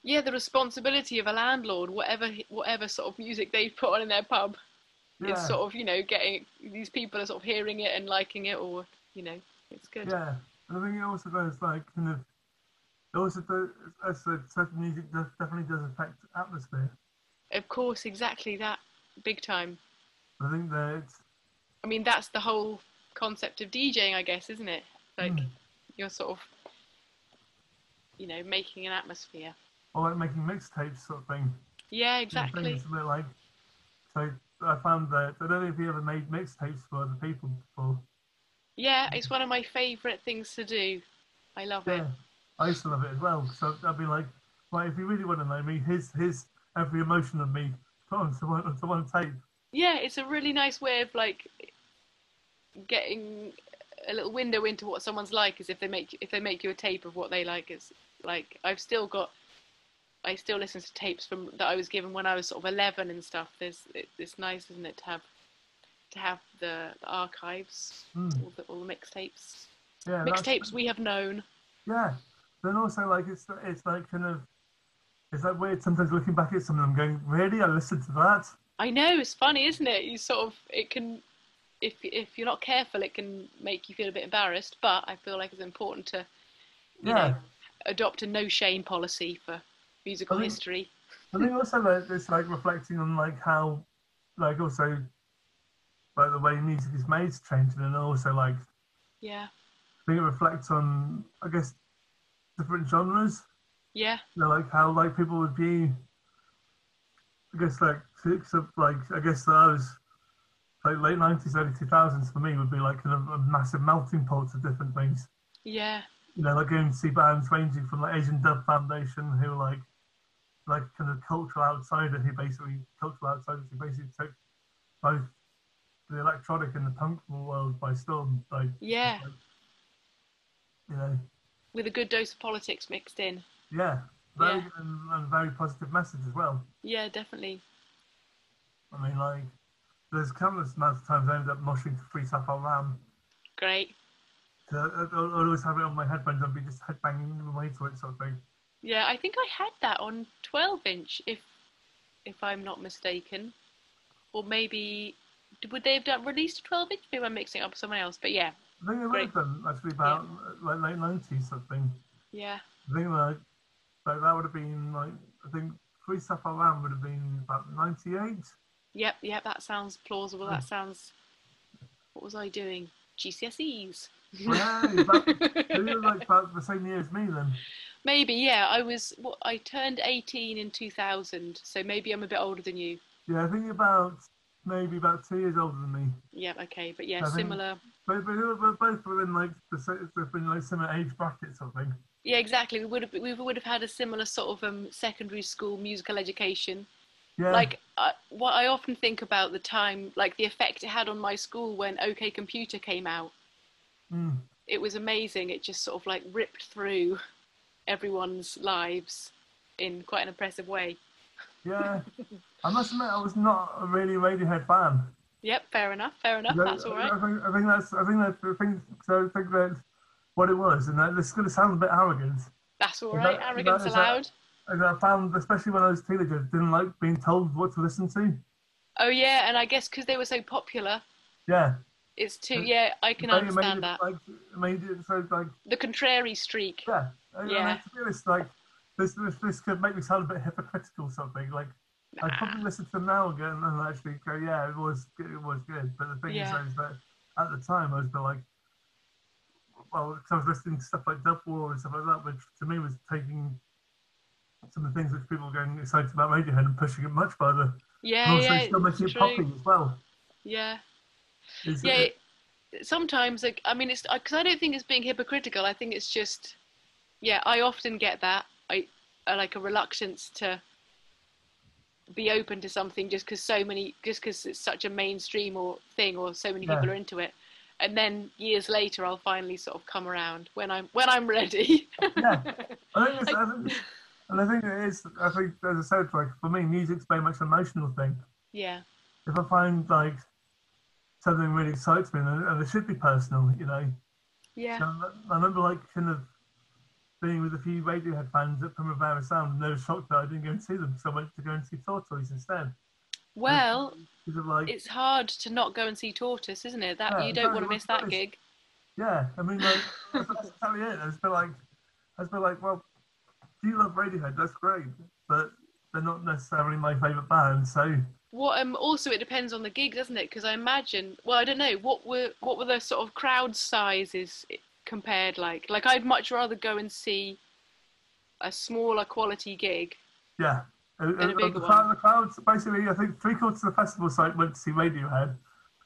Yeah, the responsibility of a landlord, whatever whatever sort of music they put on in their pub, Yeah, it's sort of you know getting these people are sort of hearing it and liking it, or you know, it's good. yeah. And I think it also does like kind of. It also does. As I said, certain music does, definitely does affect atmosphere. Of course, exactly that, big time. I think that I mean, that's the whole concept of DJing, I guess, isn't it? Like Mm. you're sort of, you know, making an atmosphere. or like making mixtapes sort of thing. Yeah, I think exactly. It's a bit like so. I found that I don't know if you ever made mixtapes for other people before. Yeah, it's one of my favourite things to do. I love it. Yeah, I used to love it as well. So I'd be like, right, if you really want to know me, here's here's every emotion of me put onto one onto one tape. Yeah, it's a really nice way of like getting a little window into what someone's like is if they make if they make you a tape of what they like it's like I've still got I still listen to tapes from that I was given when I was sort of 11 and stuff there's it, it's nice isn't it to have to have the, the archives Hmm. all the, all the mixtapes Yeah, that's- mixtapes we have known Yeah. Then also like it's it's like kind of it's like weird sometimes looking back at some of them going, really, I listened to that. I know it's funny, isn't it? You sort of it can, if if you're not careful, it can make you feel a bit embarrassed. But I feel like it's important to, you Yeah. know, adopt a no shame policy for musical I think- history. I think also that it's like reflecting on like how, like also, like the way music is made is changing, and also like I Yeah, think it reflects on I guess different genres. yeah, You know, like how like people would view. I guess like six of like I guess those like late nineties, early two thousands for me would be like kind of a massive melting pot of different things. yeah, you know, like going to see bands ranging from like Asian Dub Foundation, who are like like kind of cultural outsider, who basically cultural outsiders who basically took both the electronic and the punk world by storm. Like, yeah. you know, With a good dose of politics mixed in. yeah, very Yeah. And, and very positive message as well. Yeah, definitely. I mean, like, there's countless amounts of times I ended up moshing to Free Sapphire Ram. Great. So I- uh, I'd always have it on my headphones and be just headbanging the way to it, sort of thing. Yeah, I think I had that on 12 inch, if if I'm not mistaken, or maybe would they have done released 12 inch? Maybe I'm mixing it up with someone else. But yeah, I think I would Great. have done actually about like late 90s, something. yeah. I think like, like that would have been like I think Free Sapphire Lamb would have been about ninety eight. Yep, yep, that sounds plausible. That sounds. What was I doing? GCSEs. Yeah, about, they were like about the same year as me then. Maybe, yeah. I was. What, I turned 18 in 2000, so maybe I'm a bit older than you. Yeah, I think about maybe about two years older than me. Yeah, okay, but yeah, I think- similar. But but they were both- both within like the same within like similar age bracket sort of thing. Yeah, exactly. We would have we would have had a similar sort of um, secondary school musical education. Yeah. Like I what I often think about the time, like the effect it had on my school when OK Computer came out. mm, it was amazing. It just sort of like ripped through everyone's lives in quite an impressive way. yeah. I must admit I was not a really Radiohead fan. Yep, fair enough, fair enough. Yeah, That's all I right. think, I think that's I think that I think so I think that what it was and that this is gonna sound a bit arrogant. That's all is right. that- Arrogance is that- allowed. And I found, especially when I was a teenager, didn't like being told what to listen to. Oh yeah, and I guess because they were so popular, Yeah, it's too. It- Yeah, I can But it made understand it, that. Like, it made it so like The contrary streak. yeah. I- I, Yeah. mean, to be honest, like this, this this could make me sound a bit hypocritical or something. Like I'd probably listen to them now again and actually go, yeah, it was good, it was good. But the thing Yeah. is, is that at the time I was a bit like, well, 'cause I was listening to stuff like Dub War and stuff like that, which to me was taking. Some of the things which people were getting excited about Radiohead and pushing it much further. and Yeah, also yeah, still making it's it true. poppy as well. Yeah, It's- yeah. it- sometimes, like, I mean, it's because I don't think it's being hypocritical. I think it's just, yeah, I often get that. I, I like a reluctance to be open to something just because so many, just because it's such a mainstream or thing, or so many Yeah. people are into it. And then years later, I'll finally sort of come around when I'm when I'm ready. Yeah. I think, it's, I think, and I think it is. I think, as I said, like for me, music's very much an emotional thing. yeah, If I find like something really excites me, and, and it should be personal, you know. yeah. And I remember like kind of being with a few Radiohead fans at Primavera Sound, and they were shocked that I didn't go and see them, so I went to go and see Tortoise instead. Well, Because of like, it's hard to not go and see Tortoise, isn't it? That Yeah, you don't no, want to well, miss that Tortoise- gig. yeah, I mean, like, that's, that's exactly it. I just been like, I just been like, well, do you love Radiohead? That's great, but they're not necessarily my favourite band, so. What um also it depends on the gig, doesn't it? Because I imagine, well, I don't know what were what were the sort of crowd sizes compared like. Like I'd much rather go and see a smaller quality gig. Yeah. Uh, a uh, big the, one. crowd, the crowds, basically, I think three quarters of the festival site went to see Radiohead.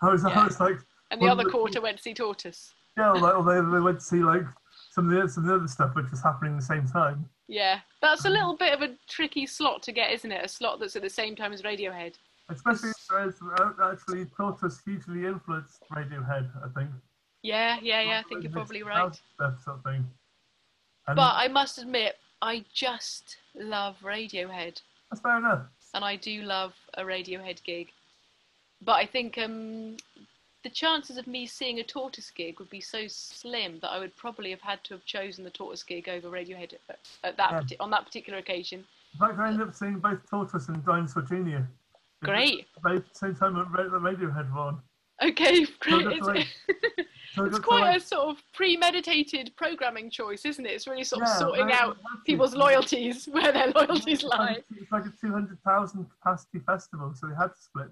I was, Yeah. I was like, And the Well, other the- quarter went to see Tortoise. yeah, like, or they, they went to see like some of the some of the other stuff which was happening at the same time. Yeah, that's a little bit of a tricky slot to get, isn't it? A slot that's at the same time as Radiohead. Especially as uh, actually Tortoise hugely influenced Radiohead, I think. Yeah, yeah, yeah. I think you're Mixed probably right. crowd Stuff, sort of thing. And But I must admit, I just love Radiohead. that's fair enough. and I do love a Radiohead gig. But I think um, the chances of me seeing a Tortoise gig would be so slim that I would probably have had to have chosen the Tortoise gig over Radiohead at, at that Yeah. parti- on that particular occasion. In fact, I ended up seeing both Tortoise and Dinosaur Jr. Mm-hmm. Great. Both at the same time at Ra- the Radiohead one. Okay, great. that's It's, So I got it's to, quite like- a sort of premeditated programming choice, isn't it? It's really sort of Yeah, sorting very out much. people's loyalties, where their loyalties It's like, lie. a- it's like a 200,000 capacity festival, so they had to split.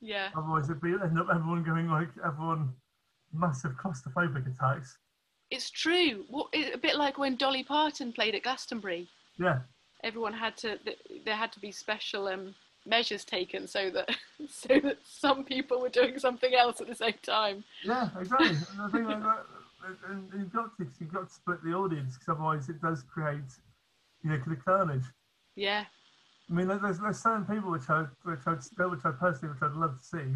Yeah. Otherwise, it'd be end up everyone going like everyone massive claustrophobic attacks. It's true. What, a bit like when Dolly Parton played at Glastonbury. Yeah, everyone had to th- there had to be special um, measures taken so that so that some people were doing something else at the same time. yeah, exactly. and I think like that, and and you've got to you've got to split the audience because otherwise it does create you know the carnage. Yeah, I mean, like, there's there's certain people which I which I still which I personally which I'd love to see.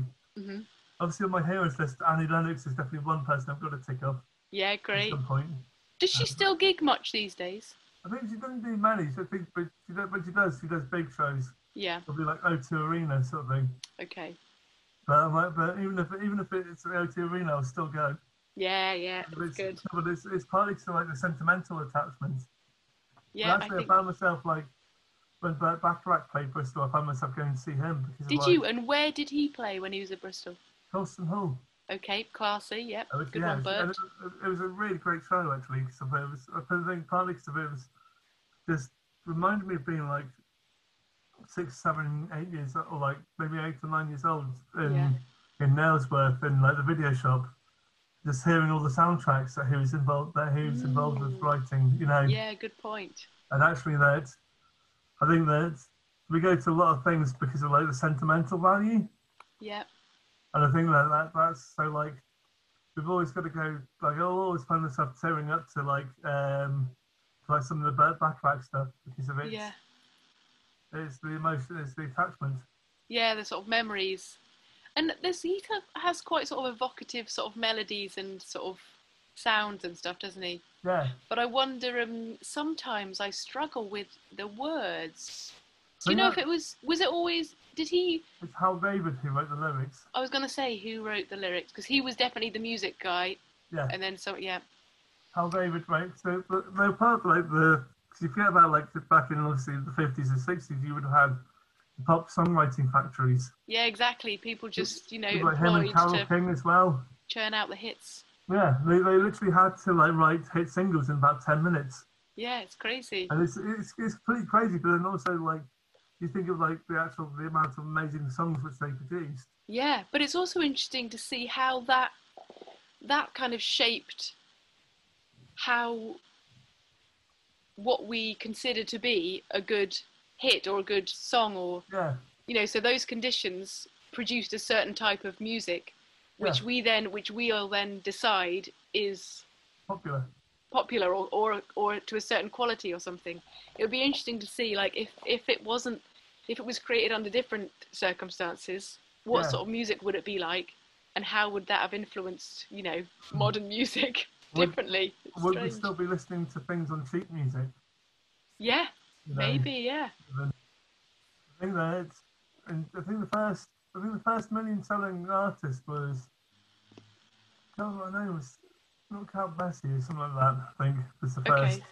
Mhm. Obviously, on my heroes list, Annie Lennox is definitely one person I've got to tick off yeah, at great. some point. Does she still gig much these days? I think she doesn't do many. I think, but she does, but she does. She does big shows. Yeah, Probably like O2 Arena sort of thing. okay. But I'm like, but even if even if it's the O2 Arena, I'll still go. Yeah, yeah, But that's it's, good. But it's, it's partly to like the sentimental attachment. Yeah, but I actually, I, think. found myself like when Bert Bacharach played Bristol, I found myself going to see him because of, Did like, you? And where did he play when he was at Bristol? Colston Hall? Okay, classy. Yep, I was- good Oh, yeah, one, and Bert. it, it was a really great show actually. Because of it It was, I think partly because of it was just reminded me of being like six, seven, eight years, or like maybe eight or nine years old in Yeah. in Nailsworth in like the video shop. Just hearing all the soundtracks that he was involved that he was involved with Mm. writing, you know, Yeah, good point. and actually that I think that we go to a lot of things because of like the sentimental value. Yeah, And I think that, that that's so like we've always got to go like I'll always find myself tearing up to like um to, like some of the Bert backpack stuff because of it. yeah, It's the emotion, it's the attachment. yeah. The sort of memories, and this he has quite sort of evocative sort of melodies and sort of sounds and stuff, doesn't he? Yeah. but I wonder. Um, sometimes I struggle with the words. Do Well, you know yeah. if it was? Was it always? Did he? It's Hal David who wrote the lyrics. I was gonna say who wrote the lyrics because he was definitely the music guy, Yeah. and then so yeah, Hal David wrote so but they're part of like the because you forget about like back in obviously the fifties and sixties you would have had pop songwriting factories. yeah, exactly. People just you know People like him and employed Carol to King as well. churn out the hits. Yeah, they, they literally had to like write hit singles in about ten minutes. Yeah, it's crazy. and it's it's, it's pretty crazy. But then also like you think of like the actual the amount of amazing songs which they produced. Yeah, but it's also interesting to see how that that kind of shaped how what we consider to be a good hit or a good song or Yeah, you know so those conditions produced a certain type of music which Yeah. we then which we all then decide is popular. popular or, or or to a certain quality or something. It would be interesting to see like if if it wasn't if it was created under different circumstances, what Yeah. sort of music would it be like, and how would that have influenced you know modern music Hmm. Would- differently? It's Would we strange. still be listening to things on sheet music? yeah, You know? maybe yeah. I think that it's, and I think the first, I think the first million selling artist was, I don't know what her name was, not Count Basie or something like that. I think was the Okay. first,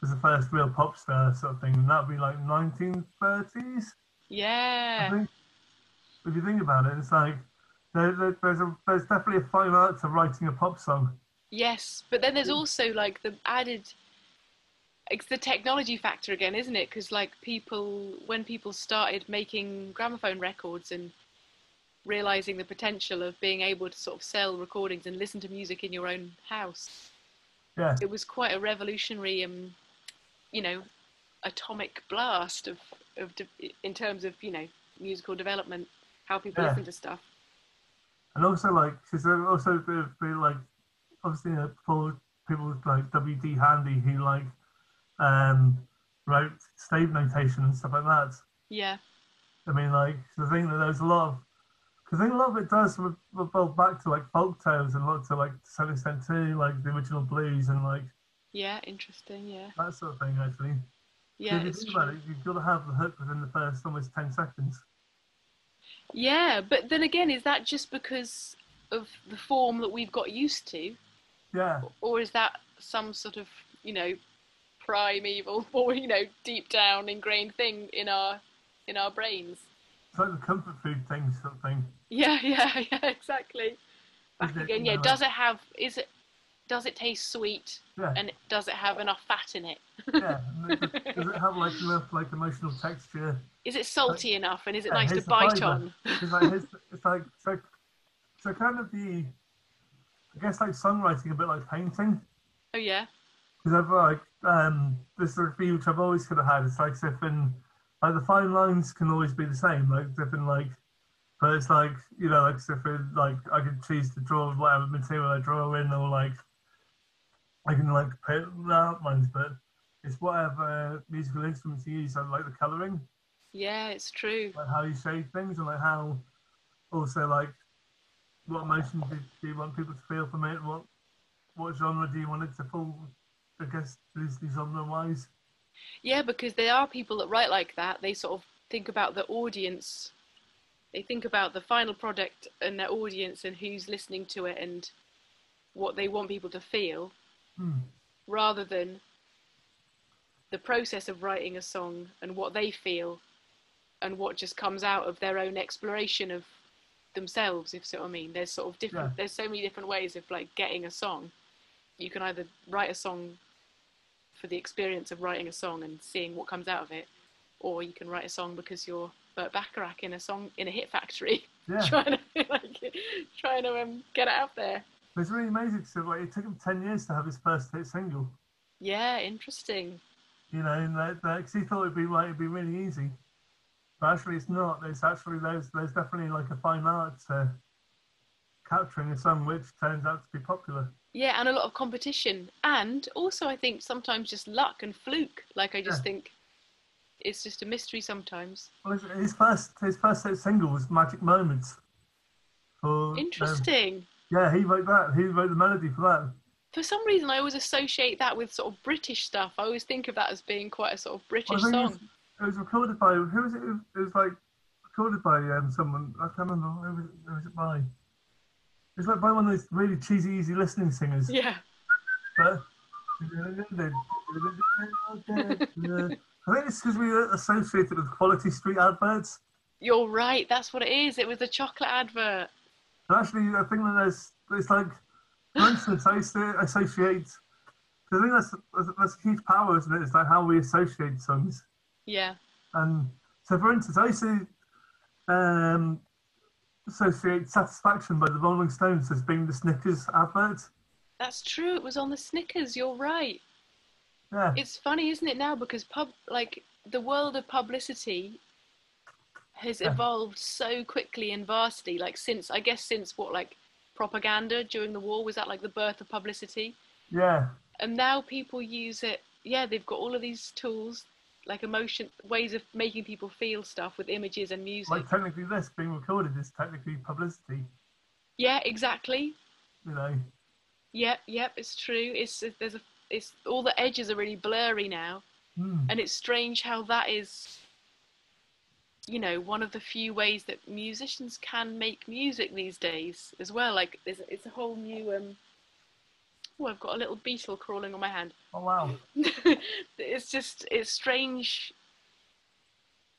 was the first real pop star sort of thing, and that'd be like 1930s. I Yeah, think if you think about it, it's like there, there, there's a, there's definitely a fine art to writing a pop song. yes. But then there's also like the added, it's the technology factor again, isn't it? Because like people, when people started making gramophone records and realizing the potential of being able to sort of sell recordings and listen to music in your own house, Yeah, it was quite a revolutionary, um, you know, atomic blast of of de- in terms of you know musical development, how people Yeah. listen to stuff. and also like because there also be, be like obviously uh, for people like W. D. Handy who like um wrote stave notation and stuff like that. Yeah, I mean, like the thing that there's a lot of because I think a lot of it does re- revolve back to like folk tales and a lot to like to some extent too, like the original blues and like yeah, interesting. Yeah, that sort of thing. Actually, yeah. if you it's think true. about it, you've got to have the hook within the first almost ten seconds. Yeah, but then again, is that just because of the form that we've got used to, Yeah, or is that some sort of you know primeval or you know deep down ingrained thing in our in our brains? it's like the comfort food thing sort of thing. Yeah, yeah, yeah, exactly. Back Is it, again, you yeah. know, Does it have? Is it? Does it taste sweet? Yeah. And does it have enough fat in it? yeah. and does it- Does it have like enough like emotional texture? Is it salty enough? And is it Yeah, nice to here's the bite fibre. on? It's like it's, it's like so, so kind of the I guess like songwriting a bit like painting. Oh yeah, because I've like um, this sort of feel which I've always kind of had. It's like sipping, like the fine lines can always be the same, like sipping like, but it's like you know, like sipping like I can choose to draw whatever material I draw in, or like I can like paint the outlines, but it's whatever musical instruments you use. I like the coloring, yeah, it's true. like how you shade things, and like how also like what emotions do, do you want people to feel from it? What what genre do you want it to fall? I guess loosely genre wise. Yeah, because there are people that write like that. They sort of think about the audience. They think about the final product and their audience and who's listening to it and what they want people to feel Hmm. rather than the process of writing a song and what they feel and what just comes out of their own exploration of themselves, if so I mean. There's sort of different Yeah. there's so many different ways of like getting a song. You can either write a song for the experience of writing a song and seeing what comes out of it, or you can write a song because you're Burt Bacharach in a song in a hit factory Yeah, trying to like trying to um, get it out there. but it's really amazing. So like, it took him ten years to have his first hit single. Yeah, interesting. You know, and that, that, 'cause he thought it'd be like it'd be really easy, but actually it's not. It's actually there's there's definitely like a fine art to capturing a song which turns out to be popular. Yeah, and a lot of competition. And also, I think sometimes just luck and fluke. Like, I just Yeah. think it's just a mystery sometimes. Well, his- his first his first hit single was "Magic Moments." For, um, Interesting. yeah, he wrote that. He wrote the melody for that. For some reason, I always associate that with sort of British stuff. I always think of that as being quite a sort of Well, British I think song. it's- It was recorded by who was it? It was like recorded by um, someone I can't remember. Who was, who was it by? It's like by one of those really cheesy, easy listening singers. Yeah. But I think it's because we were associated with Quality Street adverts. You're right. That's what it is. It was the chocolate advert. And actually, I think that there's, it's like, for instance, I used to associate, 'cause I think that's, that's, that's a huge power, isn't it? It's like how we associate songs. Yeah. And so, for instance, I used to um, associate Satisfaction by the Rolling Stones as being the Snickers advert. That's true. It was on the Snickers. You're right. Yeah, It's funny, isn't it, now? Because pub, like the world of publicity, has Yeah. evolved so quickly and vastly. Like since, I guess, since what, like propaganda during the war was that like the birth of publicity, yeah, and now people use it. Yeah, they've got all of these tools, like emotion ways of making people feel stuff with images and music. Like technically, this being recorded is technically publicity. yeah, exactly. You know, Yep, yep, it's true. It's there's a it's all the edges are really blurry now, Hmm. and it's strange how that is. You know, one of the few ways that musicians can make music these days as well. Like, there's it's a whole new. um Oh, I've got a little beetle crawling on my hand. oh wow, it's just it's strange.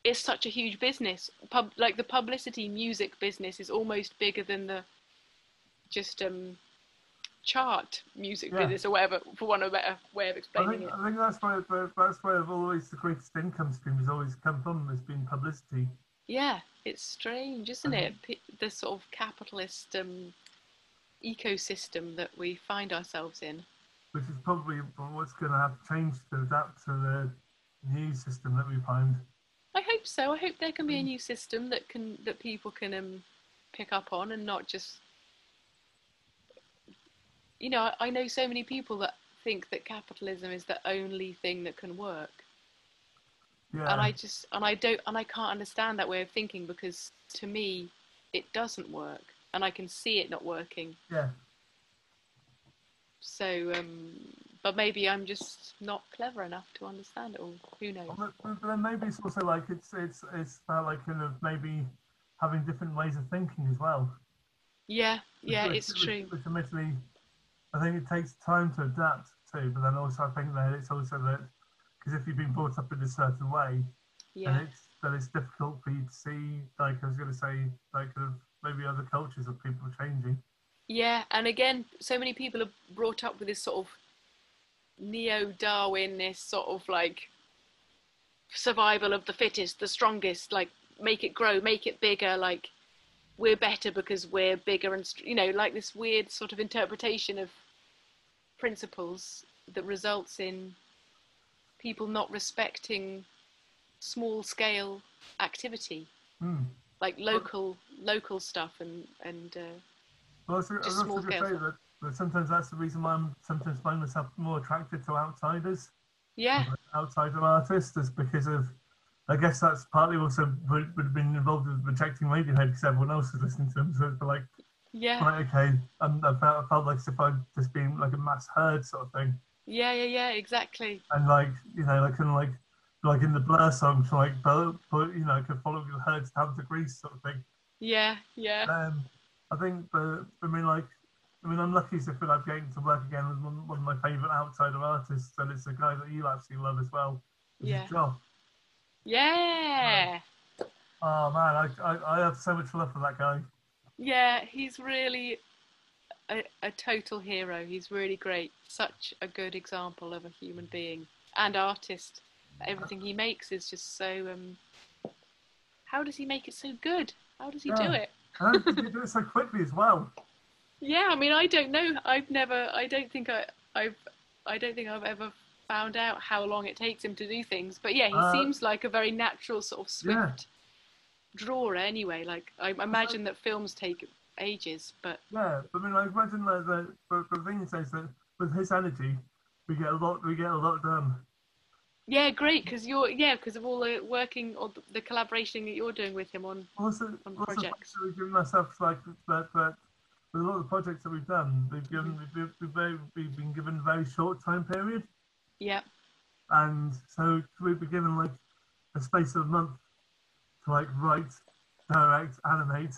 It's such a huge business. Pub like the publicity music business is almost bigger than the just um chart music Yeah. business or whatever for want of a better way I of explaining think, it. I think that's where where- that's where I've always the greatest income stream has always come from has been publicity. Yeah, it's strange, isn't it? P- The sort of capitalist um ecosystem that we find ourselves in. which is probably what's going to have to change to adapt to the new system that we find. I hope so. I hope there can be a new system that can that people can um, pick up on and not just. You know, I, I know so many people that think that capitalism is the only thing that can work, Yeah, and I just and I don't and I can't understand that way of thinking because to me, it doesn't work, and I can see it not working. yeah. So, um, but maybe I'm just not clever enough to understand it all. Who knows? But, but then maybe it's also like it's it's it's about like kind of maybe having different ways of thinking as well. Yeah, yeah, Which- it's which- true. Which admittedly, I think it takes time to adapt to. But then also, I think that it's also that because if you've been brought up in a certain way, Yeah. then it's then it's difficult for you to see. Like I was going to say, like kind of maybe other cultures of people changing. Yeah, and again, so many people are brought up with this sort of neo Darwin, this sort of like survival of the fittest, the strongest, like make it grow, make it bigger, like we're better because we're bigger and, str- you know, like this weird sort of interpretation of principles that results in people not respecting small scale activity, Hmm. like local local stuff and, and uh, Well, that's, Just that's what I small was going to scale. say that, that sometimes that's the reason why I'm sometimes find myself more attracted to outsiders, yeah, outsider artists, is because of, I guess that's partly also would, would have been involved with rejecting Radiohead because everyone else is listening to them. So it's like, yeah. right, okay, um, I, felt, I felt like as if I'm just being like a mass herd sort of thing. Yeah, yeah, yeah, exactly. And like, you know, like, kind of like, like in the Blur song, to like, but, but you know, I could follow the herd down to Greece sort of thing. Yeah, yeah, Um, I think, but I mean, like, I mean, I'm lucky to feel like getting to work again with one, one of my favourite outsider artists, and it's a guy that you absolutely love as well. which is Yeah. Joel. yeah, Oh man, I, I, I have so much love for that guy. yeah. He's really a, a total hero. He's really great. Such a good example of a human being and artist. Everything he makes is just so. Um, how does he make it so good? How does he do Yeah. it? And I don't think he did it so quickly as well. Yeah, I mean, I don't know. I've never. I don't think I. I've. I don't think I've ever found out how long it takes him to do things. But yeah, he Uh, seems like a very natural sort of swift yeah. drawer. Anyway, like I imagine that films take ages, but Yeah, but I mean, I imagine that the but but the thing is, is that with his energy, we get a lot, we get a lot done. yeah, great because you're yeah because of all the working or the collaboration that you're doing with him on. Also, on also projects. so we've given ourselves like that, that with a lot of the projects that we've done, we've given we've, we've, very, we've been given a very short time period, Yeah, and so we've been given like a space of a month to like write, direct, animate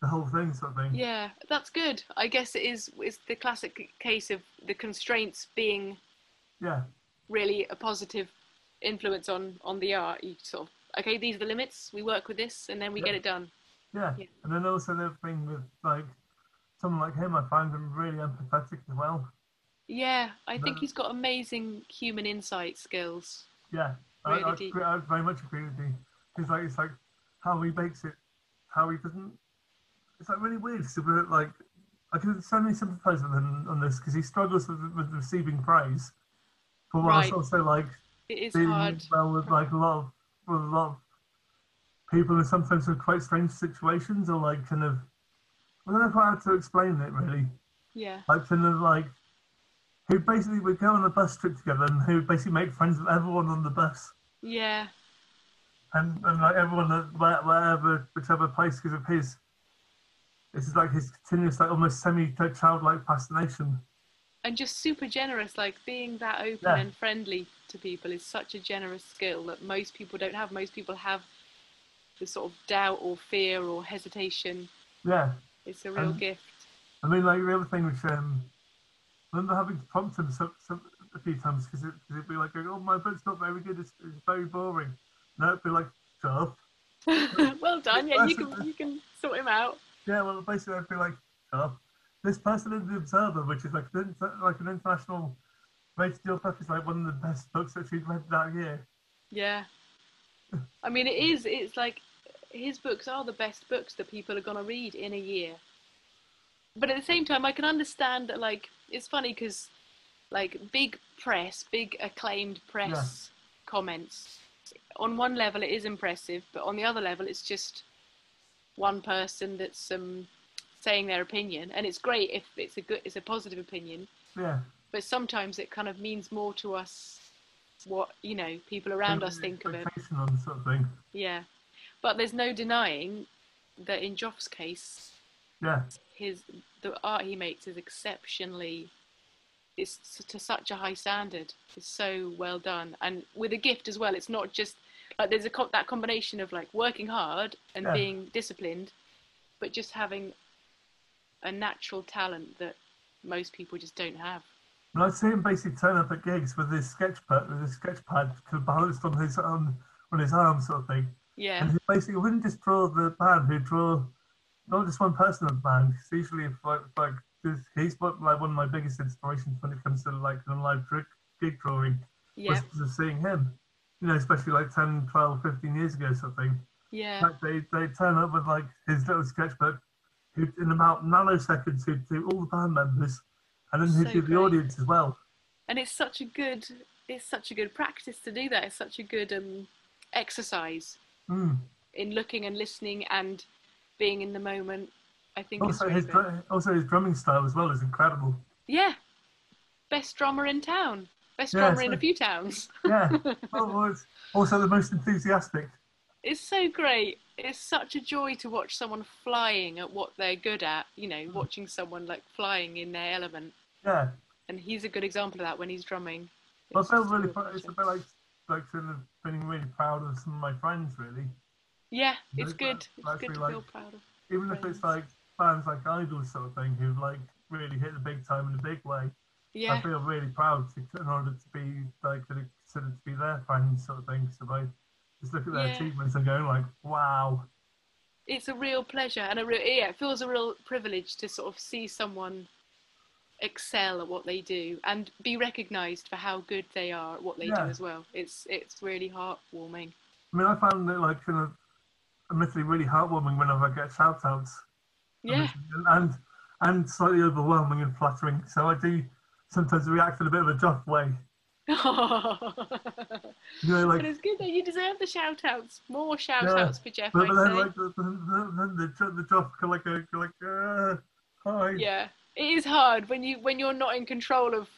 the whole thing, sort of thing. yeah, that's good. I guess it is. It's the classic case of the constraints being Yeah, really a positive influence on on the art you sort of okay these are the limits we work with this and then we get Yeah. it done yeah. Yeah. And then also the thing with like someone like him, I find him really empathetic as well. yeah i think No. he's got amazing human insight skills Yeah, Really I, I, deep. agree- I very much agree with you. It's like it's like how he makes it, how he doesn't. It's like really weird. So we're like, I can suddenly sympathise with him on this because he struggles with, with receiving praise, but whilst Right. also like it is dealing hard well with like a lot of with a lot of people in sometimes in quite strange situations or like kind of. I don't know how to explain it really. yeah Like kind of like who basically would go on a bus trip together and who basically make friends with everyone on the bus. Yeah. And, and like everyone at where- wherever, whichever place is of his, this is like his continuous, like almost semi childlike fascination. And just super generous, like being that open Yeah. and friendly to people is such a generous skill that most people don't have. Most people have the sort of doubt or fear or hesitation. Yeah. It's a real Um, gift. I mean, like the other thing, which um, I remember having to prompt him some, some, a few times because it, cause it'd be like, "Oh, my book's not very good. It's, it's very boring." And it'd be like, "Shut up." well done. Yeah, you can Personally- you can sort him out. Yeah, well, basically, I'd be like, "Shut up." This person in the Observer, which is like an, inter- like an international rated deal stuff, is like one of the best books that she'd read that year. Yeah. I mean, it is. It's like his books are the best books that people are going to read in a year. But at the same time, I can understand that, like, it's funny because, like, big press, big acclaimed press comments, on one level it is impressive, but on the other level it's just one person that's um, saying their opinion. And it's great if it's a good, it's a positive opinion, Yeah, but sometimes it kind of means more to us what, you know, people around us think of it. Expectation on sort of thing. Yeah, but there's no denying that in Joff's case, Yeah, his the art he makes is exceptionally, it's s- to such a high standard. It's so well done, and with a gift as well. It's not just like there's a co- that combination of like working hard and Yeah. being disciplined, but just having a natural talent that most people just don't have. and I'd see him basically turn up at gigs with his sketch pad, with his sketch pad kind of balanced on his on on his arm, sort of thing. Yeah, And he basically wouldn't just draw the band, he'd draw not just one person of the band. 'cause usually, if like, like this- he's what, like one of my biggest inspirations when it comes to like an live dri- gig drawing yeah, was, was seeing him. You know, especially like 10, 12, 15 years ago, or something. yeah, Like they they turn up with like his little sketchbook, who in about nanoseconds he'd do all the band members, and then he'd So do the great. audience as well. and it's such a good it's such a good practice to do that. It's such a good um, exercise. Mm. in looking and listening and being in the moment. I think it's Also really Oh, his good. dru- also his drumming style as well is incredible. yeah, best drummer in town, best Yeah, drummer in so- a few towns. Yeah, well, well, it's also the most enthusiastic. It's so great. It's such a joy to watch someone flying at what they're good at. You Mm. know, watching someone like flying in their element, Yeah. and he's a good example of that when he's drumming. I It's feel just a really real proud. It's a pleasure. bit like like sort of feeling really proud of some of my friends, really. yeah, No, it's but good. It's actually, good to like- feel proud of. Even if it's like fans like idols sort of thing who've like really hit the big time in a big way. I Yeah, feel really proud to, in order to be like to be considered to be their fan sort of thing. So I just look at their Yeah. achievements and go like, wow. it's a real pleasure and a real yeah it feels a real privilege to sort of see someone excel at what they do and be recognized for how good they are at what they do Yeah. as well it's it's really heartwarming I mean, I found it like kind of admittedly really heartwarming whenever I get shout outs. yeah And and slightly overwhelming and flattering. So I do sometimes react in a bit of a joff way. but You know, like it's good that you deserve the shout outs more shout Yeah. outs for jeff But, but i'd then, say like, the, the, the, the, the, the drop, like, a, like, uh, hi. yeah it is hard when you when you're not in control of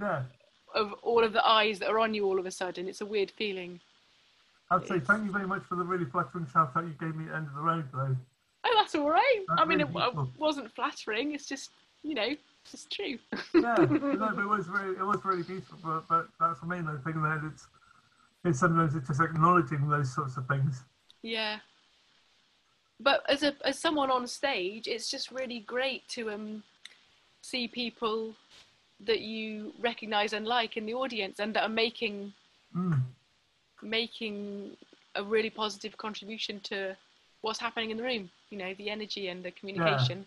Yeah. of all of the eyes that are on you all of a sudden it's a weird feeling I'd say It's- thank you very much for the really flattering shout out you gave me at the end of the road, though. oh that's all right That's i mean really it, it beautiful. wasn't flattering it's just you know it's just true Yeah, but no, but it was really, it was really beautiful. But, but that's what I mean. I think that it's, it's sometimes it's just acknowledging those sorts of things. Yeah. But as a as someone on stage, it's just really great to um see people that you recognise and like in the audience and that are making Mm. making a really positive contribution to what's happening in the room, you know, the energy and the communication.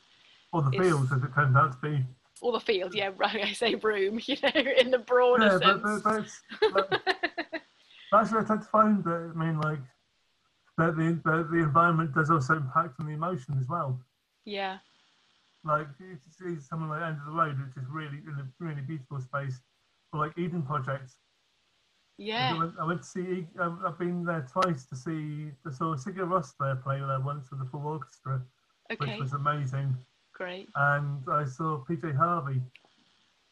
Or the It's- fields, as it turns out to be. Or the field, yeah, right, I say room, you know, in the broader Yeah, but, sense. but, but it's, but, but actually, I tend to find that, I mean, like, that the, that the environment does also impact on the emotion as well. yeah. like you can see someone like End of the Road, which is really in a really beautiful space, or like Eden Project. I, Yeah. went, I went to see. E- I've, I've been there twice to see. I saw Sigur Rós there play there once with the full orchestra, Okay. which was amazing, Great. and I saw PJ Harvey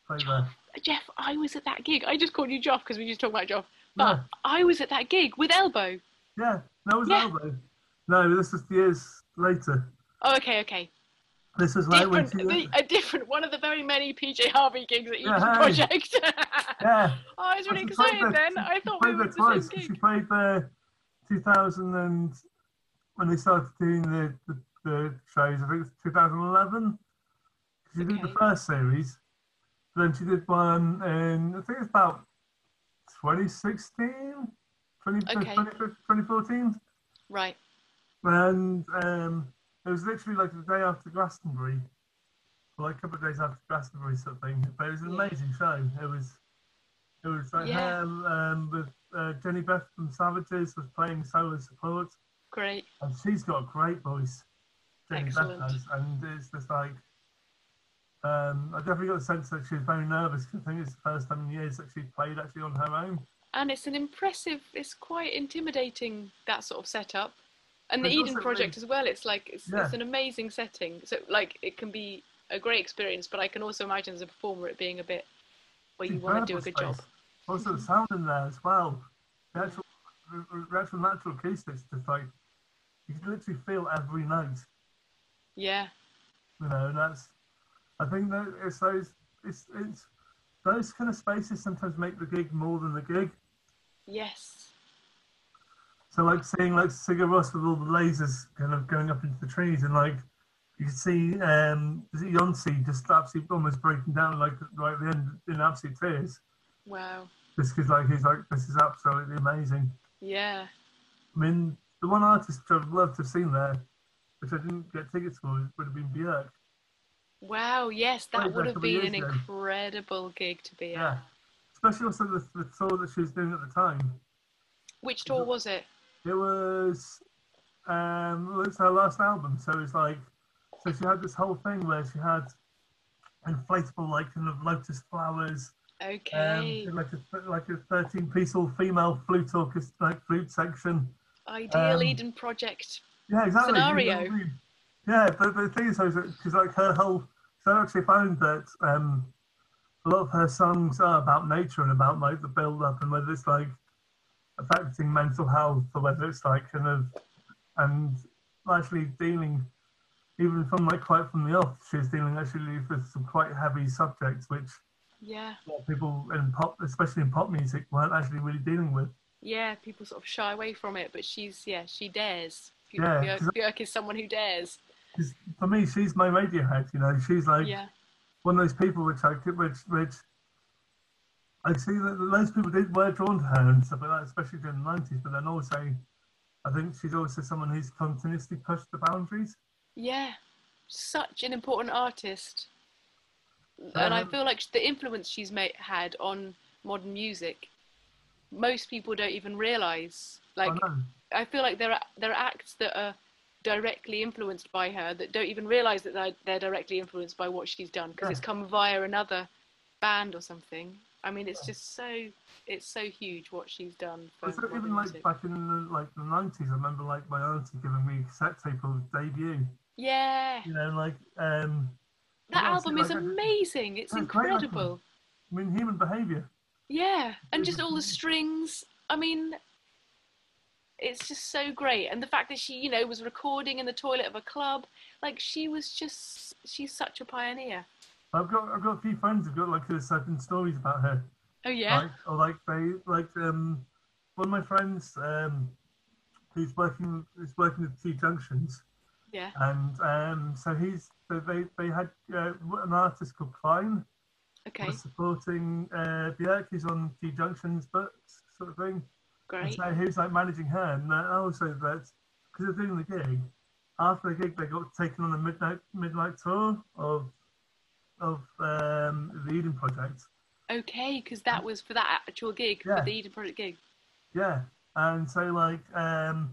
play there. Jeff, I was at that gig. I just called you Joff because we just talked about Joff. But I was at that gig with Elbow. Yeah, that was Yeah. Elbow. No, this was years later. Oh, okay, okay. This was like when Different, she, Uh-huh. the, a different one of the very many PJ Harvey gigs at each Yeah, hey. project. yeah, Oh, I was really She played excited there- then. I she thought we played were there at the twice. same She gig. played there 2000 and when they started doing the, the, the shows. I think it was 2011. She did the Okay. first series. Then she did one in I think it's about 2016, 20, Okay. 2014. Right. And um, it was literally like the day after Glastonbury, or like a couple of days after Glastonbury, sort of thing. But it was an Yeah. amazing show. It was, it was like Yeah. her um, with uh, Jenny Beth from Savages was playing solo support, Great. and she's got a great voice. Jenny Excellent. Beth does, and it's just like, um, I definitely got the sense that she was very nervous. 'cause I think it's the first time in years that she played actually on her own. And it's an impressive, it's quite intimidating, that sort of setup. And the But it's Eden also Project as well, it's like, it's, Yeah. it's an amazing setting. So, like, it can be a great experience, but I can also imagine as a performer it being a bit where you want to do a good Incredible job. space. Also, the sound in there as well. The actual, the- the actual natural acoustics, just like you can literally feel every note, Yeah. you know. And that's, I think that it's those, it's it's those kind of spaces sometimes make the gig more than the gig. Yes. So like seeing like Sigur Rós with all the lasers kind of going up into the trees, and like you can see um, is it Yonsei just absolutely almost breaking down like right at the end in absolute tears, Wow. just because like he's like this is absolutely amazing. Yeah. I mean, the one artist which I'd love to have seen there, which I didn't get tickets for, would have been Björk. Wow. Yes, Played that there would a have couple of been an years ago. incredible gig to be at. Especially also the, the tour that she was doing at the time. Which tour was it? It was, um, well, it's her last album, so it's like, so she had this whole thing where she had inflatable, like, kind of lotus flowers, Okay. um, like a like a thirteen-piece all female flute orchestra, like flute section. Ideal um, Eden Project. Yeah, exactly. scenario. Yeah, but the thing is, because like her whole, so I actually found that um, a lot of her songs are about nature and about like the build up and whether it's like affecting mental health or whether it's like kind of and actually dealing even from like quite from the off, she's dealing actually with some quite heavy subjects which Yeah. a lot of people in pop, especially in pop music, weren't actually really dealing with. Yeah. People sort of shy away from it, but she's, yeah, she dares. Bj- Yeah, Björk, 'cause- Björk is someone who dares. 'Cause for me, she's my Radiohead. You know, she's like. Yeah. one of those people which I could- which which I see that loads of people did were drawn to her and stuff like that, especially during the nineties. But then also, I think she's also someone who's continuously pushed the boundaries. Yeah. Such an important artist. And I Um, feel like the influence she's made, had on modern music, most people don't even realize. Like, I know. I feel like there are there are acts that are directly influenced by her that don't even realise that they're, they're directly influenced by what she's done because Yeah. it's come via another band or something. I mean, it's just so it's so huge what she's done for It's modern even like music. back in the, like the nineties. I remember like my auntie giving me a cassette tape of debut. yeah, You know, like um, yeah, that so album is like I- amazing. It's Oh, it's great record. incredible. I mean, human behaviour. Yeah, and It's just all the strings. I mean, it's just so great. And the fact that she, you know, was recording in the toilet of a club, like she was just she's such a pioneer. I've got I've got a few friends who've got like a certain stories about her. Oh yeah. Like, or like they like um one of my friends um who's working is working at T Junctions Yeah. and um so he's so they they had uh, an artist called Klein Okay. was supporting uh Björk who's on T Junctions books sort of thing. And Great. so he was like managing her and uh, also that because they're doing the gig after the gig they got taken on a midnight midnight tour of of um the Eden Project. Okay, because that was for that actual gig, for Yeah. the Eden Project gig. Yeah, and so like um,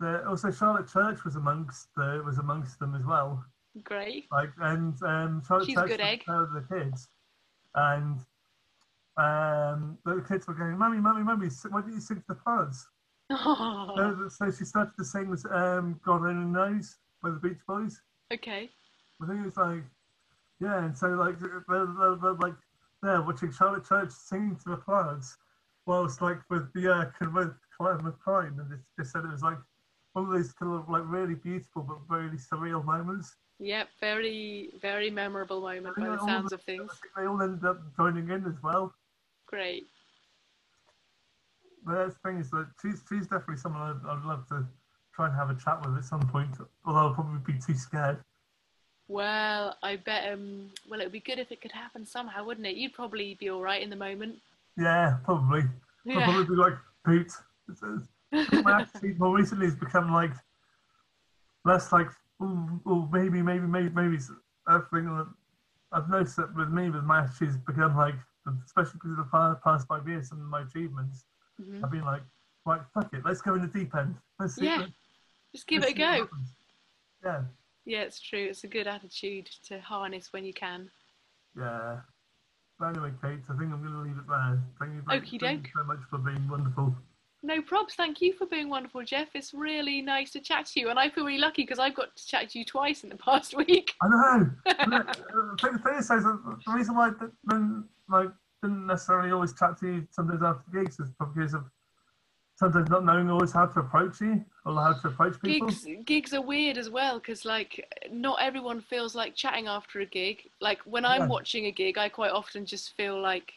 the, also Charlotte Church was amongst the was amongst them as well. Great. Like and um, Charlotte She's a Church good was egg. proud of the kids, and um, the kids were going, "Mummy, mummy, mummy, s- why don't you sing to the flowers?" Oh, So, so she started to sing with um, "God Only Knows" by the Beach Boys. okay. I think it was like, yeah, and so like they're, they're, they're like there watching Charlotte Church singing to the clouds, whilst like with the uh, con- with Climb with Prime, and they- they said it was like one of those kind of like really beautiful but really surreal moments. Yep, very, very memorable moment by Yeah, the all sounds the- of things. I think they all ended up joining in as well. Great. But that's the thing is that she's she's definitely someone I'd, I'd love to try and have a chat with at some point. Although I'll probably be too scared. Well, I bet. Um, well, it would be good if it could happen somehow, wouldn't it? You'd probably be all right in the moment. Yeah, probably. I'll Yeah. probably be like Pete. It's- it's- my attitude more recently has become like less like oh, oh maybe maybe maybe maybe it's a thing that I've noticed that with me with my attitude has become like especially because of the pa- past five years and my achievements Mhm. I've been like right fuck it let's go in the deep end let's see Yeah, let's- Just give let's it a see what go. happens. yeah Yeah, it's true. It's a good attitude to harness when you can. yeah but anyway Kate I think I'm going to leave it there thank you very, Okey thank you doke. so much for being wonderful No probs. Thank you for being wonderful, Jeff. It's really nice to chat to you, and I feel really lucky because I've got to chat to you twice in the past week. I know. Look, uh, the thing- the thing is, is that the reason why I didn't, like, didn't necessarily always chat to you sometimes after gigs is because of sometimes not knowing always how to approach you or how to approach people. gigs gigs are weird as well because like not everyone feels like chatting after a gig like when i'm Yeah. watching a gig i quite often just feel like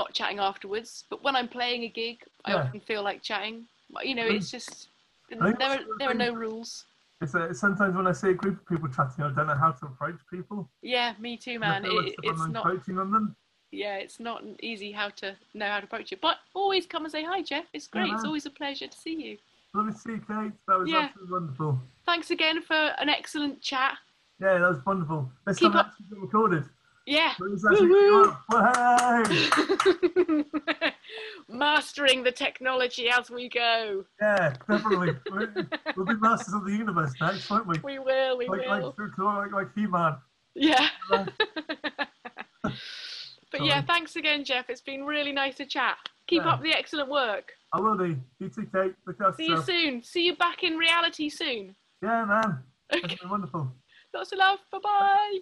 not chatting afterwards but when i'm playing a gig i Yeah. often feel like chatting But, you know Mm. it's just there think are, that's the there are thing. no rules It's, uh, it's sometimes when I see a group of people chatting, I don't know how to approach people. yeah me too and I man feel like it, if it's I'm not encroaching on them. yeah it's not easy how to know how to approach it but always come and say hi jeff it's great it's man. always a pleasure to see you Let me see, you, Kate. That was Yeah. absolutely wonderful. thanks again for an excellent chat Yeah, that was wonderful. This Keep time up- actually got recorded. yeah It was actually- Oh, Woo-hoo. Wow. Hey! Mastering the technology as we go. Yeah, definitely. We're- we'll be masters of the universe next, won't we? We will, we like, will. like, like, like He-Man. Yeah. like- but yeah, Sorry. thanks again, Jeff. It's been really nice to chat. Keep Yeah. up the excellent work. I will be. You too, Kate. Look after See you yourself. soon. See you back in reality soon. Yeah, man. That's Okay. been wonderful. Lots of love. Bye bye.